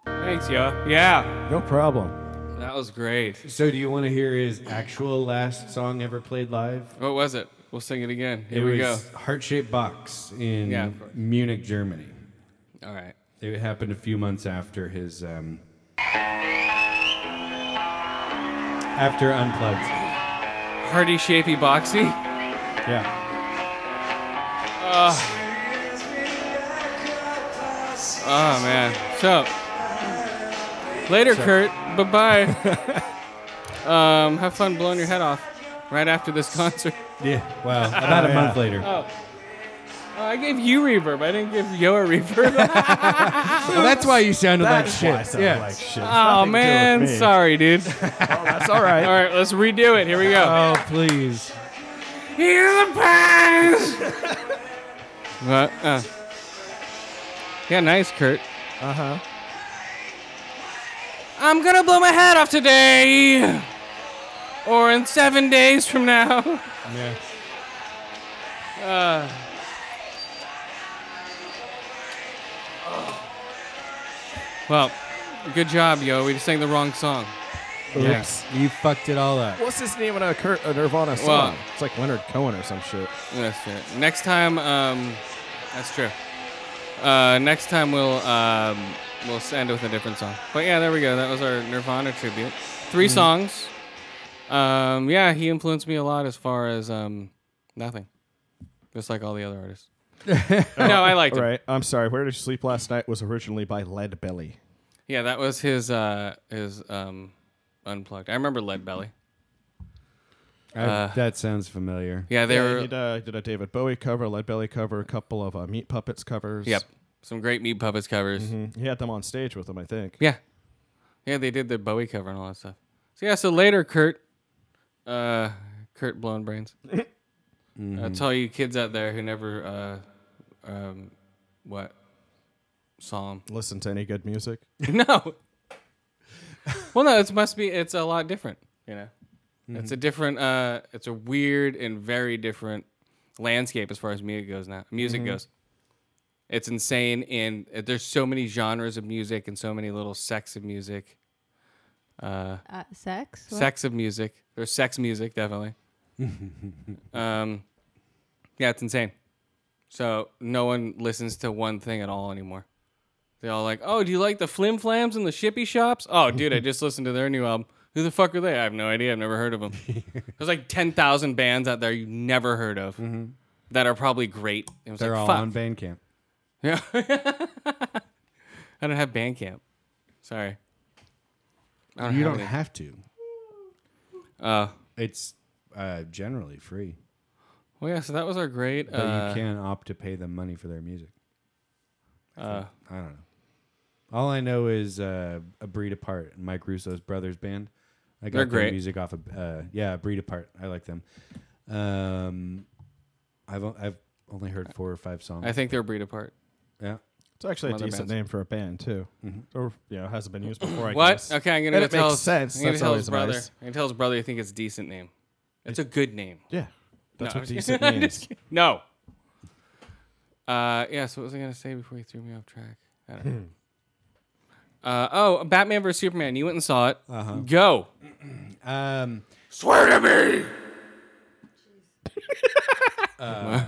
S4: Thanks, yo. Yeah,
S2: No problem.
S4: that was great.
S3: So, do you want to hear his actual last song ever played live?
S4: What was it? We'll sing it again. Here
S3: it
S4: we
S3: was Heart Shaped Box in
S4: Yeah, of course.
S3: Munich, Germany.
S4: go. All right.
S3: It happened a few months after his. Um, after Unplugged.
S4: Hearty, shapy, boxy.
S3: Yeah.
S4: Oh man. So later, Kurt. Bye bye. um, have fun blowing your head off right after this concert.
S3: Yeah. Well, about a month later.
S4: Oh, I gave you reverb. I didn't give Yo a reverb.
S3: Well, that's why you sounded
S2: That's
S3: like
S2: why I
S3: shit.
S2: sound
S3: yeah.
S2: like shit.
S4: oh man,
S2: me.
S4: sorry, dude. All
S2: That's all right. Uh,
S4: right, let's redo it. Here we go.
S3: Oh, please.
S4: Hear the pains. what? Uh. Yeah, nice, Kurt.
S2: Uh huh.
S4: I'm gonna blow my head off today, or in seven days from now.
S3: Yeah.
S4: Well, good job, yo. We just sang the wrong song.
S3: Yes. You fucked it all up.
S2: What's his name on a, Kurt, a Nirvana song?
S4: Well-
S2: it's like Leonard Cohen or some shit.
S4: That's true. Next time, um, that's true. Uh, next time we'll um, we'll end with a different song. But yeah, there we go. That was our Nirvana tribute. 3
S2: Mm-hmm.
S4: songs. Um, yeah, he influenced me a lot as far as um, nothing, just like all the other artists. no, I liked
S2: All
S4: him.
S2: right. I'm sorry. Where Did You Sleep Last Night was originally by Lead Belly.
S4: Yeah, that was his uh, his um, unplugged. I remember Lead Belly.
S3: I- that sounds familiar.
S4: Yeah, they
S2: Yeah,
S4: were.
S2: he did, uh, did a David Bowie cover, a Lead Belly cover, a couple of uh, Meat Puppets covers.
S4: Yep, some great Meat Puppets covers.
S2: Mhm. He had them on stage with him, I think.
S4: Yeah. Yeah, they did the Bowie cover and all that stuff. So yeah, so later Kurt uh Kurt blown brains. Uh, tell you kids out there who never uh um what saw him.
S2: Listen to any good music.
S4: no. well no, it must be it's a lot different, you know. It's a different uh it's a weird and very different landscape as far as music goes now. Music goes. It's insane and uh, there's so many genres of music and so many little sects of music. Uh
S5: Uh, sex? What?
S4: sex of music. There's sex music, definitely. um, yeah, it's insane. So no one listens to one thing at all anymore. They're all like, "Oh, do you like the Flim Flams and the Shippy Shops?" Oh, dude, I just listened to their new album. Who the fuck are they? I have no idea. I've never heard of them. There's like ten thousand bands out there you never heard of that are probably great. It was
S3: Mm-hmm. They're
S4: like,
S3: all
S4: fuck.
S3: on Bandcamp.
S4: Yeah. I don't have Bandcamp. Sorry. I
S3: You don't
S4: any.
S3: have to.
S4: Uh,
S3: It's uh, generally free,
S4: well, yeah. So that was our great.
S3: but
S4: uh,
S3: you can opt to pay them money for their music.
S4: Uh,
S3: I don't know. All I know is uh, a breed apart, Mike Russo's brothers band. I got
S4: They're
S3: their
S4: great.
S3: music off of uh, yeah, a breed apart. I like them. Um, I've o- I've only heard four or five songs.
S4: I think they're breed apart.
S3: yeah.
S2: It's actually a
S4: Some other
S2: decent
S4: bands.
S2: name for a band too. Or you know, hasn't been used before. I
S4: Mm-hmm. What?
S2: guess.
S4: Okay, I'm gonna
S2: And
S4: go
S2: it
S4: tell
S2: makes
S4: his,
S2: sense.
S4: I'm gonna
S2: That's
S4: tell
S2: always
S4: his brother.
S2: nice.
S4: I'm gonna tell his brother. I think it's a decent name. It's a good name.
S2: Yeah, that's
S4: No,
S2: what
S4: I'm just
S2: decent
S4: kidding.
S2: means.
S4: No. Uh, yeah. So what was I gonna say before you threw me off track? I don't know. Uh, oh, Batman vs Superman. You went and saw it. Uh-huh. Go.
S3: Um,
S4: Swear to me.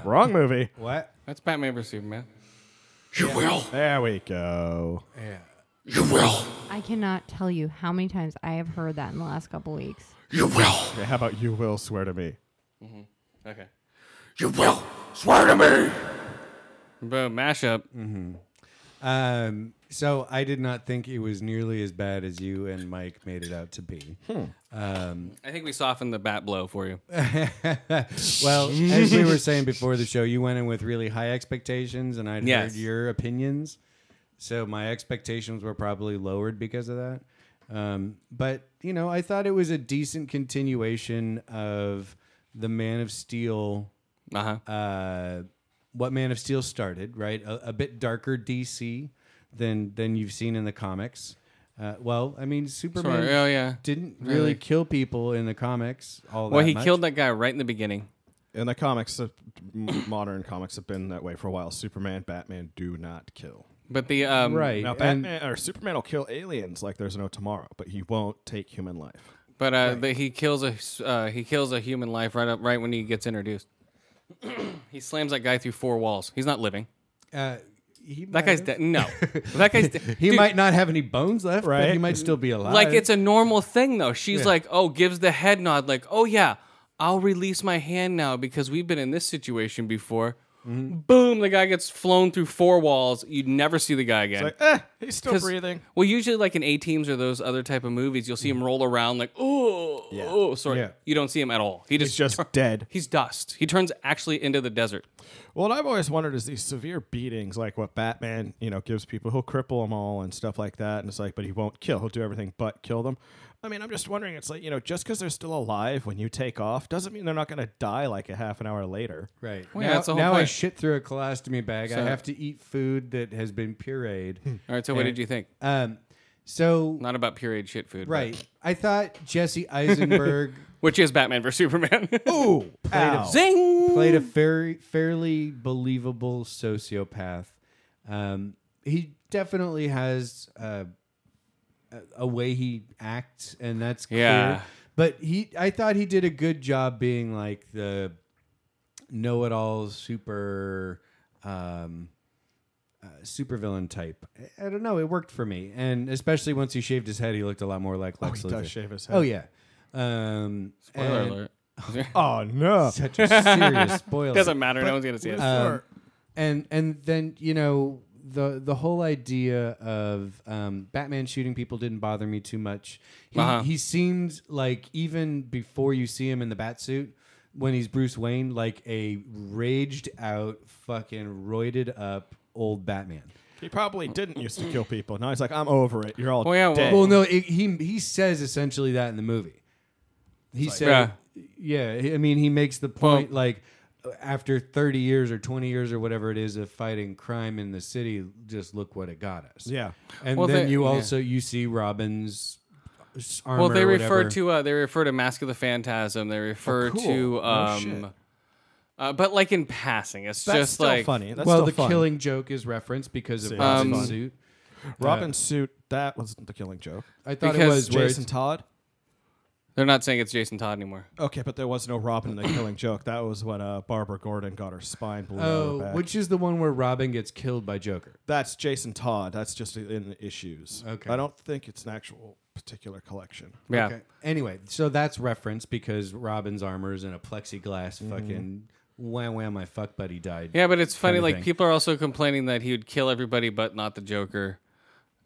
S2: Wrong movie.
S3: what?
S4: That's Batman vs Superman.
S2: There we go.
S5: I cannot tell you how many times I have heard that in the last couple weeks.
S2: Okay, how about you will swear to me?
S4: Okay.
S1: You will swear to me.
S4: Boom. Mashup.
S3: Um, so I did not think it was nearly as bad as you and Mike made it out to be.
S4: I think we softened the bat blow for you.
S3: Well, as we were saying before the show, you went in with really high expectations, and I would
S4: Yes.
S3: heard your opinions. So my expectations were probably lowered because of that. Um, but you know, I thought it was a decent continuation of the Man of Steel.
S4: Uh huh.
S3: Uh, what Man of Steel started, right? A, a bit darker DC than than you've seen in the comics. Uh, well, I mean, Superman
S4: Sorry. Oh yeah.
S3: didn't really,
S4: Really?
S3: kill people in the comics. All
S4: Well,
S3: that
S4: he
S3: much.
S4: killed that guy right in the beginning.
S2: In the comics, uh, m- modern comics have been that way for a while. Superman, Batman do not kill.
S4: But the um,
S3: right.
S2: Now,
S3: and-
S2: Batman or Superman will kill aliens like there's no tomorrow, but he won't take human life.
S4: But uh, the, he kills a s- uh, he kills a human life right up right when he gets introduced. he slams that guy through four walls. He's not living.
S3: uh, he
S4: That
S3: might
S4: guy's
S3: have-
S4: dead. No, that guy's dead.
S3: He might not have any bones left, but he
S2: Right.
S3: might still be alive.
S4: like it's a normal thing though. She's like, oh, gives the head nod, like, oh yeah, I'll release my hand now because we've been in this situation before. Boom! The guy gets flown through four walls. You'd never see the guy again.
S2: Like, eh, he's still
S4: 'Cause-
S2: breathing.
S4: Well, usually like in A teams or those other type of movies, you'll see him roll around like, oh, oh, sorry.
S2: Mm. Yeah.
S4: You don't see him at all. He just
S2: He's just dead.
S4: He's dust. He turns actually into the desert.
S2: Well, what I've always wondered is these severe beatings, like what Batman, you know, gives people. He'll cripple them all and stuff like that. And it's like, but he won't kill. He'll do everything but kill them. I mean, I'm just wondering. It's like, you know, just because they're still alive when you take off doesn't mean they're not going to die like a half an hour later.
S3: right.
S4: Well,
S3: now
S4: yeah, that's the whole
S3: now I
S4: point.
S3: shit through a colostomy bag. I
S4: So-
S3: have to eat food that has been pureed.
S4: All right, so what did you think?
S3: um, so
S4: Not about period shit food. but-
S3: right, I thought Jesse Eisenberg
S4: which is Batman versus Superman.
S2: Ooh, ow.
S4: Zing!
S3: played a
S2: Hmm.
S3: very fairly believable sociopath. Um, he definitely has uh, a, a way he acts, and that's clear.
S4: Yeah.
S3: But he, I thought he did a good job being like the know-it-all super. Um, uh, supervillain type. I- I don't know. It worked for me, and especially once he shaved his head, he looked a lot more like Lex
S2: Oh, he
S3: Luthor.
S2: does shave his head.
S3: Oh yeah. Um,
S4: Spoiler
S3: and-
S4: alert.
S2: Oh no.
S3: Such a serious spoiler.
S4: Doesn't matter. no one's gonna see it.
S3: Um, and and then you know the the whole idea of um, Batman shooting people didn't bother me too much. He,
S4: Uh-huh.
S3: he seemed like even before you see him in the batsuit when he's Bruce Wayne, like a raged out, fucking roided up old Batman.
S2: He probably didn't used to kill people. Now he's like, I'm over it. You're all
S4: Well, yeah, well-
S2: dead.
S3: Mm. Well, no, it, he he says essentially that in the movie. He said,
S4: Yeah.
S3: yeah. he- I mean, he makes the point like after 30 years or 20 years or whatever it is of fighting crime in the city, just look what it got us.
S2: yeah.
S3: and
S4: Well,
S3: then
S4: they-
S3: you
S4: yeah.
S3: also you see Robin's s- armor.
S4: well, they
S3: or
S4: refer
S3: whatever.
S4: to uh, they refer to Mask of the Phantasm. They refer
S2: Oh, cool.
S4: to
S2: No
S4: um,
S2: shit.
S4: uh, but like in passing, it's
S2: That's
S4: just
S2: still
S4: like
S2: funny. That's
S3: well,
S2: still
S3: the
S2: fun.
S3: killing joke is referenced because of
S2: See, that's
S3: Robin's
S4: Um,
S2: fun.
S3: suit.
S2: Robin's suit. That wasn't the killing joke.
S3: I thought it
S4: Because
S3: was where
S2: Jason
S3: it's-
S2: Todd.
S4: they're not saying it's Jason Todd anymore.
S2: Okay, but there was no Robin in the killing joke. That was when uh, Barbara Gordon got her spine blown out of her
S3: Oh,
S2: back.
S3: which is the one where Robin gets killed by Joker.
S2: That's Jason Todd. That's just in issues.
S3: Okay.
S2: I don't think it's an actual particular collection.
S4: Yeah.
S3: Okay. Anyway, so that's referenced because Robin's armor is in a plexiglass fucking wham wham my fuck buddy died.
S4: Mm-hmm. Yeah, but it's funny.
S3: Kinda
S4: Like
S3: thing.
S4: people are also complaining that he would kill everybody, but not the Joker.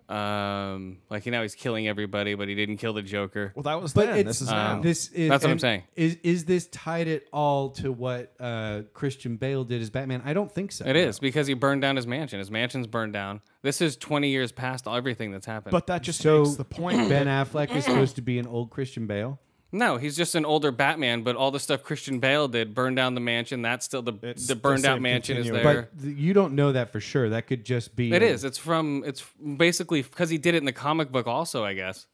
S4: Um, like you know, he's killing everybody, but he didn't kill the Joker.
S2: Well, that was
S3: But
S2: then.
S3: it's
S2: This is now.
S3: this is
S4: um, That's what I'm
S3: and
S4: saying.
S3: Is is this tied at all to what uh, Christian Bale did as Batman? I don't think so.
S4: It is because he burned down his mansion. His mansion's burned down. This is 20 years past everything that's happened.
S2: but that just
S3: So
S2: makes the point.
S3: Ben Affleck was supposed to be an old Christian Bale.
S4: no, he's just an older Batman. But all the stuff Christian Bale did, burned down the mansion. That's still the
S2: It's
S4: the
S2: the
S4: burned out
S2: same
S4: mansion is
S2: continuum.
S4: there.
S3: But th- you don't know that for sure. That could just be
S4: it is. It's from. It's basically because he did it in the comic book. Also, I guess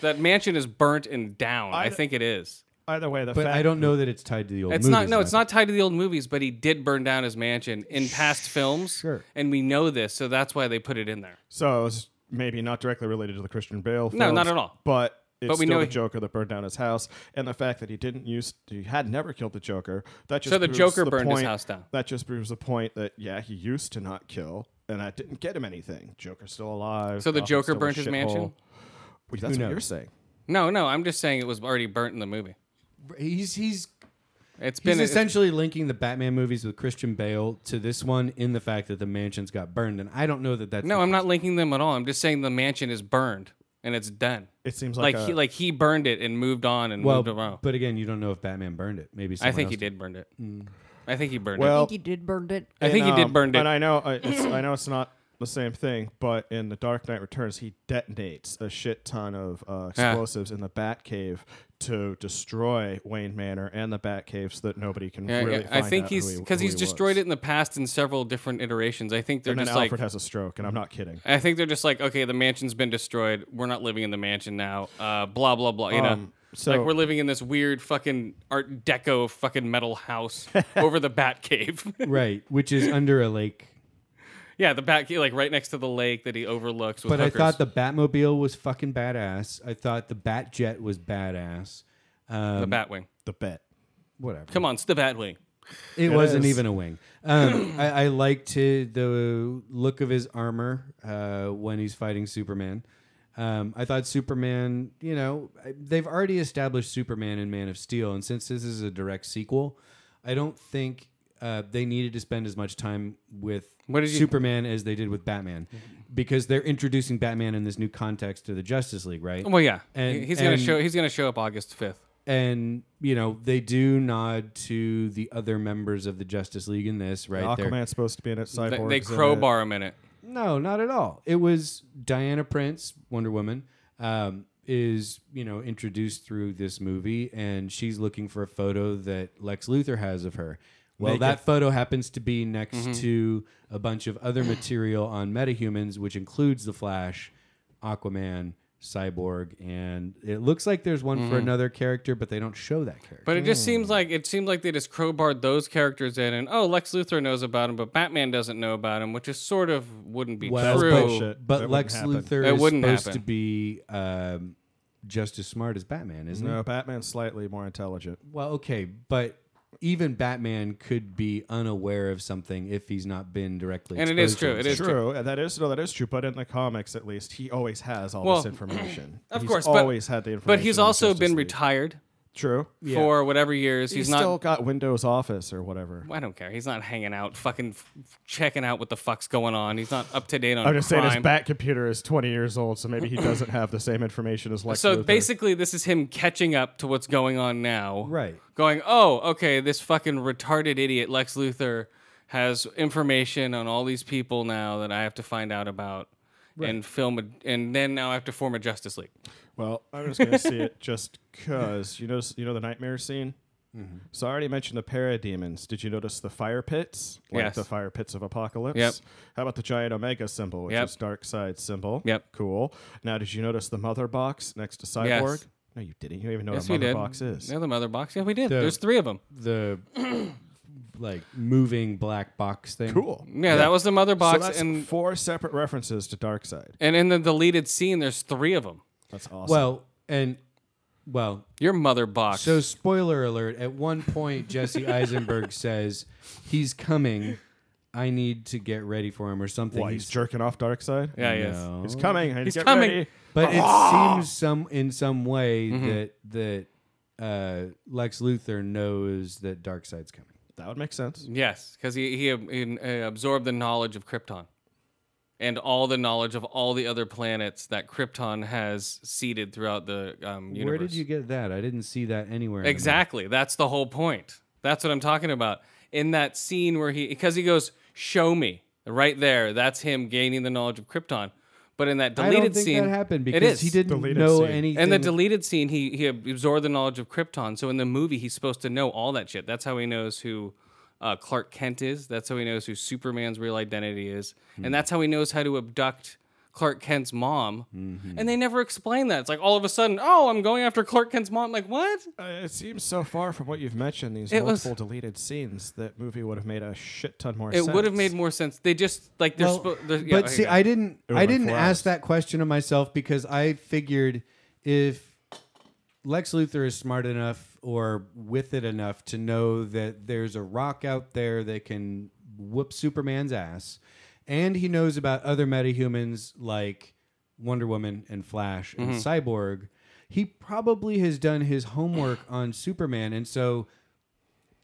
S4: that mansion is burnt and down. I,
S2: I d-
S4: think it is.
S2: Either way, the
S3: But
S2: fact
S3: I don't know that it's tied to the old.
S4: It's
S3: movies
S4: not. No,
S3: and
S4: it's not tied to the old movies. But he did burn down his mansion in past films.
S3: Sure.
S4: And we know this, so that's why they put it in there.
S2: So it's maybe not directly related to the Christian Bale.
S4: No,
S2: films,
S4: not at all.
S2: But it's
S4: But we
S2: still
S4: know
S2: the
S4: he-
S2: Joker that burned down his house, and the fact that he didn't use, he had never killed the Joker. That just
S4: So the
S2: proves
S4: Joker
S2: the
S4: burned his
S2: point-
S4: house down.
S2: That just proves the point that yeah, he used to not kill, and that didn't get him anything. Joker's still alive.
S4: So the
S2: Gotham's
S4: Joker
S2: still a
S4: burnt his
S2: shithole.
S4: mansion?
S2: Well, that's what
S3: knows?
S2: you're saying.
S4: No, no. I'm just saying it was already burnt in the movie.
S3: He's he's
S4: It's
S3: He's
S4: been it's-
S3: essentially linking the Batman movies with Christian Bale to this one in the fact that the mansions got burned, and I don't know that that's
S4: No,
S3: the
S4: I'm not linking them at all. I'm just saying the mansion is burned and it's done.
S2: It seems like
S4: Like,
S2: a-
S4: he like he burned it and moved on and
S3: well.
S4: moved around.
S3: But again, you don't know if Batman burned it. Maybe
S4: I
S3: someone
S4: think
S3: else
S4: he did burn it. I think he burned
S5: I
S2: Mm. Well-
S5: think he did burned it.
S4: it. I think
S2: And,
S4: he
S2: um,
S4: did burn it.
S2: And I know, I, it's, I know it's not the same thing, but in The Dark Knight Returns, he detonates a shit ton of uh,
S4: Yeah.
S2: explosives in the Batcave to destroy Wayne Manor and the Batcave so that nobody can
S4: Yeah,
S2: really.
S4: yeah. I
S2: find
S4: think
S2: out
S4: he's
S2: because
S4: because he's destroyed it in the past in several different iterations. I think they're
S2: And then
S4: just
S2: Alfred
S4: like.
S2: has a stroke, and I'm not kidding.
S4: I think they're just like, okay, the mansion's been destroyed. We're not living in the mansion now. Uh, blah blah blah. You know,
S2: Um, so-
S4: like we're living in this weird fucking Art Deco fucking metal house over the Bat Cave.
S3: right, which is under a lake.
S4: Yeah, the back, like right next to the lake that he overlooks. With
S3: But I
S4: hookers.
S3: thought the Batmobile was fucking badass. I thought the Batjet was badass. Um,
S4: the Batwing.
S2: The bet.
S3: whatever.
S4: Come on, it's the Batwing.
S3: It,
S2: It
S3: wasn't
S2: is.
S3: even a wing. Um, I, I liked hi- the look of his armor uh, when he's fighting Superman. Um, I thought Superman, you know, I- they've already established Superman in Man of Steel, and since this is a direct sequel, I don't think uh, they needed to spend as much time with
S4: What did you-
S3: Superman as they did with Batman, because they're introducing Batman in this new context to the Justice League, right?
S4: Well, yeah,
S3: And-
S4: he's gonna
S3: and-
S4: show. He's gonna show up August fifth.
S3: and you know they do nod to the other members of the Justice League in this, right? They're-
S2: Aquaman's supposed to be in it.
S4: They,
S2: Cyborg.
S4: they crowbar him in it.
S3: No, not at all. It was Diana Prince, Wonder Woman, um, is you know introduced through this movie, and she's looking for a photo that Lex Luthor has of her. Well,
S2: Naked.
S3: that photo happens to be next
S4: Mm-hmm.
S3: to a bunch of other material on MetaHumans, which includes the Flash, Aquaman, Cyborg, and it looks like there's one for another character, but they don't show that character.
S4: Mm-hmm. But it just seems like it seemed like they just crowbarred those characters in, and oh, Lex Luthor knows about him, but Batman doesn't know about him, which is sort of wouldn't be
S3: Well,
S4: true.
S3: but-
S2: bullshit.
S3: But,
S2: That
S3: Lex
S2: wouldn't happen.
S3: Luthor
S4: It
S3: is
S4: wouldn't
S3: supposed
S4: happen.
S3: to be um, just as smart as Batman, isn't
S2: No,
S3: he?
S2: Batman's slightly more intelligent.
S3: Well, okay, but even Batman could be unaware of something if he's not been directly.
S4: And it is
S3: exposed to
S4: true, it is-
S2: True, and that is no, that is true. But in the comics, at least, he always has all
S4: Well,
S2: this information.
S4: of
S2: He's
S4: course, but-
S2: always had the information.
S4: But he's
S2: on the
S4: also
S2: Justice
S4: been
S2: League.
S4: retired
S2: True,
S4: for whatever years. He's,
S2: he's,
S4: not.
S2: still got Windows Office or whatever.
S4: I don't care. He's not hanging out, fucking f- checking out what the fuck's going on. He's not up to date on.
S2: I'm just
S4: crime.
S2: saying his bat computer is 20 years old, so maybe he doesn't have the same information as Lex.
S4: So
S2: Luthor.
S4: basically, this is him catching up to what's going on now.
S3: Right.
S4: Going, oh, okay, this fucking retarded idiot Lex Luthor has information on all these people now that I have to find out about and film, a, and then now I have to form a Justice League.
S2: Well, I'm just gonna see it just cause you know you know the nightmare scene.
S4: Mm-hmm.
S2: So I already mentioned the parademons. Did you notice the fire pits? Like
S4: Yes.
S2: the fire pits of apocalypse.
S4: Yep.
S2: How about the giant omega symbol, which
S4: Yep.
S2: is dark side symbol?
S4: Yep.
S2: Cool. Now did you notice the mother box next to
S4: Yes.
S2: cyborg? No, you didn't. You don't even know
S4: yes,
S2: what
S4: we
S2: a mother
S4: did.
S2: box is.
S4: Yeah, the mother box. Yeah, we did. There's three of them.
S3: The like moving black box thing.
S2: Cool.
S4: Yeah, that was the mother
S2: So
S4: box,
S2: that's
S4: and
S2: four separate references to dark side.
S4: and in the deleted scene, there's three of them.
S2: That's awesome.
S3: Well, and well,
S4: Your mother box.
S3: so spoiler alert. At one point, Jesse Eisenberg says he's coming. I need to get ready for him or something.
S2: Why, he's jerking off dark side? Mm.
S4: yeah, yes.
S3: No.
S2: He's Ah! coming. I need to
S4: He's
S2: get
S4: coming.
S2: ready.
S3: But it seems some in some way
S4: Mm-hmm.
S3: that that uh, Lex Luthor knows that Darkseid's coming.
S2: That would make sense.
S4: Yes, because he he, ab- in- uh, absorbed the knowledge of Krypton, and all the knowledge of all the other planets that Krypton has seeded throughout the um, universe.
S3: Where did you get that? I didn't see that anywhere. in the
S4: Exactly. That's the whole point. That's what I'm talking about. In that scene where he, because he goes, "Show me," right there. That's him gaining the knowledge of Krypton. But in that
S3: movie. I
S4: deleted
S3: don't think
S4: scene,
S3: that happened
S4: It
S3: because
S4: is.
S3: he didn't
S2: Deleted
S3: know
S2: scene.
S3: anything.
S4: And the deleted scene, he he absorbed the knowledge of Krypton. So in the movie, he's supposed to know all that shit. That's how he knows who uh, Clark Kent is. That's how he knows who Superman's real identity is,
S2: Hmm.
S4: and that's how he knows how to abduct Clark Kent's mom.
S2: Mm-hmm.
S4: And they never explain that. It's like all of a sudden, oh, I'm going after Clark Kent's mom. Like what?
S2: Uh, it seems so far from what you've mentioned these
S4: It was-
S2: multiple deleted scenes that movie would have made a shit ton more
S4: It
S2: sense.
S4: would have made more sense. They just like they're.
S3: Well,
S4: spo- they're yeah,
S3: but
S4: okay,
S3: see,
S4: go.
S3: I didn't.
S2: would've
S3: I
S2: been
S3: didn't
S2: four
S3: ask
S2: hours.
S3: that question of myself because I figured if Lex Luthor is smart enough or with it enough to know that there's a rock out there that can whoop Superman's ass, and he knows about other metahumans like Wonder Woman and Flash and
S4: Mm-hmm.
S3: Cyborg, he probably has done his homework on Superman, and so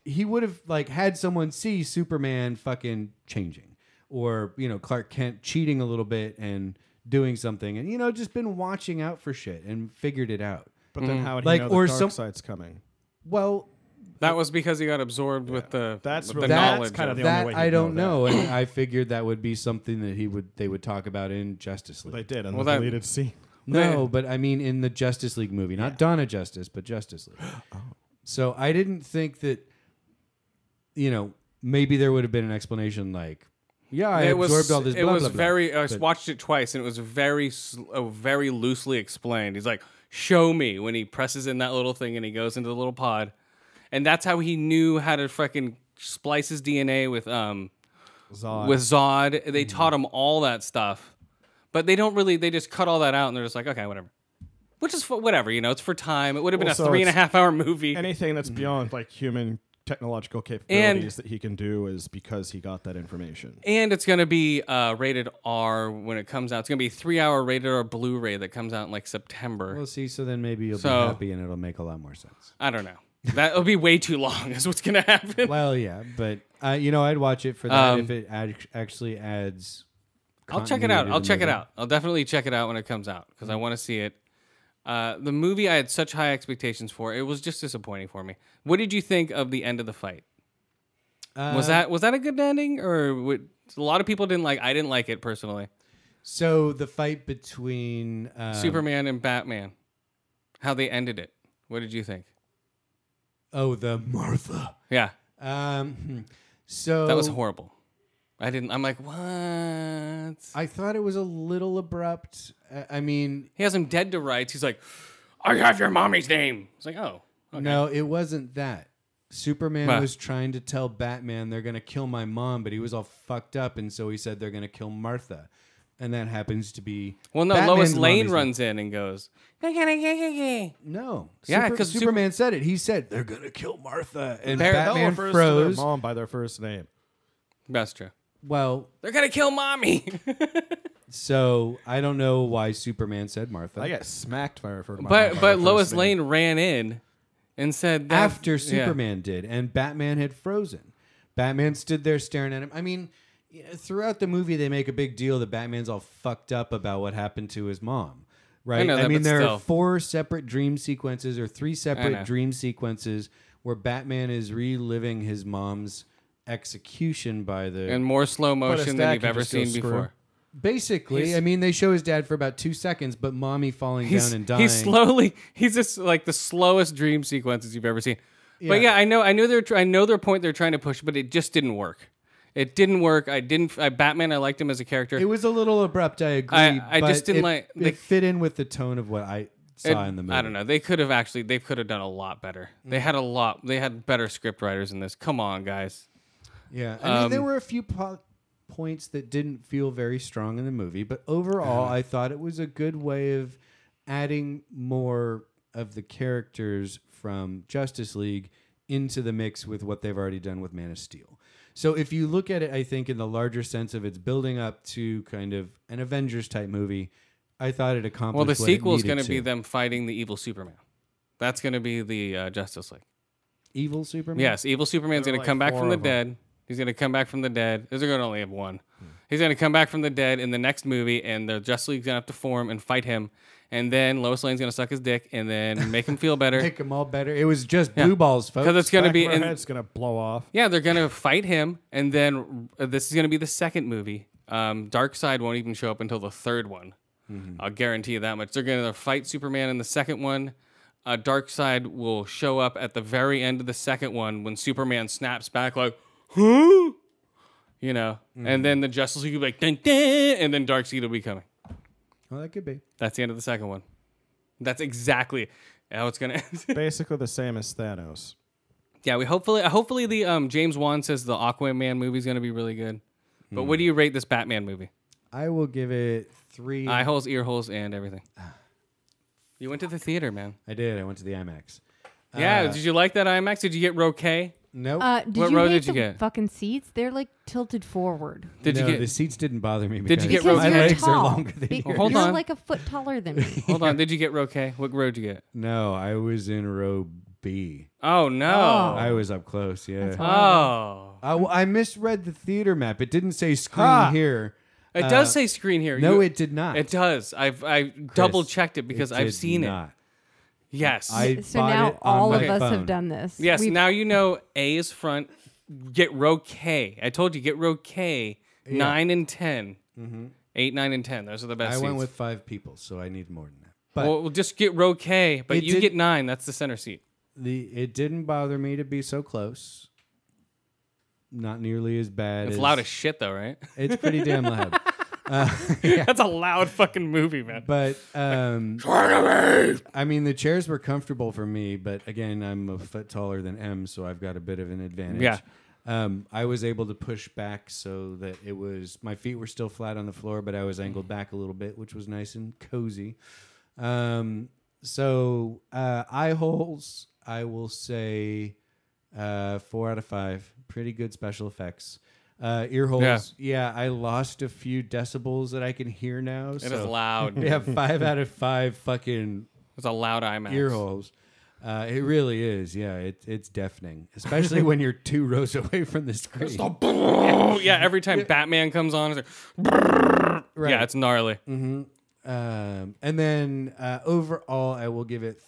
S3: he would have like had someone see Superman fucking changing or you know Clark Kent cheating a little bit and doing something and you know just been watching out for shit and figured it out.
S2: But
S4: Mm.
S2: then how would
S3: Like,
S2: he know the
S3: or
S2: dark
S3: some-
S2: side's coming?
S3: Well,
S4: that was because he got absorbed with the
S2: That's
S4: with
S2: really-
S4: the
S3: that's
S4: knowledge.
S2: kind of
S4: of
S2: the only
S3: that
S2: way
S3: I
S2: he'd
S3: don't
S2: know
S3: know, and I figured that would be something that he would they would talk about in Justice
S2: They
S3: League.
S2: did in
S4: Well,
S2: the
S4: that-
S2: deleted scene.
S3: No, but I mean in the Justice League movie, not Donna Justice, but Justice League.
S2: Oh.
S3: So I didn't think that, you know, maybe there would have been an explanation like, yeah, I
S4: it was
S3: absorbed all this.
S4: it
S3: blah,
S4: was
S3: blah, blah.
S4: very uh, i watched it twice and it was very sl- uh, very loosely explained he's like show me when he presses in that little thing and he goes into the little pod and that's how he knew how to fucking splice his dna with um
S2: Zod.
S4: with Zod. They
S3: Mm-hmm.
S4: taught him all that stuff, but they don't really. They just cut all that out, and they're just like, okay, whatever. Which is for, whatever, you know. It's for time. It would have been
S2: Well,
S4: a
S2: so
S4: three and a
S2: it's-
S4: half hour movie.
S2: anything
S4: Mm.
S2: that's beyond like human technological capabilities that he can do is because he got that information.
S4: and it's gonna be uh, rated R when it comes out. It's gonna be a three hour rated R Blu-ray that comes out in like September.
S3: We'll see. So then maybe you'll
S4: So-
S3: be happy and it'll make a lot more sense.
S4: I don't know. That'll be way too long. Is what's gonna happen.
S3: Well, yeah, but uh, you know, I'd watch it for that
S4: Um,
S3: if it act- actually adds.
S4: I'll check it
S3: continuity
S4: out.
S3: to
S4: I'll
S3: the
S4: check it
S3: movie.
S4: out. I'll definitely check it out when it comes out because I want to see it. Uh, the movie I had such high expectations for it was just disappointing for me. What did you think of the end of the fight?
S3: Uh,
S4: was that was that a good ending or would, a lot of people didn't like? I didn't like it personally.
S3: So the fight between um,
S4: Superman and Batman, how they ended it. What did you think?
S3: Oh, the Martha.
S4: Yeah,
S3: Um, hmm. so
S4: that was horrible. I didn't. I'm like, what?
S3: I thought it was a little abrupt. I- I mean,
S4: He has him dead to rights. He's like, I have your mommy's name. It's like, oh,
S3: No, it wasn't that. Superman
S4: What?
S3: was trying to tell Batman they're going to kill my mom, but he was all fucked up, and so he said they're going to kill Martha. And that happens to be.
S4: Well, no,
S3: Batman's
S4: Lois Lane
S3: mommy's-
S4: runs in and goes,
S3: No.
S4: Yeah,
S3: Super-
S4: 'cause Super-
S3: Superman said it. He said, they're going to kill Martha. And
S4: They're-
S2: Hell
S3: Batman
S2: refers to their
S3: froze.
S2: mom by their first name.
S4: That's true.
S3: Well,
S4: They're going to kill mommy.
S3: so I don't know why Superman said Martha.
S2: I got smacked by referring to my mom
S3: Oh,
S4: but
S2: by
S4: but
S2: her
S4: Lois
S2: first name.
S4: Lane ran in and said that,
S3: after
S4: yeah.
S3: Superman did, and Batman had frozen. Batman stood there staring at him. I mean, y- throughout the movie, they make a big deal that Batman's all fucked up about what happened to his mom, right?
S4: know that,
S3: mean,
S4: but
S3: there
S4: still.
S3: are four separate dream sequences or three
S4: know.
S3: separate dream sequences where Batman is reliving his mom's execution by the
S4: in more slow motion than
S2: dad
S4: you've
S2: can
S4: ever
S2: just go
S4: seen
S2: screw.
S4: before.
S3: basically i mean they show his dad for about two seconds but mommy falling
S4: He's,
S3: down and dying
S4: he's slowly he's just like the slowest dream sequences you've ever seen. But
S3: Yeah.
S4: yeah, I know I knew they're tr- I know their point they're trying to push, but it just didn't work. It didn't work. I didn't. I, Batman. I liked him as a character.
S3: it was a little abrupt i agree
S4: I
S3: but
S4: just didn't
S3: it-
S4: like-
S3: it
S4: they-
S3: fit in with the tone of what i saw
S4: It-
S3: in the movie
S4: I don't know. They could have actually. They could have done a lot better. They had a lot. They had better script writers in this. Come on, guys.
S3: Yeah, I mean, there
S4: Um,
S3: were a few po- points that didn't feel very strong in the movie, but overall,
S4: Uh-huh.
S3: I thought it was a good way of adding more of the characters from Justice League into the mix with what they've already done with Man of Steel. So if you look at it, I think in the larger sense of it's building up to kind of an Avengers type movie. I thought it accomplished.
S4: Well, the
S3: what it
S4: sequel is
S3: needed
S4: going to be
S3: to.
S4: them fighting the evil Superman. That's going to be the uh, Justice League.
S3: evil Superman.
S4: Yes, evil Superman's going to
S2: like
S4: come back
S2: four
S4: from the
S2: of 'em.
S4: dead. He's going to come back from the dead. They're going to only have one.
S3: Hmm.
S4: He's going to come back from the dead in the next movie, and the Justice League's going to have to form and fight him. And then Lois Lane's going to suck his dick and then make him feel better.
S3: make them all better. It was just blue balls, folks.
S4: Because it's going to be.
S2: Her
S4: and-
S2: head's gonna blow off.
S4: Yeah, they're gonna fight him, and then uh, this is gonna be the second movie. Um, Dark Side won't even show up until the third one. I'll guarantee you that much. They're gonna fight Superman in the second one. Uh, Dark Side will show up at the very end of the second one when Superman snaps back like, "Huh?" You know, and then the Justice League will be like, dun, dun, and then Dark Side will be coming.
S3: well, that could be.
S4: That's the end of the second one. That's exactly how it's gonna end.
S2: Basically the same as Thanos.
S4: Yeah, we hopefully hopefully the um, James Wan says the Aquaman movie is going to be really good. But what do you rate this Batman movie?
S3: I will give it three.
S4: Eye holes, ear holes, and everything.
S3: Ah.
S4: You went to the theater, man.
S3: I did. I went to the IMAX.
S4: Yeah,
S3: Uh,
S4: did you like that IMAX? Did you get Roquet?
S3: Nope.
S5: Uh, did
S4: What
S5: you
S4: row
S5: hate
S4: did you
S5: the
S4: get?
S5: fucking seats? They're like tilted forward.
S4: Did
S3: no,
S4: you
S3: the
S4: get
S3: seats didn't bother me.
S4: Did you get
S3: because
S5: Because
S4: row-
S3: my
S5: you're
S3: legs
S5: tall.
S3: are longer than
S5: Be-
S3: yours?
S4: hold
S5: you're
S4: on.
S5: like a foot taller than me.
S4: Hold on, did you get Roquet? What row did you get?
S3: No, I was in row B.
S4: Oh no.
S3: I was up close. Yeah.
S4: Oh.
S5: Oh.
S3: I, w- I misread the theater map. It didn't say screen
S2: Ha!
S3: here.
S4: It
S3: Uh,
S4: does say screen here.
S3: No,
S4: You-
S3: it did not.
S4: It does. I've I double checked it because I've seen it. Yes.
S3: I
S5: so
S3: bought
S5: now
S3: it on
S5: all of
S3: my
S5: us
S3: phone.
S5: have done this.
S4: yes,
S5: We've-
S4: now you know A is front. Get Roquet. I told you get Roquet. 9 and 10. 8, 9 and 10. Those are the best
S3: Mm-hmm. I went
S4: seats.
S3: with five people, so I need more than that. But
S4: well, we'll just get row K, but
S3: It
S4: you
S3: did-
S4: get nine. That's the center seat.
S3: the it didn't bother me to be so close. Not nearly as bad.
S4: It's
S3: as,
S4: loud as shit, though, right?
S3: It's pretty damn loud.
S4: That's a loud fucking movie, man.
S3: But um, I mean, the chairs were comfortable for me, but again, I'm a foot taller than M, so I've got a bit of an advantage.
S4: Yeah.
S3: Um, I was able to push back so that it was my feet were still flat on the floor, but I was angled back a little bit, which was nice and cozy. Um, so uh, eye holes, I will say uh, four out of five. Pretty good special effects. Uh, ear holes,
S4: Yeah.
S3: yeah. I lost a few decibels that I can hear now.
S4: It is loud.
S3: We have five out of five fucking
S4: It's a loud IMAX.
S3: ear holes. Uh, it really is. Yeah, it, it's deafening, especially when you're two rows away from the screen.
S4: Oh yeah, every time Batman comes on, it's like, yeah, it's gnarly.
S3: Mm. Um, and then uh, overall, I will give it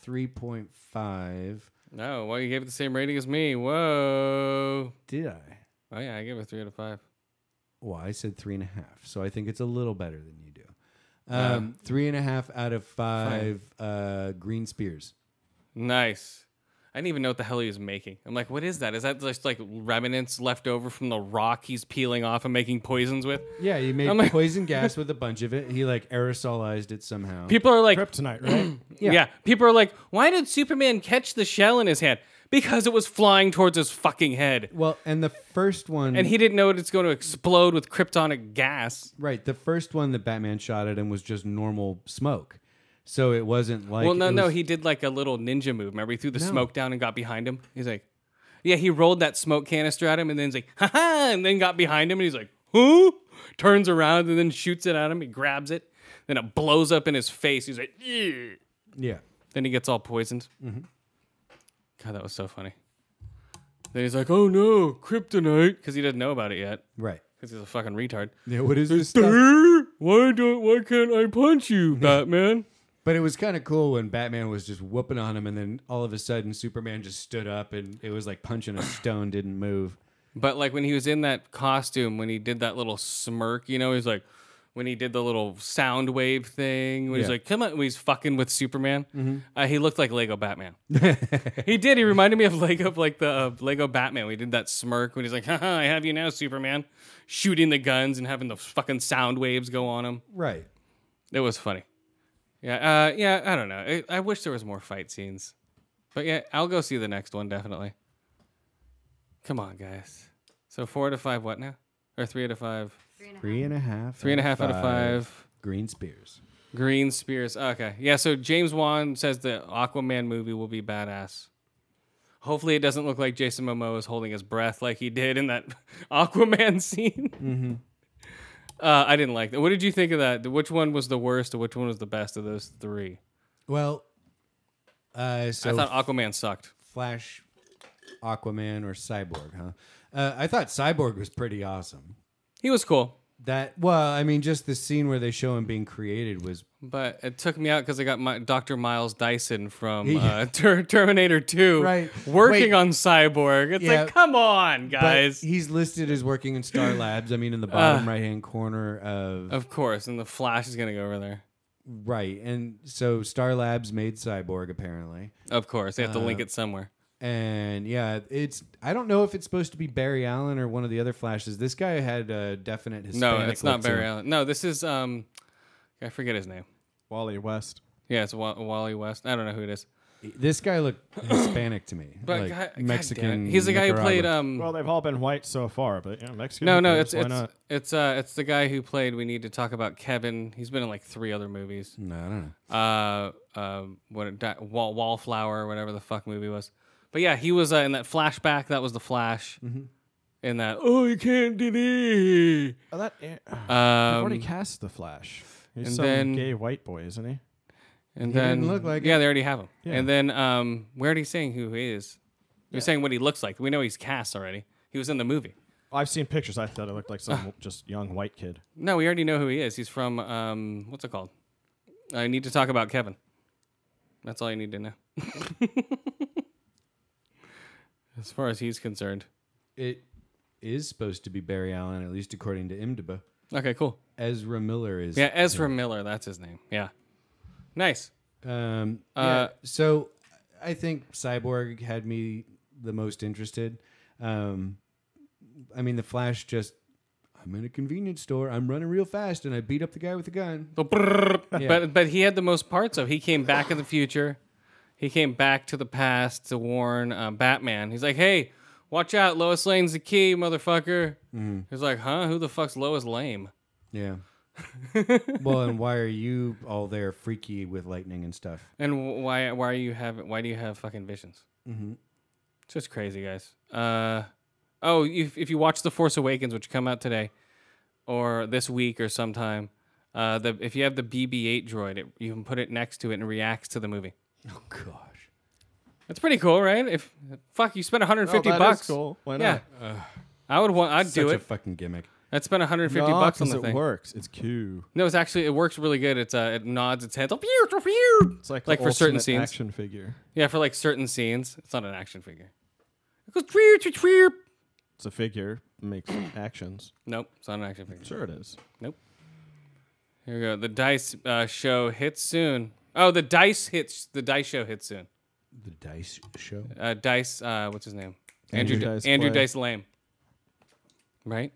S3: 3.5.
S4: No, well, you gave it the same rating as me. Whoa.
S3: Did I?
S4: Oh yeah, I gave it three out of five.
S3: Well, I said three and a half, so I think it's a little better than you do. Um, three and a half out of five uh, green spears.
S4: Nice. I didn't even know what the hell he was making. I'm like, what is that? Is that just like remnants left over from the rock he's peeling off and making poisons with?
S3: Yeah, he made
S4: I'm like-
S3: poison gas with a bunch of it. He like aerosolized it somehow.
S4: People are like,
S2: Kryptonite, right?
S4: yeah. People are like, why did Superman catch the shell in his hand? Because it was flying towards his fucking head.
S3: well, and the first one,
S4: And he didn't know it's going to explode with kryptonic gas.
S3: right, the first one that Batman shot at him was just normal smoke, so it wasn't like
S4: well, no,
S3: it
S4: no,
S3: was-
S4: he did like a little ninja move. Remember, he threw the smoke down and got behind him. He's like, yeah, he rolled that smoke canister at him, and then he's like, ha ha, and then got behind him, and he's like, who? Turns around and then shoots it at him. He grabs it, then it blows up in his face. He's like, "Yeah."
S3: yeah.
S4: then he gets all poisoned.
S3: Mm-hmm.
S4: God, that was so funny. Then he's like, oh no, kryptonite, because he doesn't know about it yet,
S3: Right.
S4: because he's a fucking retard.
S3: Yeah, what is this
S4: "Durr, Why don't? Why can't I punch you, Batman?
S3: But it was kind of cool when Batman was just whooping on him, and then all of a sudden Superman just stood up, and it was like punching a stone, didn't move.
S4: But like when he was in that costume, when he did that little smirk, you know, he's like, when he did the little sound wave thing, when he's
S3: Yeah.
S4: like, come on, when he's fucking with Superman, uh, he looked like Lego Batman. he did. He reminded me of Lego, like the uh, Lego Batman. We did that smirk when he's like, haha, I have you now, Superman, shooting the guns and having the fucking sound waves go on him.
S3: Right.
S4: It was funny. Yeah, uh, yeah. I don't know. I, I wish there was more fight scenes, but yeah, I'll go see the next one definitely. Come on, guys. So four out of five. What now? Or three out of five?
S3: Three and a half.
S4: Three and a half out of five.
S3: Green Spears.
S4: Green Spears. Okay. Yeah. So James Wan says the Aquaman movie will be badass. Hopefully, it doesn't look like Jason Momoa is holding his breath like he did in that Aquaman scene. Uh, I didn't like that. What did you think of that? Which one was the worst, or which one was the best of those three?
S3: Well, uh, so
S4: I thought Aquaman sucked.
S3: Flash, Aquaman, or Cyborg, huh? Uh, I thought Cyborg was pretty awesome.
S4: He was cool,
S3: That well, I mean, just the scene where they show him being created was
S4: but it took me out because I got my Dr. Miles Dyson from uh, Ter- Terminator 2
S3: Right.
S4: working
S3: Wait.
S4: on Cyborg. It's
S3: Yeah.
S4: like, come on,
S3: but
S4: guys. Ah.
S3: he's listed as working in Star Labs. I mean, in the bottom right hand corner of
S4: of course, and the Flash is gonna go over there.
S3: right, and so Star Labs made Cyborg apparently.
S4: Of course, they have to
S3: Uh,
S4: link it somewhere.
S3: And yeah, it's I don't know if it's supposed to be Barry Allen or one of the other flashes. This guy had a definite
S4: No,
S3: Hispanic.
S4: it's not
S3: look to
S4: Barry
S3: him.
S4: Allen. No, this is um, I forget his name.
S2: Wally West.
S4: Yeah, it's Wa- Wally West. I don't know who it is,
S3: This guy looked Hispanic to me,
S4: but
S3: like
S4: God- God damn it.
S3: Mexican.
S4: He's the guy who played
S3: Nicaraguan.
S4: um.
S2: Well, they've all been white so far, but you know, Mexican.
S4: no,
S2: who
S4: no, it's
S2: cares? Why
S4: it's
S2: not?
S4: it's uh it's the guy who played. We need to talk about Kevin. He's been in like three other movies.
S3: No, I don't know.
S4: uh, uh, what it- di- wall, wallflower or whatever the fuck movie was. But yeah, he was uh, in that flashback. That was the Flash.
S3: Mm-hmm.
S4: In that, oh, you can't do this.
S2: Oh, that, eh, they've
S4: Um,
S2: already cast the Flash. He's
S4: and
S2: some
S4: then-
S2: gay white boy, isn't he?
S4: and
S3: didn't
S4: then
S3: look like
S4: yeah,
S3: it.
S4: they already have him.
S2: Yeah.
S4: And then um, where did he saying who he is? He was saying what he looks like. We know he's cast already. He was in the movie.
S2: I've seen pictures. I thought it looked like some just young white kid.
S4: No, we already know who he is. He's from um, what's it called? I need to talk about Kevin. That's all you need to know. as far as he's concerned.
S3: It is supposed to be Barry Allen, at least according to IMDb.
S4: Okay, cool.
S3: Ezra Miller is.
S4: Yeah, Ezra Miller, that's his name. Yeah. Nice.
S3: Um,
S4: Uh,
S3: yeah, so I think Cyborg had me the most interested. Um, I mean, the Flash just. I'm in a convenience store. I'm running real fast, and I beat up the guy with the gun.
S4: The brrrr. But but he had the most parts of. He came back in the future. He came back to the past to warn um, uh, Batman. He's like, "Hey, "Watch out, Lois Lane's the key, motherfucker." He's like, "Huh? Who the fuck's Lois Lane?"
S3: Yeah. well, and why are you all there freaky with lightning and stuff?
S4: And wh- why why are you have why do you have fucking visions? Mm-hmm. It's just crazy, guys. Uh, oh, if, if you watch The Force Awakens, which come out today or this week or sometime, uh, the if you have the BB-8 droid, it, you can put it next to it and it reacts to the movie.
S3: Oh gosh.
S4: That's pretty cool, right? If fuck, you spent 150 bucks.
S2: cool. Why
S4: Yeah,
S2: not?
S4: I would want. I'd
S3: Such
S4: do
S3: a
S4: it.
S3: fucking gimmick.
S4: I'd spend 150
S2: No,
S4: bucks on
S2: 'cause
S4: the
S2: it
S4: thing.
S2: works. It's cool.
S4: No, it's actually it works really good. It's uh, it nods its head. Pew, pew, pew.
S2: It's like,
S4: Like
S2: the
S4: for certain
S2: ultimate
S4: scenes.
S2: action figure.
S4: Yeah, for like certain scenes, it's not an action figure. It goes tweer, tweer, tweer.
S2: It's a figure makes actions.
S4: Nope, it's not an action figure.
S2: Sure, it is.
S4: Here we go. The dice uh, show hits soon. Oh, the dice hits. The dice show hits soon.
S3: The dice show.
S4: Uh, dice. Uh, what's his name?
S2: Andrew
S4: Andrew. Dice
S2: Dice
S4: Andrew
S2: Clay.
S4: Dice Lame. Right.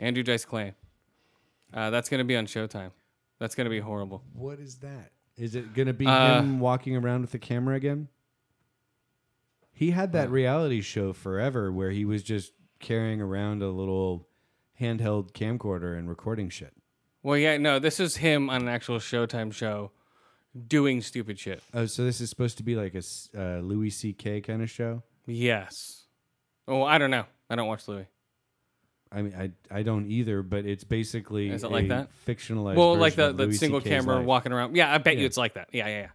S4: Andrew Dice Clay. Uh, that's gonna be on Showtime. That's gonna be horrible.
S3: What is that? Is it gonna be
S4: Uh,
S3: him walking around with the camera again? He had that reality show forever where he was just carrying around a little handheld camcorder and recording shit.
S4: Well, yeah, no, this is him on an actual Showtime show, doing stupid shit.
S3: Oh, so this is supposed to be like a s- uh, Louis C.K. kind of show?
S4: Yes. Oh, I don't know. I don't watch Louis.
S3: I mean, I I don't either, but it's basically
S4: Is it like
S3: a
S4: that?
S3: fictionalized.
S4: well, like
S3: version
S4: the,
S3: of
S4: the
S3: Louis
S4: single
S3: CK's
S4: camera
S3: life.
S4: walking around. Yeah, I bet you it's like that. Yeah, yeah, yeah.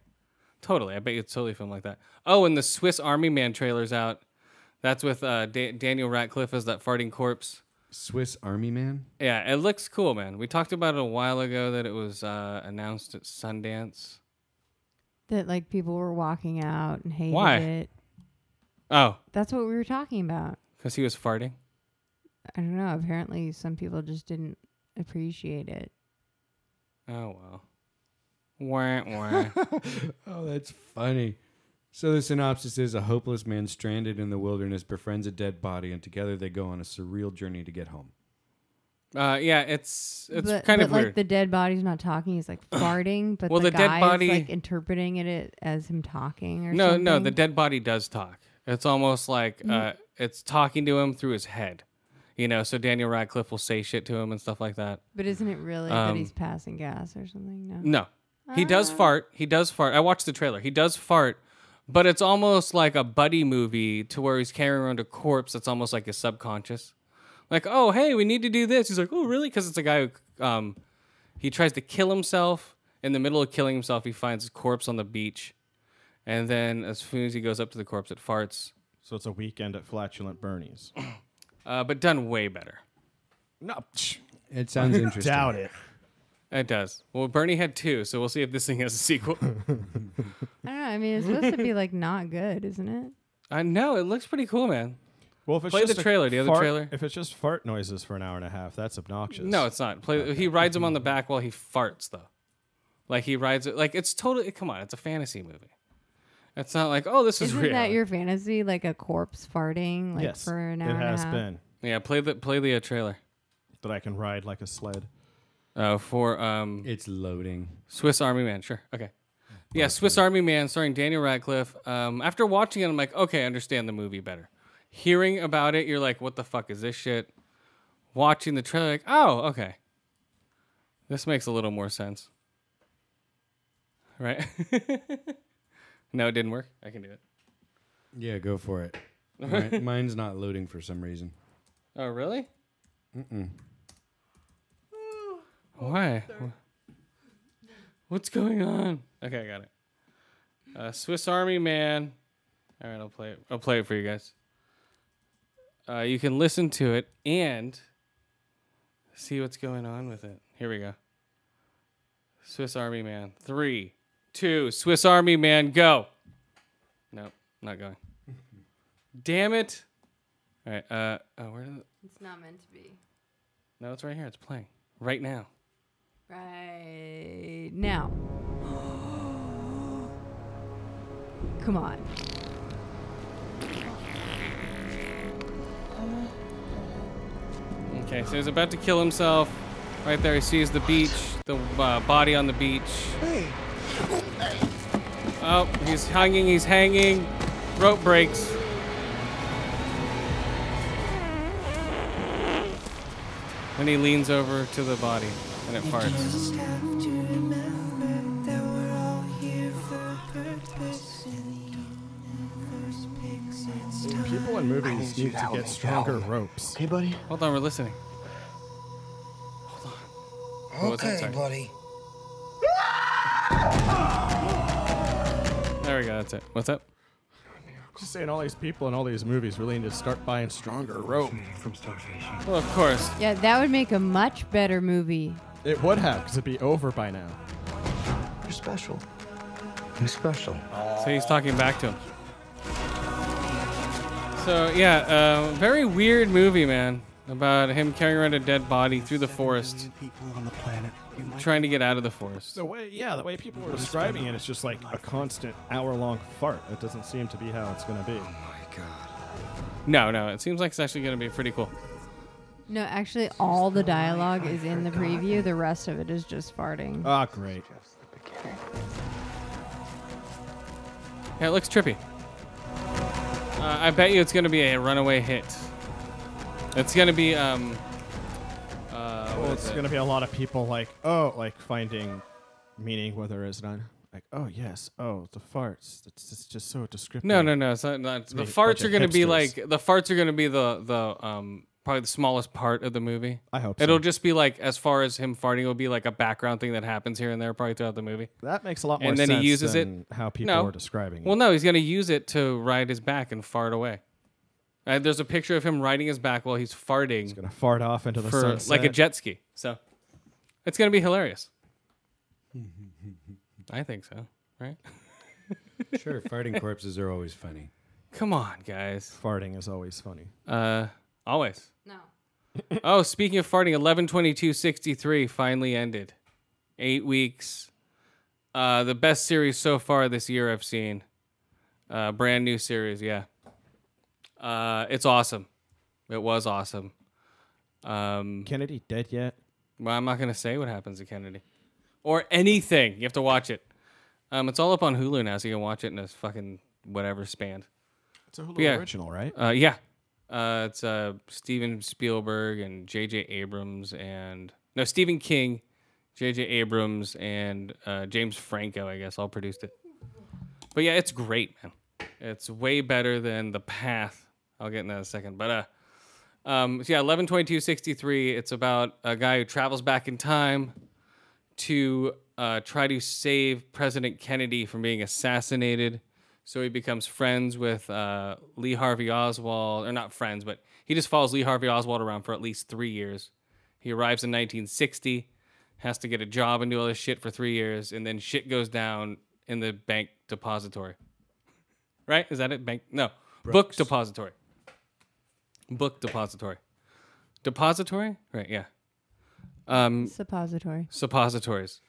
S4: Totally. I bet you it's totally filmed like that. Oh, and the Swiss Army Man trailer's out. That's with uh, da- Daniel Radcliffe as that farting corpse.
S3: Swiss Army Man.
S4: Yeah, it looks cool, man. We talked about it a while ago that it was uh, announced at Sundance.
S5: That like people were walking out and hated
S4: Why?
S5: it.
S4: Oh,
S5: That's what we were talking about.
S4: because he was farting.
S5: I don't know. Apparently, some people just didn't appreciate it.
S4: Oh well. Wah, wah.
S3: Oh, that's funny. So the synopsis is a hopeless man stranded in the wilderness befriends a dead body, and together they go on a surreal journey to get home.
S4: uh, yeah, it's it's
S5: but,
S4: kind
S5: but
S4: of
S5: like
S4: weird.
S5: the dead body's not talking. He's like farting, but
S4: Well,
S5: the,
S4: the dead
S5: guy
S4: body-
S5: is like interpreting it as him talking or
S4: no,
S5: something.
S4: no, the dead body does talk. It's almost like uh, it's talking to him through his head. You know, so Daniel Radcliffe will say shit to him and stuff like that.
S5: But isn't it really
S4: Um,
S5: that he's passing gas or something? No.
S4: No. He does fart. He does fart. I watched the trailer. He does fart, but it's almost like a buddy movie to where he's carrying around a corpse that's almost like his subconscious. Like, oh, hey, we need to do this. He's like, oh, really? Because it's a guy who um, he tries to kill himself. In the middle of killing himself, he finds his corpse on the beach. And then as soon as he goes up to the corpse, it farts.
S2: So it's a weekend at Flatulent Bernie's.
S4: Uh, but done way better.
S2: no, psh,
S3: It sounds interesting.
S2: doubt it.
S4: It does. Well, Bernie had two, so we'll see if this thing has a sequel.
S5: I don't know. I mean, it's supposed to be like not good, isn't it?
S4: I know. Uh, It looks pretty cool, man.
S2: Well, if it's
S4: Play
S2: just
S4: the
S2: a
S4: trailer, the other
S2: fart-
S4: trailer.
S2: If it's just fart noises for an hour and a half, that's obnoxious.
S4: No, it's not. Play, he rides him on the back while he farts, though. Like he rides it. Like it's totally. Come on, it's a fantasy movie. It's not like oh, this is
S5: Isn't
S4: real.
S5: that your fantasy? Like a corpse farting, like
S2: yes,
S5: for an hour
S2: it has
S5: and a half.
S2: been
S4: yeah, play the play the uh, trailer.
S2: that I can ride like a sled.
S4: Uh, for um,
S3: It's loading.
S4: Swiss Army Man. Sure, okay. Yeah, Swiss Army Man, starring Daniel Radcliffe. Um, after watching it, I'm like, okay, I understand the movie better. Hearing about it, you're like, what the fuck is this shit? Watching the trailer, like, oh, okay. This makes a little more sense. Right? no, it didn't work. I can do it.
S3: Yeah, go for it. Mi- mine's not loading for some reason.
S4: Oh, really? Mm-mm. Why? What's going on? Okay, I got it. Uh, Swiss Army Man. All right, I'll play it. I'll play it for you guys. Uh, you can listen to it and see what's going on with it. Here we go. Swiss Army Man. Three, two, Swiss Army Man, go. Nope, not going. Damn it. All right. Uh, oh, where did it?
S5: It's not meant to be.
S4: No, it's right here. It's playing right now.
S5: Right now. Come on.
S4: Okay, so he's about to kill himself. Right there, he sees the beach, the uh, body on the beach. Oh, he's hanging. He's hanging. Rope breaks. Then he leans over to the body and it farts.
S6: Just have to remember that we're all here for a purpose, and the universe picks its time.
S2: People in movies need to get stronger ropes.
S7: Hey, buddy.
S4: Hold on, we're listening. Hold on. What was that?
S8: Okay,
S4: Sorry.
S8: buddy.
S4: There we go. That's it. What's up?
S2: Just saying, all these people in all these movies really need to start buying stronger rope.
S7: From starvation.
S4: Well, of course.
S5: Yeah, that would make a much better movie.
S2: It would have, because it'd be over by now.
S7: You're special. You're special.
S4: So he's talking back to him. So yeah, uh, very weird movie, man. About him carrying around a dead body through the forest,
S7: People on the planet. You might
S4: trying to get out of the forest.
S2: The way, yeah, the way people are describing it, it's just like a constant hour-long fart. It doesn't seem to be how it's going to be.
S4: No, no, it seems like it's actually gonna be pretty cool.
S5: No, actually, all the dialogue is in the preview. The rest of it is just farting.
S2: Ah, great.
S4: Yeah, it looks trippy. Uh, I bet you it's gonna be a runaway hit. It's gonna be um. Uh, what
S2: Well,
S4: is
S2: Oh, it's
S4: it?
S2: going to be a lot of people like, oh, like finding meaning where there is none. Like, oh yes, oh the farts. It's, it's just so descriptive.
S4: No, no, no. It's not, not- the
S2: made a bunch
S4: farts are
S2: of
S4: going to be
S2: hipsters.
S4: like the farts are going to be the the um probably the smallest part of the movie.
S2: I hope
S4: it'll
S2: so.
S4: just be like as far as him farting, it'll be like a background thing that happens here and there probably throughout the movie.
S2: That makes a lot more
S4: And
S2: sense.
S4: then he uses it-
S2: than How people
S4: No.
S2: are describing
S4: Well,
S2: it.
S4: no, he's going to use it to ride his back and fart away. Uh, there's a picture of him riding his back while he's farting
S2: Gonna fart off into the
S4: for
S2: sunset.
S4: like a jet ski. So it's going to be hilarious. I think so. Right?
S3: Sure, farting corpses are always funny.
S4: Come on, guys.
S2: Farting is always funny.
S4: Uh, always.
S5: No.
S4: Oh, speaking of farting, 112263 finally ended. Eight weeks. Uh, the best series so far this year I've seen. Uh, brand new series, yeah. Uh, it's awesome. It was awesome. Um,
S2: Kennedy dead yet?
S4: well, I'm not going to say what happens to Kennedy or anything. You have to watch it. Um, it's all up on Hulu now, so you can watch it in a fucking whatever span.
S2: It's a Hulu
S4: Yeah.
S2: original, right?
S4: Uh, yeah. Uh, it's uh, Steven Spielberg and J.J. Abrams and no Stephen King, J.J. Abrams and uh, James Franco. I guess all produced it. But yeah, it's great, man. It's way better than The Path. I'll get in that in a second. But uh, um, so yeah, eleven twenty two sixty three. It's about a guy who travels back in time to uh, try to save President Kennedy from being assassinated. So he becomes friends with uh, Lee Harvey Oswald, or not friends, but he just follows Lee Harvey Oswald around for at least three years. He arrives in 1960, has to get a job and do all this shit for three years, and then shit goes down in the bank depository. Right? Is that it? Bank? No. Book depository. Book depository. Depository? Right, yeah. Um,
S5: Suppository.
S4: suppositories.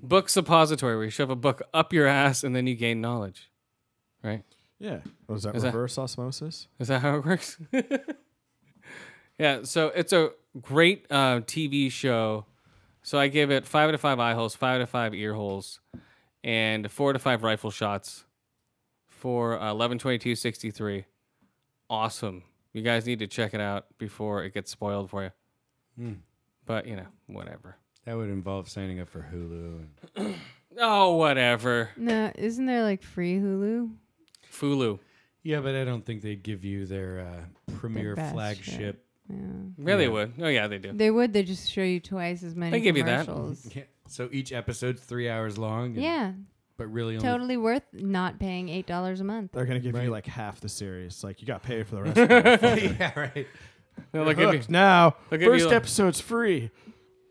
S4: Book suppository, where you shove a book up your ass and then you gain knowledge. Right?
S2: Yeah. Was that
S4: Is that-
S2: reverse osmosis?
S4: Is that how it works? yeah, so it's a great uh, TV show. So I give it five out of five eye holes, five out of five ear holes, and four out of five rifle shots for uh, 11 22 63. Awesome. You guys need to check it out before it gets spoiled for you. But, you know, whatever.
S3: Hmm. That would involve signing up for Hulu. And
S4: Oh, whatever.
S5: No, isn't there like free Hulu?
S4: Fulu.
S3: yeah, but I don't think they'd give you their uh, premier
S5: best,
S3: flagship.
S4: Yeah, they would. Oh, yeah, they do.
S5: They would. They just show you twice as many
S4: They give you that.
S5: commercials.
S3: Yeah. So each episode's three hours long. and-
S5: Yeah,
S3: But really, only
S5: totally worth not paying eight dollars a month.
S2: They're gonna give you like half the series. Like you got paid for the rest. of it.
S3: yeah, right.
S4: They'll give, you,
S2: Hooked now.
S4: They'll
S2: First
S4: give you a-
S2: episode's free.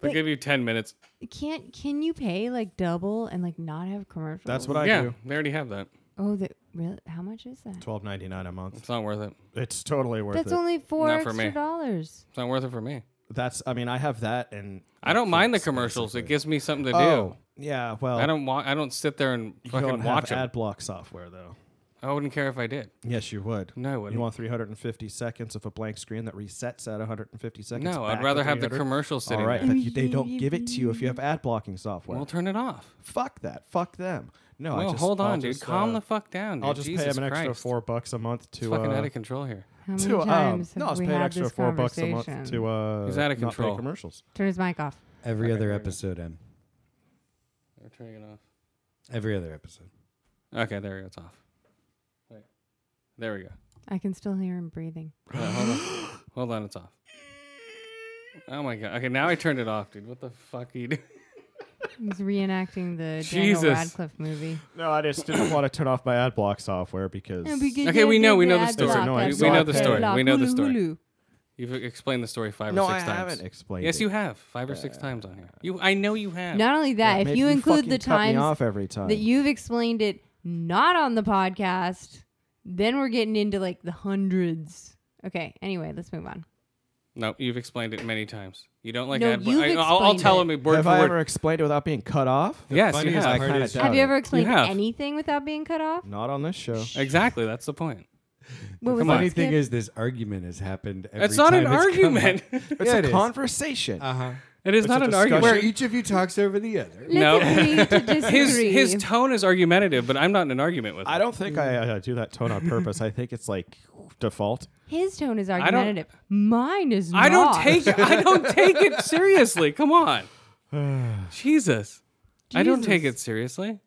S4: they'll give you 10 minutes.
S5: Can't can you pay like double and like not have commercials?
S2: That's what I
S4: yeah,
S2: do.
S4: they already have that.
S5: Oh, that really? How much is that?
S2: Twelve ninety nine a month.
S4: It's not worth it.
S2: It's totally worth
S5: That's
S2: it.
S5: only four
S4: Not for
S5: extra
S4: me.
S5: dollars.
S4: It's not worth it for me.
S2: That's. I mean, I have that and.
S4: I don't mind the
S2: Netflix,
S4: commercials. It
S2: basically.
S4: gives me something to do.
S2: Oh, yeah. Well,
S4: I don't wa- I don't sit there and
S2: You
S4: fucking
S2: don't
S4: watch
S2: have
S4: them.
S2: ad block software though.
S4: I wouldn't care if I did.
S2: Yes, you would.
S4: No, I
S2: You
S4: wouldn't.
S2: want 350 seconds of a blank screen that resets at 150 seconds?
S4: No,
S2: back
S4: I'd
S2: to
S4: rather have the
S2: 300?
S4: commercial sitting
S2: All right,
S4: there.
S2: but you, they don't give it to you if you have ad blocking software.
S4: We'll turn it off.
S2: Fuck that. Fuck them. No, I
S4: Well,
S2: just
S4: hold
S2: I'll
S4: on, dude.
S2: just,
S4: Calm
S2: uh,
S4: the fuck down. Dude.
S2: I'll just
S4: Jesus
S2: pay him an
S4: Christ.
S2: extra four bucks a month
S4: It's
S2: to
S4: fucking
S2: uh,
S4: out of control here.
S5: How many
S2: to um,
S5: times have
S2: no, I'll just
S5: we
S2: pay an
S5: had
S2: extra
S5: this
S2: four bucks a month
S5: conversation?
S2: to uh,
S4: He's outta
S2: not pay
S4: control.
S2: commercials.
S5: Turn his mic off.
S3: Every
S4: Okay,
S3: other
S4: very good.
S3: episode, M.
S4: They're turning it off.
S3: Every other episode.
S4: Okay, there we go. It's off. Wait. There we go.
S5: I can still hear him breathing.
S4: Hold on, hold on. Hold on, it's off. Oh my god. Okay, now I turned it off, dude. What the fuck are you doing?
S5: He's reenacting the
S4: Jesus.
S5: Daniel Radcliffe movie.
S2: No, I just didn't want to turn off my ad block software because
S4: Okay, we know- we know the story.
S2: annoying.
S4: We
S2: know the story.
S4: We know the story. You've explained the story five
S2: no,
S4: or
S2: I
S4: six times.
S2: haven't explained.
S4: Yes,
S2: it.
S4: you have five or six times on here. You, I know you have.
S5: Not only that, if
S2: Maybe
S5: you include
S2: fucking
S5: the
S2: cut me
S5: times
S2: off every time.
S5: that you've explained it not on the podcast, then we're getting into like the hundreds. Okay, anyway, let's move on.
S4: No, you've explained it many times. You don't like
S5: No,
S4: ad.
S5: you've
S4: I, I'll, I'll
S5: explained
S4: tell
S5: it.
S4: him word
S2: have
S4: for
S2: I
S4: word.
S2: ever explained it without being cut off?
S4: yes, you
S3: funniest
S4: have.
S3: part
S2: kinda
S3: is-
S2: doubt
S5: Have you
S2: it.
S5: ever explained
S4: have.
S5: anything without being cut off?
S2: Not on this show.
S4: Exactly, that's the point.
S5: What
S3: The
S5: was
S3: funny
S5: that,
S3: thing
S5: Skip?
S3: is, this argument has happened every
S4: It's not an
S3: time it's come
S4: argument.
S3: up.
S4: it
S2: It's
S3: Yeah,
S2: a
S3: it is.
S2: conversation.
S3: Uh-huh.
S4: is
S2: It's
S4: not
S2: a
S4: an
S2: discussion.
S3: Where
S4: argument.
S3: each of you talks over the other.
S4: No.
S5: Let's agree to
S4: His
S5: disagree.
S4: his tone is argumentative, but I'm not in an argument with him.
S2: I don't think I
S4: Mm.
S2: uh, do that tone on purpose. I think it's like default.
S5: His tone is
S4: don't-
S5: argumentative. Mine is not.
S4: I don't take it. I don't take it seriously. Come on, Jesus. I don't take it
S5: Jesus.
S4: seriously.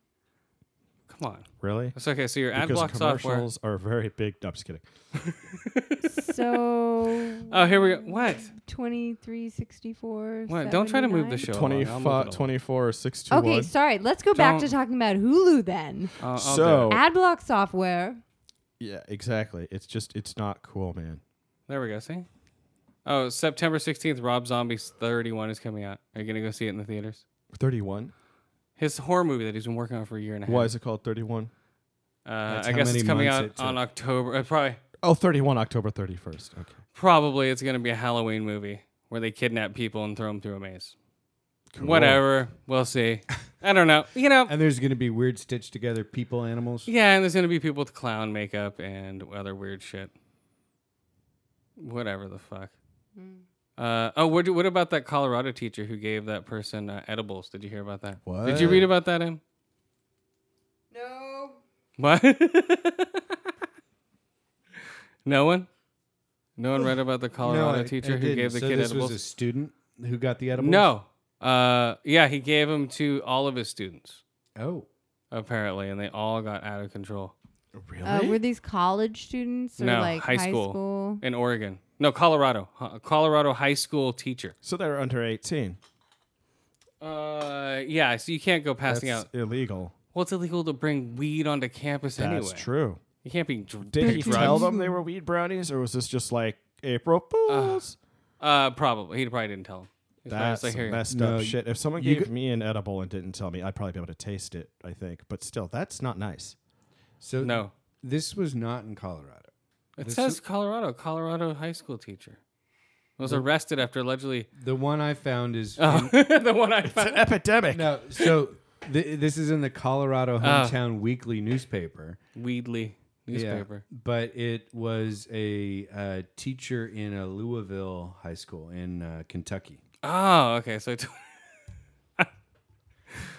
S4: Come on.
S2: Really?
S4: It's okay. So your ad
S2: Because
S4: block software.
S2: commercials are very big. No, I'm just kidding.
S5: So
S4: Oh, here we go. What?
S5: 2364.
S4: What? Don't try to move the show. along. I'll move
S2: 25,
S4: it along.
S2: 24 or 621.
S5: Okay, sorry. Let's go back to
S4: Don't- Oh.
S5: talking about Hulu then.
S4: I'll- I'll do
S2: So-
S4: it.
S5: Ad block software.
S2: Yeah, exactly. It's just, it's not cool, man.
S4: there we go. See. Oh, September sixteenth, Rob Zombie's Thirty One is coming out. Are you gonna go see it in the theaters?
S2: 31?
S4: His horror movie that he's been working on for a year and a half.
S2: Why is it called 31?
S4: Uh,
S3: That's
S4: I
S3: how
S4: guess it's
S3: many
S4: coming
S3: months
S4: out
S3: it took.
S4: on October. Uh, probably,
S2: Oh, 31 October 31st. Okay.
S4: probably it's going to be a Halloween movie where they kidnap people and throw them through a maze.
S2: Cool.
S4: Whatever. We'll see. I don't know. You know.
S3: And there's going to be weird stitched together people, animals.
S4: Yeah, and there's going to be people with clown makeup and other weird shit. Whatever the fuck. Uh, oh, what, what about that Colorado teacher who gave that person uh, edibles? Did you hear about that?
S2: What?
S4: Did you read about that, Em?
S5: No.
S4: What? no one? No one read about the Colorado
S3: I- I
S4: teacher who
S3: Uh, didn't.
S4: gave the
S3: so
S4: kid
S3: this
S4: edibles?
S3: was a student who got the edibles?
S4: no. Uh, yeah, he gave them to all of his students,
S3: Oh.
S4: apparently, and they all got out of control
S2: Really?
S5: Uh, were these college students or
S4: No,
S5: like
S4: high
S5: high,
S4: school.
S5: school?
S4: in Oregon. No, Colorado. Huh, Colorado high school teacher.
S2: so they're under 18.
S4: Uh, yeah, so you can't go
S2: That's
S4: passing out.
S2: illegal.
S4: Well, it's illegal to bring weed onto campus anyway.
S2: That's true.
S4: You can't be dr-
S2: Did he
S4: drugs.
S2: tell them they were weed brownies, or was this just like
S4: Ah,
S2: April Fools?
S4: Uh, probably. He probably didn't tell them. He's probably
S2: That's
S4: just like, "Here you go."
S2: messed
S3: No,
S2: up
S3: you-
S2: shit. If someone
S3: you
S2: gave
S3: g-
S2: me an edible and didn't tell me, I'd probably be able to taste it. I think, but still, that's not nice.
S3: So
S4: No.
S3: This was not in Colorado.
S4: It
S3: This
S4: says Colorado, Colorado high school teacher was arrested after allegedly
S3: The one I found is.
S4: Oh. the one I
S2: It's an
S4: found.
S2: epidemic.
S3: no, so th- this is in the Colorado
S4: Oh.
S3: Hometown Weekly newspaper.
S4: Weedley newspaper.
S3: Yeah, but it was a uh, teacher in a Louisville high school in uh, Kentucky.
S4: Oh, okay. So, t-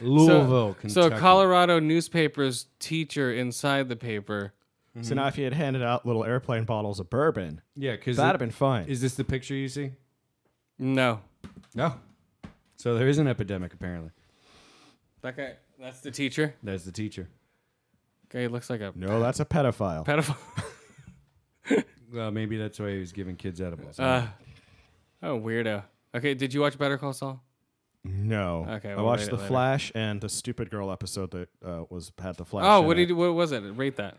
S3: Louisville,
S4: so
S3: Kentucky.
S4: Colorado newspaper's teacher inside the paper.
S2: So
S4: Mm-hmm.
S2: now, if he had handed out little airplane bottles of bourbon,
S3: Yeah, because
S2: that'd have been fine.
S3: Is this the picture you see?
S4: No,
S3: No. So there is an epidemic apparently.
S4: that guy. That's the teacher.
S3: That's the teacher.
S4: Okay, he looks like a
S2: no, that's a pedophile.
S4: pedophile.
S3: Well, maybe that's why he was giving kids edibles.
S4: Uh, oh, weirdo. Okay, did you watch Better Call Saul?
S2: no.
S4: Okay,
S2: I
S4: we'll
S2: watched
S4: rate it
S2: The
S4: later.
S2: Flash and the stupid girl episode that uh, was had the Flash.
S4: Oh,
S2: in
S4: what
S2: it.
S4: did you, what was it? Rate that.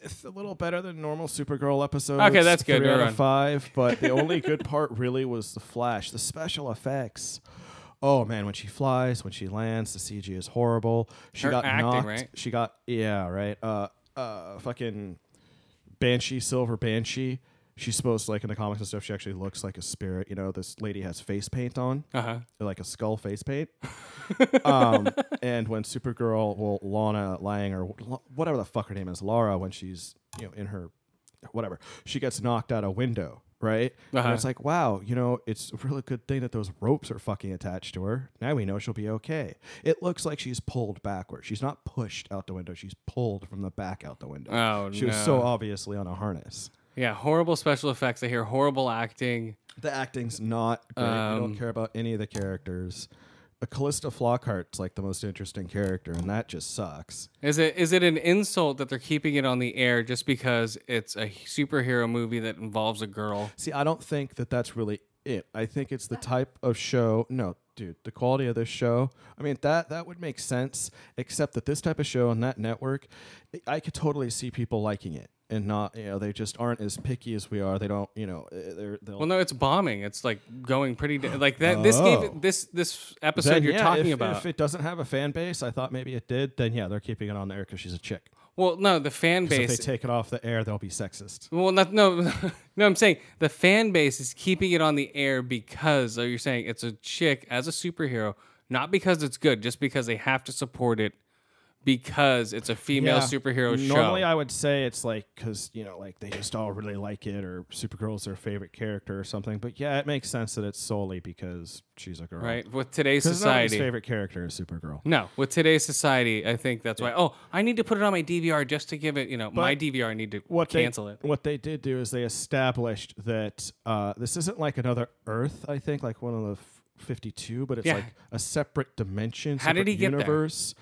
S2: It's a little better than normal Supergirl episodes.
S4: Okay, that's good.
S2: Three
S4: We're
S2: out
S4: on.
S2: of five. But the only good part really was the Flash, the special effects. Oh man, when she flies, when she lands, the CG is horrible. She
S4: Her
S2: got
S4: acting,
S2: knocked.
S4: right?
S2: She got yeah, right. Uh, uh, fucking Banshee, Silver Banshee. She's supposed to, like in the comics and stuff. She actually looks like a spirit. You know, this lady has face paint on
S4: Uh huh.
S2: like a skull face paint. um, and when Supergirl, well, Lana Lang or wh- whatever the fuck her name is, Lara, when she's you know in her whatever, she gets knocked out a window right?
S4: Uh-huh.
S2: And it's like, wow, you know, it's a really good thing that those ropes are fucking attached to her. Now we know she'll be okay. It looks like she's pulled backward. She's not pushed out the window. She's pulled from the back out the window.
S4: Oh,
S2: she was
S4: no.
S2: so obviously on a harness.
S4: Yeah, horrible special effects. I hear horrible acting.
S2: The acting's not great. I
S4: Um,
S2: don't care about any of the characters. Uh, Callista Flockhart's like the most interesting character, and that just sucks.
S4: Is it is it an insult that they're keeping it on the air just because it's a superhero movie that involves a girl?
S2: See, I don't think that that's really it. I think it's the type of show. No, dude, the quality of this show. I mean, that that would make sense, except that this type of show on that network, I- I could totally see people liking it and not, you know, they just aren't as picky as we are. They don't, you know, eh, they're they'll.
S4: Well, no, it's bombing. It's like going pretty da- like that. This gave
S2: Oh.
S4: it- this this episode
S2: Then,
S4: you're
S2: yeah,
S4: talking
S2: if-
S4: about.
S2: If it doesn't have a fan base, I thought maybe it did. Then yeah, they're keeping it on there because she's a chick.
S4: well, no, the fan
S2: 'Cause If
S4: base.
S2: they take it off the air, they'll be sexist.
S4: well, not, no, no. I'm saying the fan base is keeping it on the air because oh, you're saying it's a chick as a superhero, not because it's good, just because they have to support it because it's a female superhero show.
S2: Normally, I would say it's like because you know, like they just all really like it, or Supergirl's their favorite character or something. But yeah, it makes sense that it's solely because she's a girl,
S4: right with today's
S2: Because nobody's
S4: society.
S2: favorite character is Supergirl.
S4: No, with today's society, I think that's why. Oh, I need to put it on my DVR just to give it. You know, my DVR. I need to
S2: What they-
S4: cancel it.
S2: What they did do is they established that uh, this isn't like another Earth. I think like one of the f- fifty-two, but it's
S4: Yeah.
S2: like a separate dimension.
S4: How did
S2: separate
S4: he get there?
S2: universe.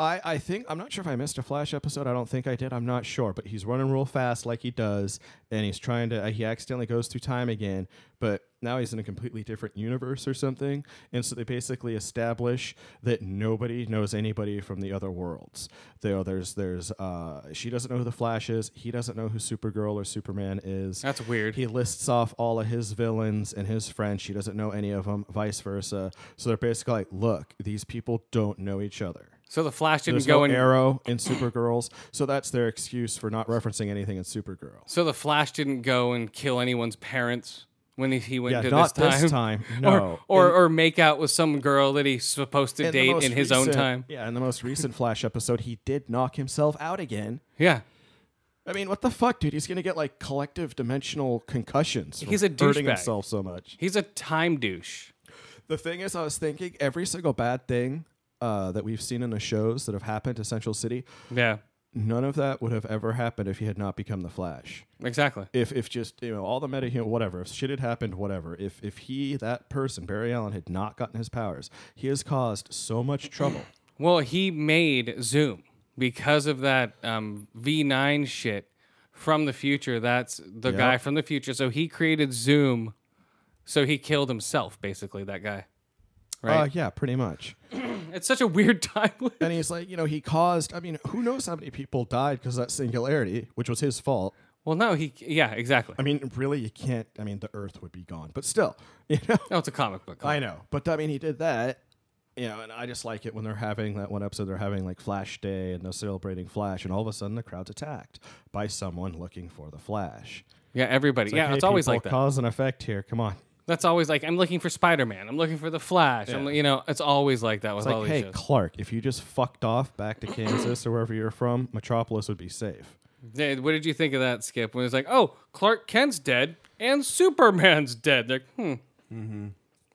S2: I, I think I'm not sure if I missed a Flash episode. I don't think I did. I'm not sure, but he's running real fast like he does, and he's trying to. uh, He accidentally goes through time again, but now he's in a completely different universe or something. And so they basically establish that nobody knows anybody from the other worlds. There, there's there's uh, she doesn't know who the Flash is. He doesn't know who Supergirl or Superman is.
S4: That's weird.
S2: He lists off all of his villains and his friends. She doesn't know any of them. Vice versa. So they're basically like, look, these people don't know each other.
S4: So the Flash didn't
S2: There's
S4: go
S2: no
S4: in.
S2: Arrow in Supergirls, so that's their excuse for not referencing anything in Supergirl.
S4: So the Flash didn't go and kill anyone's parents when he- he went
S2: Yeah,
S4: to
S2: not
S4: this time.
S2: this time, no.
S4: Or or, or make out with some girl that he's supposed to
S2: And the
S4: date in
S2: most
S4: his own
S2: recent-
S4: time.
S2: Yeah, in the most recent Flash episode, he did knock himself out again.
S4: Yeah.
S2: I mean, what the fuck, dude? He's gonna get like collective dimensional concussions. from
S4: He's a
S2: hurting
S4: douchebag.
S2: himself so much.
S4: He's a time douche.
S2: The thing is, I was thinking every single bad thing uh, that we've seen in the shows that have happened to Central City,
S4: Yeah.
S2: none of that would have ever happened if he had not become the Flash.
S4: Exactly.
S2: if if just you know all the meta whatever if shit had happened whatever if if he that person Barry Allen had not gotten his powers he has caused so much trouble
S4: Well, he made Zoom because of that um, V9 shit from the future. That's the guy from the future. So he created Zoom. So he killed himself, basically, that guy. Right?
S2: uh, yeah pretty much
S4: it's such a weird timeline.
S2: and he's like you know he caused I mean who knows how many people died because of that singularity which was his fault
S4: Well, no, he, yeah, exactly.
S2: I mean really you can't I mean the Earth would be gone but still you know
S4: no, it's a comic book.
S2: I know but I mean he did that. You know, and I just like it when they're having that one episode. They're having like Flash Day, and they're celebrating Flash, and all of a sudden the crowd's attacked by someone looking for the Flash.
S4: Yeah, everybody. yeah,
S2: hey,
S4: it's always
S2: people,
S4: like that.
S2: Cause and effect here. Come on. It's
S4: That's always like I'm looking for Spider Man. I'm looking for the Flash. I'm, you know, it's always like that with all
S2: like,
S4: these
S2: hey,
S4: shows.
S2: Clark, if you just fucked off back to Kansas or wherever you're from, Metropolis would be safe.
S4: Yeah, what did you think of that, Skip? When it's like, oh, Clark Kent's dead and Superman's dead. They're like, hmm.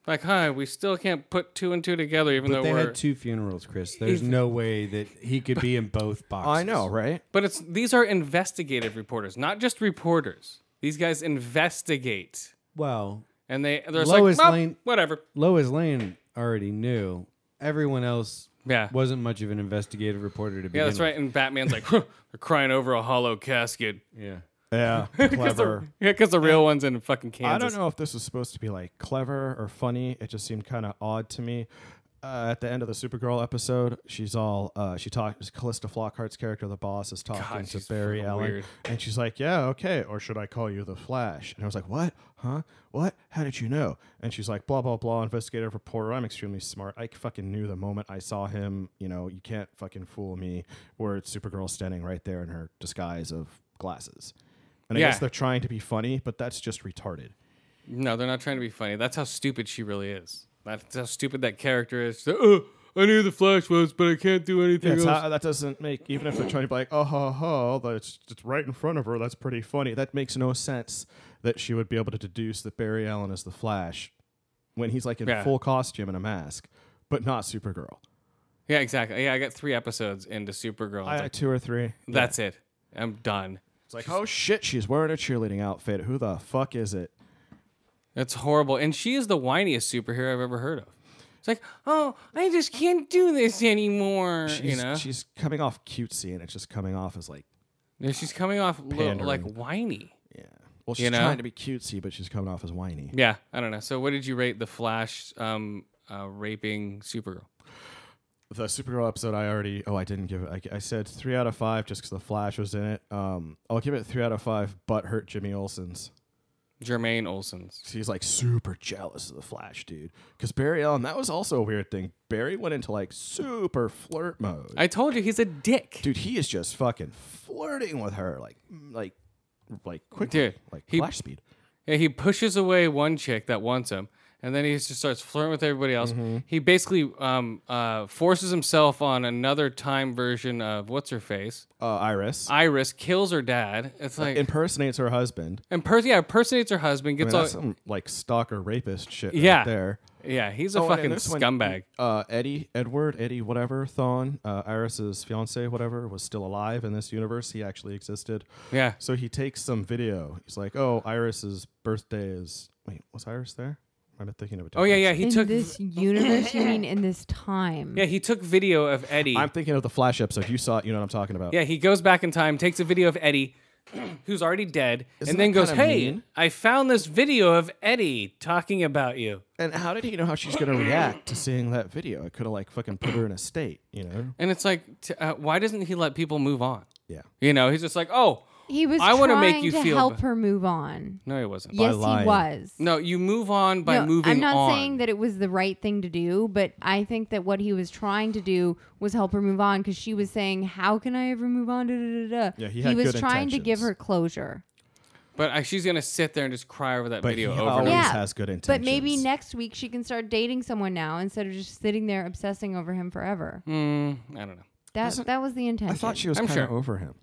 S4: Like, hi, we still can't put two and two together, even
S3: But
S4: though
S3: they
S4: we're.
S3: had two funerals, Chris. There's no way that he could be in both boxes.
S2: right?
S4: But it's these are investigative reporters, not just reporters. These guys investigate,
S3: Well,
S4: and they they're just
S3: Lois
S4: like, "Well,
S3: Lane-
S4: whatever.
S3: Lois Lane already knew. Everyone else
S4: Yeah.
S3: wasn't much of an investigative reporter to begin
S4: Yeah, that's
S3: with.
S4: right. And Batman's like, "Huh, they're crying over a hollow casket.
S3: Yeah.
S2: Yeah, clever.
S4: Yeah, because the real one's in fucking Kansas.
S2: I don't know if this was supposed to be like clever or funny. It just seemed kind of odd to me. Uh, at the end of the Supergirl episode, she's all uh, she talks. Callista Flockhart's character, the boss, is talking
S4: God,
S2: to
S4: she's
S2: Barry
S4: fucking
S2: Allen,
S4: weird.
S2: and she's like, "Yeah, okay, or should I call you the Flash?" And I was like, "What? Huh? What? How did you know?" And she's like, "Blah blah blah, investigative reporter. I'm extremely smart. I fucking knew the moment I saw him. You know, you can't fucking fool me." Where it's Supergirl standing right there in her disguise of glasses, and I
S4: Yeah.
S2: guess they're trying to be funny, but that's just retarded.
S4: No, they're not trying to be funny. That's how stupid she really is. That's how stupid that character is. She's like, "Oh, I knew the Flash was, but I can't do anything
S2: Yeah, it's
S4: else.
S2: how, that doesn't make even if they're trying to be like, oh ha ha, that's it's right in front of her. That's pretty funny. That makes no sense that she would be able to deduce that Barry Allen is the Flash when he's like in
S4: Yeah.
S2: full costume and a mask, but not Supergirl.
S4: yeah, exactly. Yeah, I got three episodes into Supergirl.
S2: I,
S4: It's like,
S2: two or three.
S4: That's it. I'm done.
S2: It's like, oh shit, she's wearing a cheerleading outfit. Who the fuck is it?
S4: That's horrible. And she is the whiniest superhero I've ever heard of. It's like, oh, I just can't do this anymore.
S2: She's,
S4: you know,
S2: she's coming off cutesy, and it's just coming off as like,
S4: Yeah, she's coming off lo-
S2: Pandering.
S4: like whiny.
S2: yeah. Well, she's
S4: know?
S2: trying to be cutesy, but she's coming off as whiny.
S4: Yeah, I don't know. So, what did you rate the Flash um, uh, raping Supergirl?
S2: the Supergirl episode, I already oh I didn't give it. I, I said three out of five just because the Flash was in it. Um, I'll give it three out of five. But hurt Jimmy Olsen's.
S4: Jermaine Olsen's.
S2: He's like super jealous of the Flash, dude. Because Barry Allen, that was also a weird thing. Barry went into like super flirt mode.
S4: I told you he's a dick.
S2: dude, he is just fucking flirting with her, like like like quickly,
S4: Dude,
S2: like
S4: he-
S2: flash speed.
S4: Yeah, he pushes away one chick that wants him, and then he just starts flirting with everybody else.
S2: Mm-hmm.
S4: He basically um, uh, forces himself on another time version of what's her face.
S2: Uh, Iris
S4: Iris kills her dad. It's like and,
S2: impersonates her husband.
S4: Percy yeah, impersonates her husband.
S2: Uh, I mean,
S4: Gets
S2: that's
S4: all
S2: some like stalker rapist shit.
S4: Yeah.
S2: right there.
S4: yeah, he's a
S2: Oh, and in
S4: fucking
S2: this one,
S4: scumbag.
S2: uh, Eddie, Edward, Eddie, whatever, Thawne, uh, Iris's fiance, whatever, was still alive in this universe. He actually existed.
S4: yeah,
S2: So he takes some video. He's like, oh, Iris's birthday is. Wait, was Iris there? Am I thinking of a
S4: oh yeah, yeah.
S2: different-
S4: He
S5: in
S4: took
S5: this universe, you mean in this time?
S4: yeah he took video of Eddie.
S2: I'm thinking of the Flash episode. You saw it. You know what I'm talking about.
S4: yeah, he goes back in time, takes a video of Eddie, who's already dead,
S2: Isn't
S4: and then
S2: that
S4: goes,
S2: kinda
S4: "Hey,
S2: mean?
S4: I found this video of Eddie talking about you."
S2: And how did he know how she's going to react to seeing that video? It could have, like, fucking put her in a state, you know?
S4: And it's like, t- uh, why doesn't he let people move on?
S2: Yeah.
S4: You know, he's just like, oh,
S5: He was
S4: I
S5: trying
S4: wanna make you
S5: to
S4: feel
S5: help
S4: b-
S5: her move on.
S4: no, he wasn't.
S5: Yes,
S2: lying.
S5: he was.
S4: No, you move on by
S5: No,
S4: moving
S5: I'm not
S4: on.
S5: saying that it was the right thing to do, but I think that what he was trying to do was help her move on because she was saying, "How can I ever move on?" Da, da, da, da.
S2: Yeah, he had
S5: was
S2: good
S5: trying to give
S2: intentions.
S5: her closure.
S4: but I, she's gonna sit there and just cry over that
S2: But
S4: video
S2: he
S4: over. and
S2: always
S4: over.
S5: Yeah,
S2: has good
S5: But
S2: intentions.
S5: maybe next week she can start dating someone now instead of just sitting there obsessing over him forever.
S4: Mm, I don't know.
S5: That
S2: Wasn't-
S5: that was the intention.
S2: I thought she was
S4: I'm
S2: kind of
S4: sure.
S2: over him.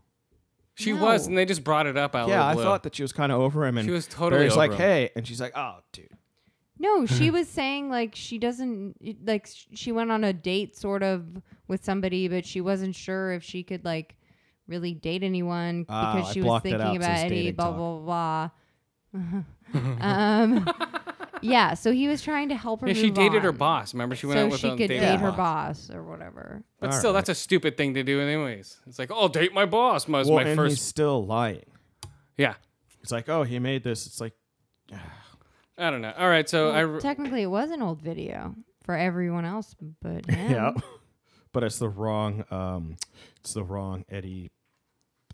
S4: She was,
S5: No.
S4: and they just brought it up out
S2: Yeah,
S4: of
S2: I
S4: the blue.
S2: thought that she was kind of over him. And
S4: She was totally
S2: Barry's
S4: over
S2: like,
S4: him.
S2: hey. And she's like, oh, dude.
S5: No, she was saying like she doesn't like sh- she went on a date sort of with somebody, but she wasn't sure if she could like really date anyone
S2: Oh,
S5: because
S2: I
S5: she was
S2: blocked that out
S5: thinking about
S2: since
S5: Eddie.
S2: dating
S5: Blah
S2: talk.
S5: blah blah. um, yeah, so he was trying to help her.
S4: yeah, she
S5: move
S4: dated her
S5: on
S4: boss. Remember, she went
S5: so
S4: out with
S5: she
S4: a
S5: could
S4: date
S5: date
S4: with
S5: her boss or whatever.
S4: But
S2: All
S4: still,
S2: right.
S4: that's a stupid thing to do, anyways. It's like, oh, date my boss. Was
S2: well,
S4: my
S2: and
S4: first.
S2: he's still lying.
S4: Yeah,
S2: It's like, oh, he made this. It's like,
S4: I don't know. All right, so I.
S5: Well, technically, it was an old video for everyone else, but him.
S2: yeah, but it's the wrong, um, it's the wrong Eddie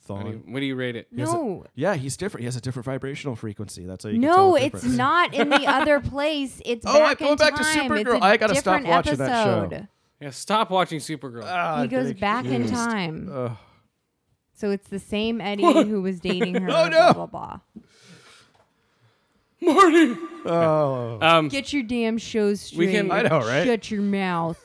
S4: what, do you,
S2: Thawne.
S4: what do you rate it?
S2: has a-
S5: No,
S2: yeah, he's different. He has a different vibrational frequency. That's how you. can tell
S5: No,
S2: the
S5: it's
S2: difference.
S5: not in the other place. It's
S2: Oh,
S5: back
S2: I- going
S5: in
S2: back to
S5: time. It's
S2: Supergirl.
S5: a
S2: I gotta stop
S5: different
S2: watching that show.
S5: episode.
S4: Yeah, stop watching Supergirl.
S2: Ah,
S5: He goes
S2: getting
S5: back in
S2: confused.
S5: time.
S2: Ugh.
S5: So it's the same Eddie who was dating her.
S2: Oh, no.
S5: Blah blah blah.
S4: Marty.
S2: Oh,
S4: Um,
S5: Get your damn shows straight.
S4: We can- I
S2: know, right?
S5: Shut your mouth.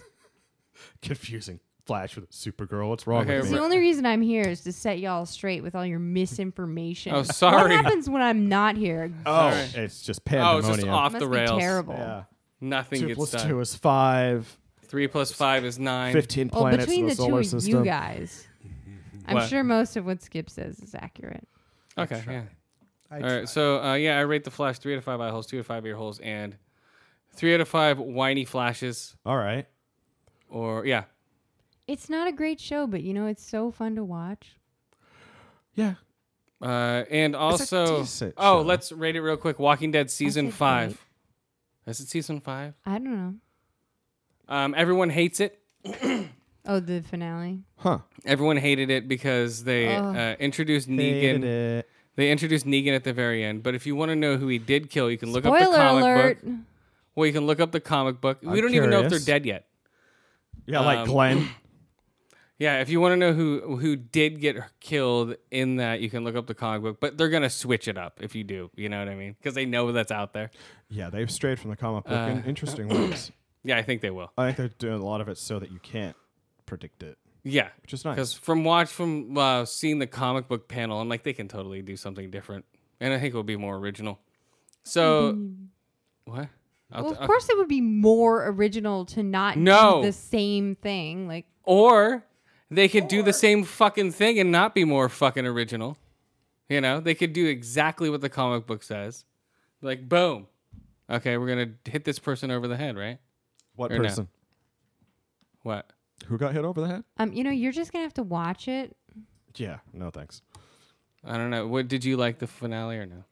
S2: confusing. Flash with Supergirl. What's wrong
S4: Okay,
S2: with
S5: The
S2: me?
S4: we're-
S5: only reason I'm here is to set y'all straight with all your misinformation.
S4: Oh, sorry.
S5: What happens when I'm not here?
S2: Oh,
S4: Sorry.
S2: it's just
S4: oh,
S2: pandemonium.
S4: it's just off
S5: must
S4: the
S5: be
S4: rails.
S5: terrible.
S2: Yeah.
S4: Nothing
S2: Two
S4: gets
S2: plus
S4: done.
S2: two is five.
S4: Three plus five is nine.
S2: Fifteen
S5: Well,
S2: planets
S5: between
S2: in the,
S5: the, two
S2: solar
S5: of
S2: system.
S5: you guys, I'm
S4: What?
S5: sure most of what Skip says is accurate.
S4: Okay, yeah.
S3: I
S4: All right, so uh, yeah, I rate the Flash three out of five eye holes, two out of five ear holes, and three out of five whiny flashes.
S2: All right.
S4: Or yeah,
S5: It's not a great show, but you know it's so fun to watch.
S2: Yeah.
S4: uh, and also
S2: decent
S4: oh,
S2: show.
S4: let's rate it real quick. Walking Dead season
S5: said
S4: five. Is it season five?
S5: I don't know.
S4: Um, everyone hates it.
S5: Oh, the finale.
S2: Huh.
S4: Everyone hated it because they uh, introduced
S2: Hated
S4: Negan.
S2: it.
S4: They introduced Negan at the very end. But if you want to know who he did kill, you can look up the
S5: Spoiler
S4: comic
S5: alert.
S4: book. Well, you can look up the comic book. we
S2: I'm
S4: don't even know if they're
S2: curious.
S4: dead yet.
S2: Yeah, like
S4: Um,
S2: Glenn.
S4: Yeah, if you want to know who who did get killed in that, you can look up the comic book. But they're gonna switch it up if you do. You know what I mean? Because they know that's out there. uh,
S2: Yeah, they've strayed from the comic book in interesting ways.
S4: Yeah, I think they will.
S2: I think they're doing a lot of it so that you can't predict it,
S4: Yeah,
S2: which is nice.
S4: because from watch from uh, seeing the comic book panel, I'm like they can totally do something different, and I think it will be more original. So, what? I'll
S5: Well,
S4: t-
S5: of
S4: I'll-
S5: course, it would be more original to not
S4: No.
S5: do the same thing. Like,
S4: Or they could do the same fucking thing and not be more fucking original. You know, they could do exactly what the comic book says. Like, boom. Okay, we're going to hit this person over the head, right?
S2: what
S4: or no.
S2: person
S4: What?
S2: who got hit over the head?
S5: um, you know, you're just gonna have to watch it.
S2: Yeah, no thanks.
S4: I don't know. What did you like the finale or no?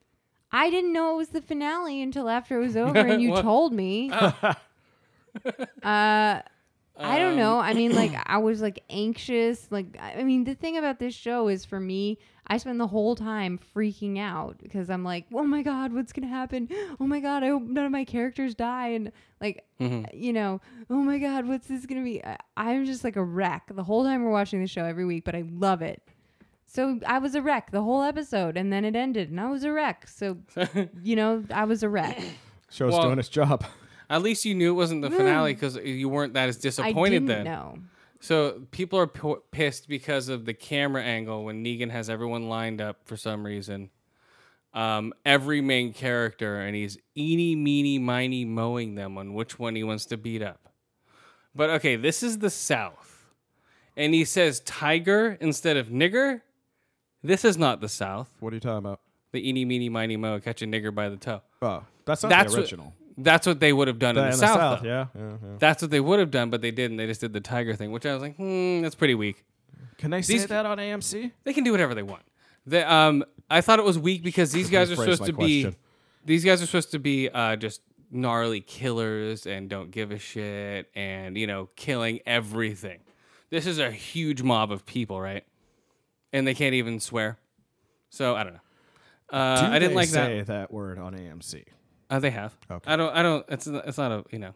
S5: I didn't know it was the finale until after it was over, and you
S4: What?
S5: told me. uh, I don't know. I mean, like, I was like anxious. Like, I I mean, the thing about this show is for me, I spend the whole time freaking out because I'm like, oh my god, what's gonna happen? Oh my god, I hope none of my characters die, and like, uh, you know, oh my god, what's this gonna be? I, I'm just like a wreck the whole time we're watching the show every week, but I love it. So I was a wreck the whole episode, and then it ended, and I was a wreck. So, you know, I was a wreck.
S2: Show's
S4: Well-
S2: doing its job.
S4: At least you knew it wasn't the finale because you weren't that as
S5: Mm. I
S4: disappointed
S5: didn't
S4: then.
S5: know.
S4: So people are p- pissed because of the camera angle when Negan has everyone lined up for some reason. Um, every main character, and he's eeny, meeny, miny, mowing them on which one he wants to beat up. But okay, this is the South, and he says tiger instead of nigger. This is not the South.
S2: What are you talking about?
S4: The eeny, meeny, miny, moe, catch a nigger by the toe.
S2: Oh, that's not
S4: That's
S2: the
S4: what-
S2: original.
S4: That's what they would have done in the,
S2: in
S4: South. though.
S2: yeah, yeah, yeah.
S4: That's what they would have done, but they didn't. They just did the tiger thing, which I was like, hmm, that's pretty weak.
S2: Can they say
S4: These-
S2: that on AMC?
S4: They can do whatever they want. They, um, I thought it was weak because these guys are
S2: Rephrase
S4: supposed
S2: my
S4: to be,
S2: question.
S4: these guys are supposed to be uh, just gnarly killers and don't give a shit and you know killing everything. This is a huge mob of people, right? And they can't even swear. So I don't know. Uh,
S2: Do
S4: I didn't
S2: they
S4: like that.
S2: say that. word on AMC.
S4: Uh, they have.
S2: Okay.
S4: I don't. I don't. It's. It's not a. You know.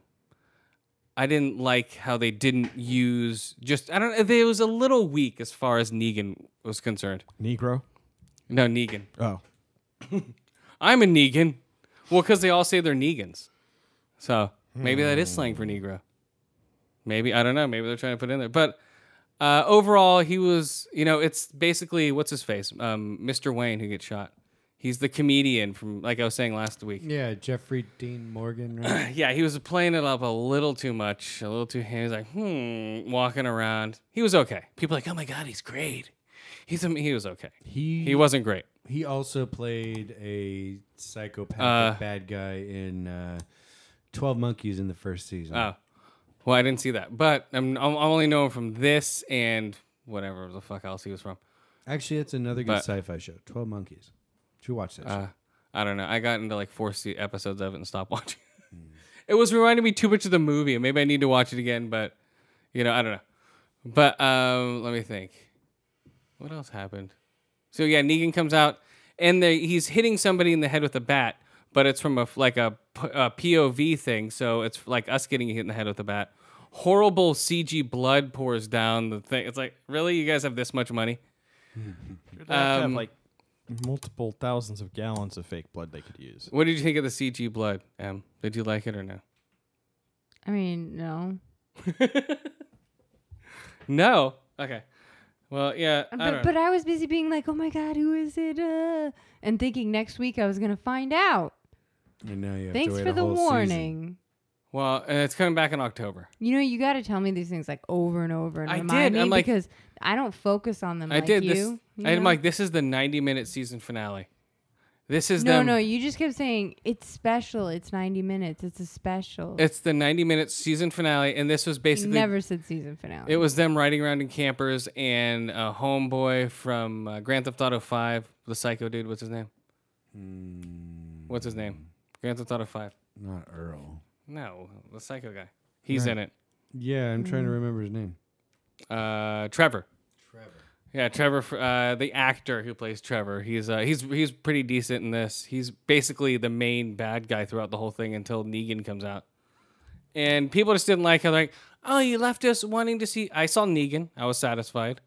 S4: I didn't like how they didn't use just. I don't. It was a little weak as far as Negan was concerned.
S2: Negro.
S4: No, Negan.
S2: Oh,
S4: I'm a Negan. Well, because they all say they're Negans. So maybe that is slang for Negro. Maybe I don't know. Maybe they're trying to put it in there. But uh, overall, he was. You know, it's basically what's his face, um, Mr. Wayne, who gets shot. He's the comedian from, like I was saying last week.
S3: Yeah, Jeffrey Dean Morgan. Right?
S4: Yeah, he was playing it up a little too much, a little too. He was like, hmm, walking around. He was okay. People like, oh my god, he's great. He's am- he was okay.
S3: he
S4: He wasn't great.
S3: He also played a psychopathic
S4: Uh,
S3: bad guy in uh, Twelve Monkeys in the first season.
S4: Oh, well, I didn't see that, but I'm I'm I only know him from this and whatever the fuck else he was from.
S3: Actually, it's another good
S4: But-
S3: sci-fi show. Twelve Monkeys. Should you watch that?
S4: Uh, I don't know. I got into like four se- episodes of it and stopped watching. it was reminding me too much of the movie, and maybe I need to watch it again. But you know, I don't know. But um, let me think. What else happened? So yeah, Negan comes out, and they, he's hitting somebody in the head with a bat, but it's from a f- like a, p- a POV thing, so it's like us getting hit in the head with a bat. Horrible CG blood pours down the thing. It's like, really, you guys have this much money? have, Um,
S2: like multiple thousands of gallons of fake blood they could use.
S4: What did you think of the CG blood? Em? did you like it or no?
S5: I mean, no.
S4: No. Okay. Well, yeah. I
S5: But,
S4: don't
S5: but I was busy being like, oh my god, who is it? Uh, and thinking next week I was gonna find out.
S3: I know you have
S5: Thanks
S3: to wait
S5: for
S3: a
S5: the
S3: whole season.
S5: warning.
S4: well, and it's coming back in October.
S5: You know, you got to tell me these things like over and over and
S4: I
S5: remind
S4: did. I'm
S5: me
S4: like-
S5: because I don't focus on them.
S4: I
S5: like
S4: did
S5: you,
S4: this.
S5: you
S4: I'm
S5: know?
S4: like, this is the 90 minute season finale. This is
S5: no,
S4: them-
S5: no. You just kept saying it's special. It's ninety minutes. It's a special.
S4: It's the 90 minute season finale, and this was
S5: you
S4: basically
S5: never said season finale.
S4: It was them riding around in campers and a homeboy from uh, Grand Theft Auto Five, the psycho dude. What's his name? What's his name? Grand Theft Auto Five.
S3: Not Earl.
S4: No, the psycho guy. He's in it.
S3: Yeah, I'm trying to
S5: Mm.
S3: remember his name.
S4: Uh, Trevor. Yeah, Trevor, Fr- uh, the actor who plays Trevor, he's uh, he's he's pretty decent in this. He's basically the main bad guy throughout the whole thing until Negan comes out, and people just didn't like how like, oh, you left us wanting to see. I saw Negan, I was satisfied.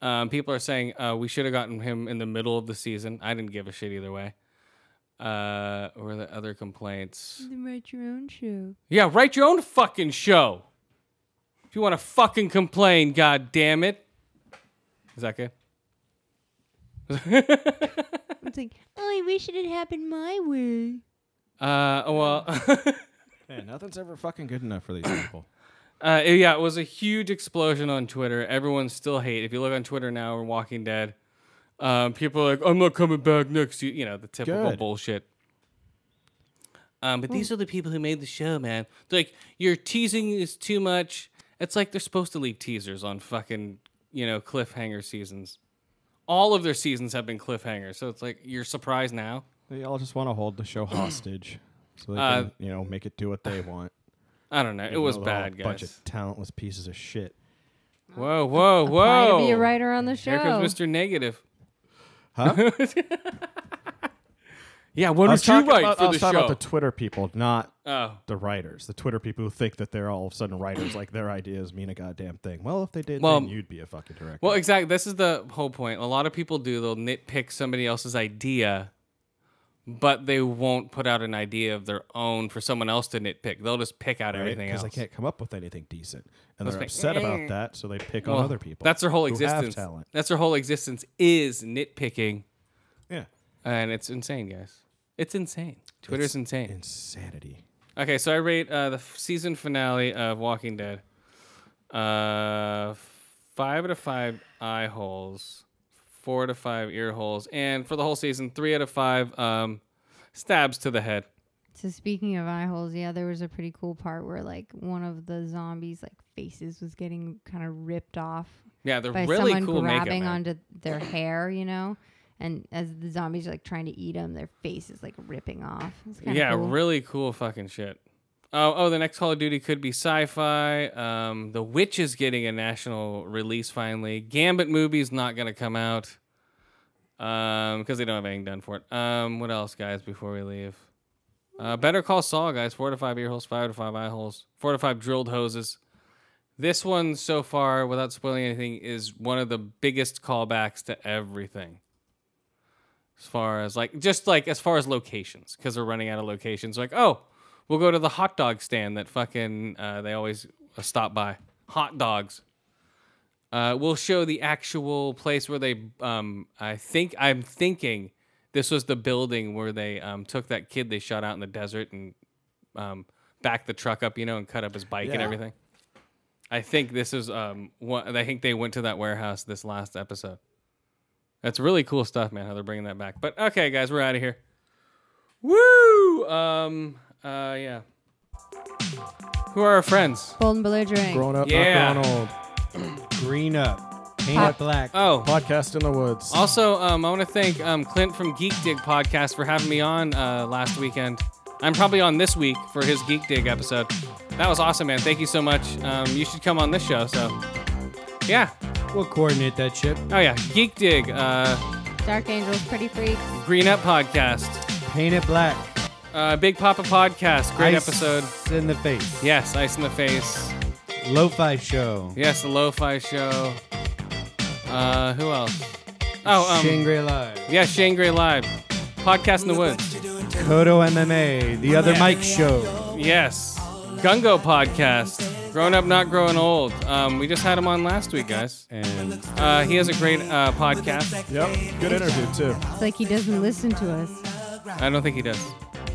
S4: Um, people are saying uh, we should have gotten him in the middle of the season. I didn't give a shit either way. Uh, or the other complaints.
S5: Then write your own show.
S4: Yeah, write your own fucking show. If you want to fucking complain, god damn it. Is that good?
S5: It's like, oh, I wish it had happened my way.
S4: Uh, well,
S2: Man, nothing's ever fucking good enough for these people.
S4: Uh, it- yeah, it was a huge explosion on Twitter. Everyone still hate. If you look on Twitter now, we're Walking Dead. Um, people are like, "I'm not coming back next year." You know the typical
S2: Good.
S4: bullshit. Um, but these are the people who made the show, man. They're like, "Your teasing is too much." It's like they're supposed to leave teasers on fucking you know cliffhanger seasons. All of their seasons have been cliffhangers, so it's like you're surprised now.
S2: They all just want to hold the show hostage, so they
S4: Uh,
S2: can, you know, make it do what they want.
S4: I don't know. It was
S2: Even though they're all
S4: bad,
S2: A
S4: guys.
S2: bunch of talentless pieces of shit.
S4: Whoa, whoa,
S5: Apply
S4: whoa!
S5: to be a writer on the show.
S4: Here comes Mr. Negative.
S2: Huh?
S4: yeah, what did
S2: I was
S4: you
S2: talking
S4: write
S2: about, I
S4: for
S2: was
S4: the
S2: talking
S4: show?
S2: about the Twitter people, not
S4: oh,
S2: the writers. The Twitter people who think that they're all of a sudden writers, like their ideas mean a goddamn thing. Well, if they did,
S4: Well,
S2: then you'd be a fucking director.
S4: well, exactly. This is the whole point. A lot of people do. They'll nitpick somebody else's idea, but they won't put out an idea of their own for someone else to nitpick. They'll just pick out everything
S2: because
S4: else.
S2: they can't come up with anything decent, and they're
S4: make-
S2: upset about that, so they pick on
S4: Well,
S2: other people.
S4: That's their whole
S2: who have
S4: existence.
S2: talent.
S4: That's their whole existence is nitpicking,
S2: Yeah,
S4: and it's insane, guys. It's insane. Twitter's
S2: It's
S4: insane.
S2: insanity.
S4: Okay, so I rate uh, the f- season finale of Walking Dead uh, five out of five eye holes, four out of five ear holes, and for the whole season, three out of five um, stabs to the head.
S5: So speaking of eye holes, yeah, there was a pretty cool part where like one of the zombies like faces was getting kind of ripped off
S4: Yeah, they're
S5: by
S4: really
S5: someone
S4: cool makeup.
S5: grabbing
S4: man.
S5: onto their hair, you know. And as the zombies are like trying to eat them, their face is like ripping off. It's kinda
S4: yeah,
S5: cool.
S4: really cool fucking shit. Oh, oh, the next Call of Duty could be sci-fi. Um, the Witch is getting a national release finally. Gambit movie's not gonna come out um, because they don't have anything done for it. Um, what else, guys? Before we leave, uh, Better Call Saul, guys. Four to five ear holes, five to five eye holes, four to five drilled hoses. This one so far, without spoiling anything, is one of the biggest callbacks to everything as far as like just like as far as locations because we're running out of locations like oh we'll go to the hot dog stand that fucking uh, they always stop by hot dogs uh, we'll show the actual place where they um, i think i'm thinking this was the building where they um, took that kid they shot out in the desert and um, backed the truck up you know and cut up his bike and
S2: Yeah.
S4: everything i think this is um, one, i think they went to that warehouse this last episode that's really cool stuff, man. How they're bringing that back. But okay, guys, we're out of here. Woo! Um. Uh. Yeah. Who are our friends?
S5: bold and belligerent.
S2: Grown up,
S4: Yeah.
S2: not grown old.
S3: Green up, paint up black.
S4: Oh.
S2: Podcast in the woods.
S4: Also, um, I want to thank um, Clint from Geek Dig Podcast for having me on uh, last weekend. I'm probably on this week for his Geek Dig episode. That was awesome, man. Thank you so much. Um, you should come on this show. So, yeah.
S3: We'll coordinate that shit.
S4: Oh yeah, Geek Dig, uh,
S5: Dark Angels, Pretty Freaks.
S4: Green Up Podcast,
S3: Paint it black.
S4: uh, Big Papa Podcast. Great
S3: Ice
S4: episode.
S3: in the face.
S4: Yes, ice in the face.
S3: Lo-fi show.
S4: Yes, the Lo-Fi Show. Uh, who else? Oh, um,
S3: Shangri Live.
S4: yeah, Shane Gray Live, podcast in the woods.
S3: Kodo MMA. The other
S4: Yeah.
S3: Mike show.
S4: Yes, Gungo podcast, grown up not growing old. Um, we just had him on last week, guys.
S3: And
S4: Uh, he has a great uh, podcast.
S2: yep, good interview too.
S5: It's like he doesn't listen to us.
S4: I don't think he does.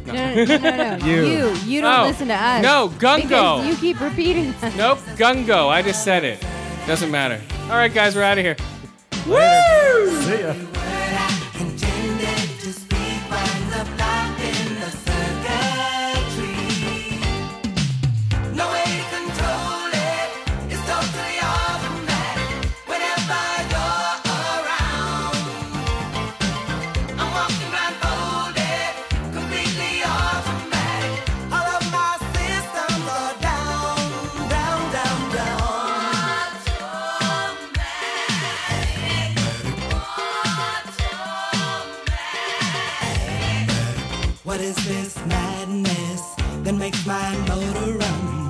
S5: No, no, no, no. no. you. you, don't
S4: Oh.
S5: listen to us.
S4: No, Gungo.
S5: Because you keep repeating. That.
S4: Nope, Gungo. I just said it. Doesn't matter. All right, guys, we're out of here.
S2: See ya.
S6: intended to speak from the block in the circuitry. No way to control it, it's totally automatic whenever you're around. I'm walking blindfolded, completely automatic. All of my systems are down, down, down, down. What is this madness that makes my motor run?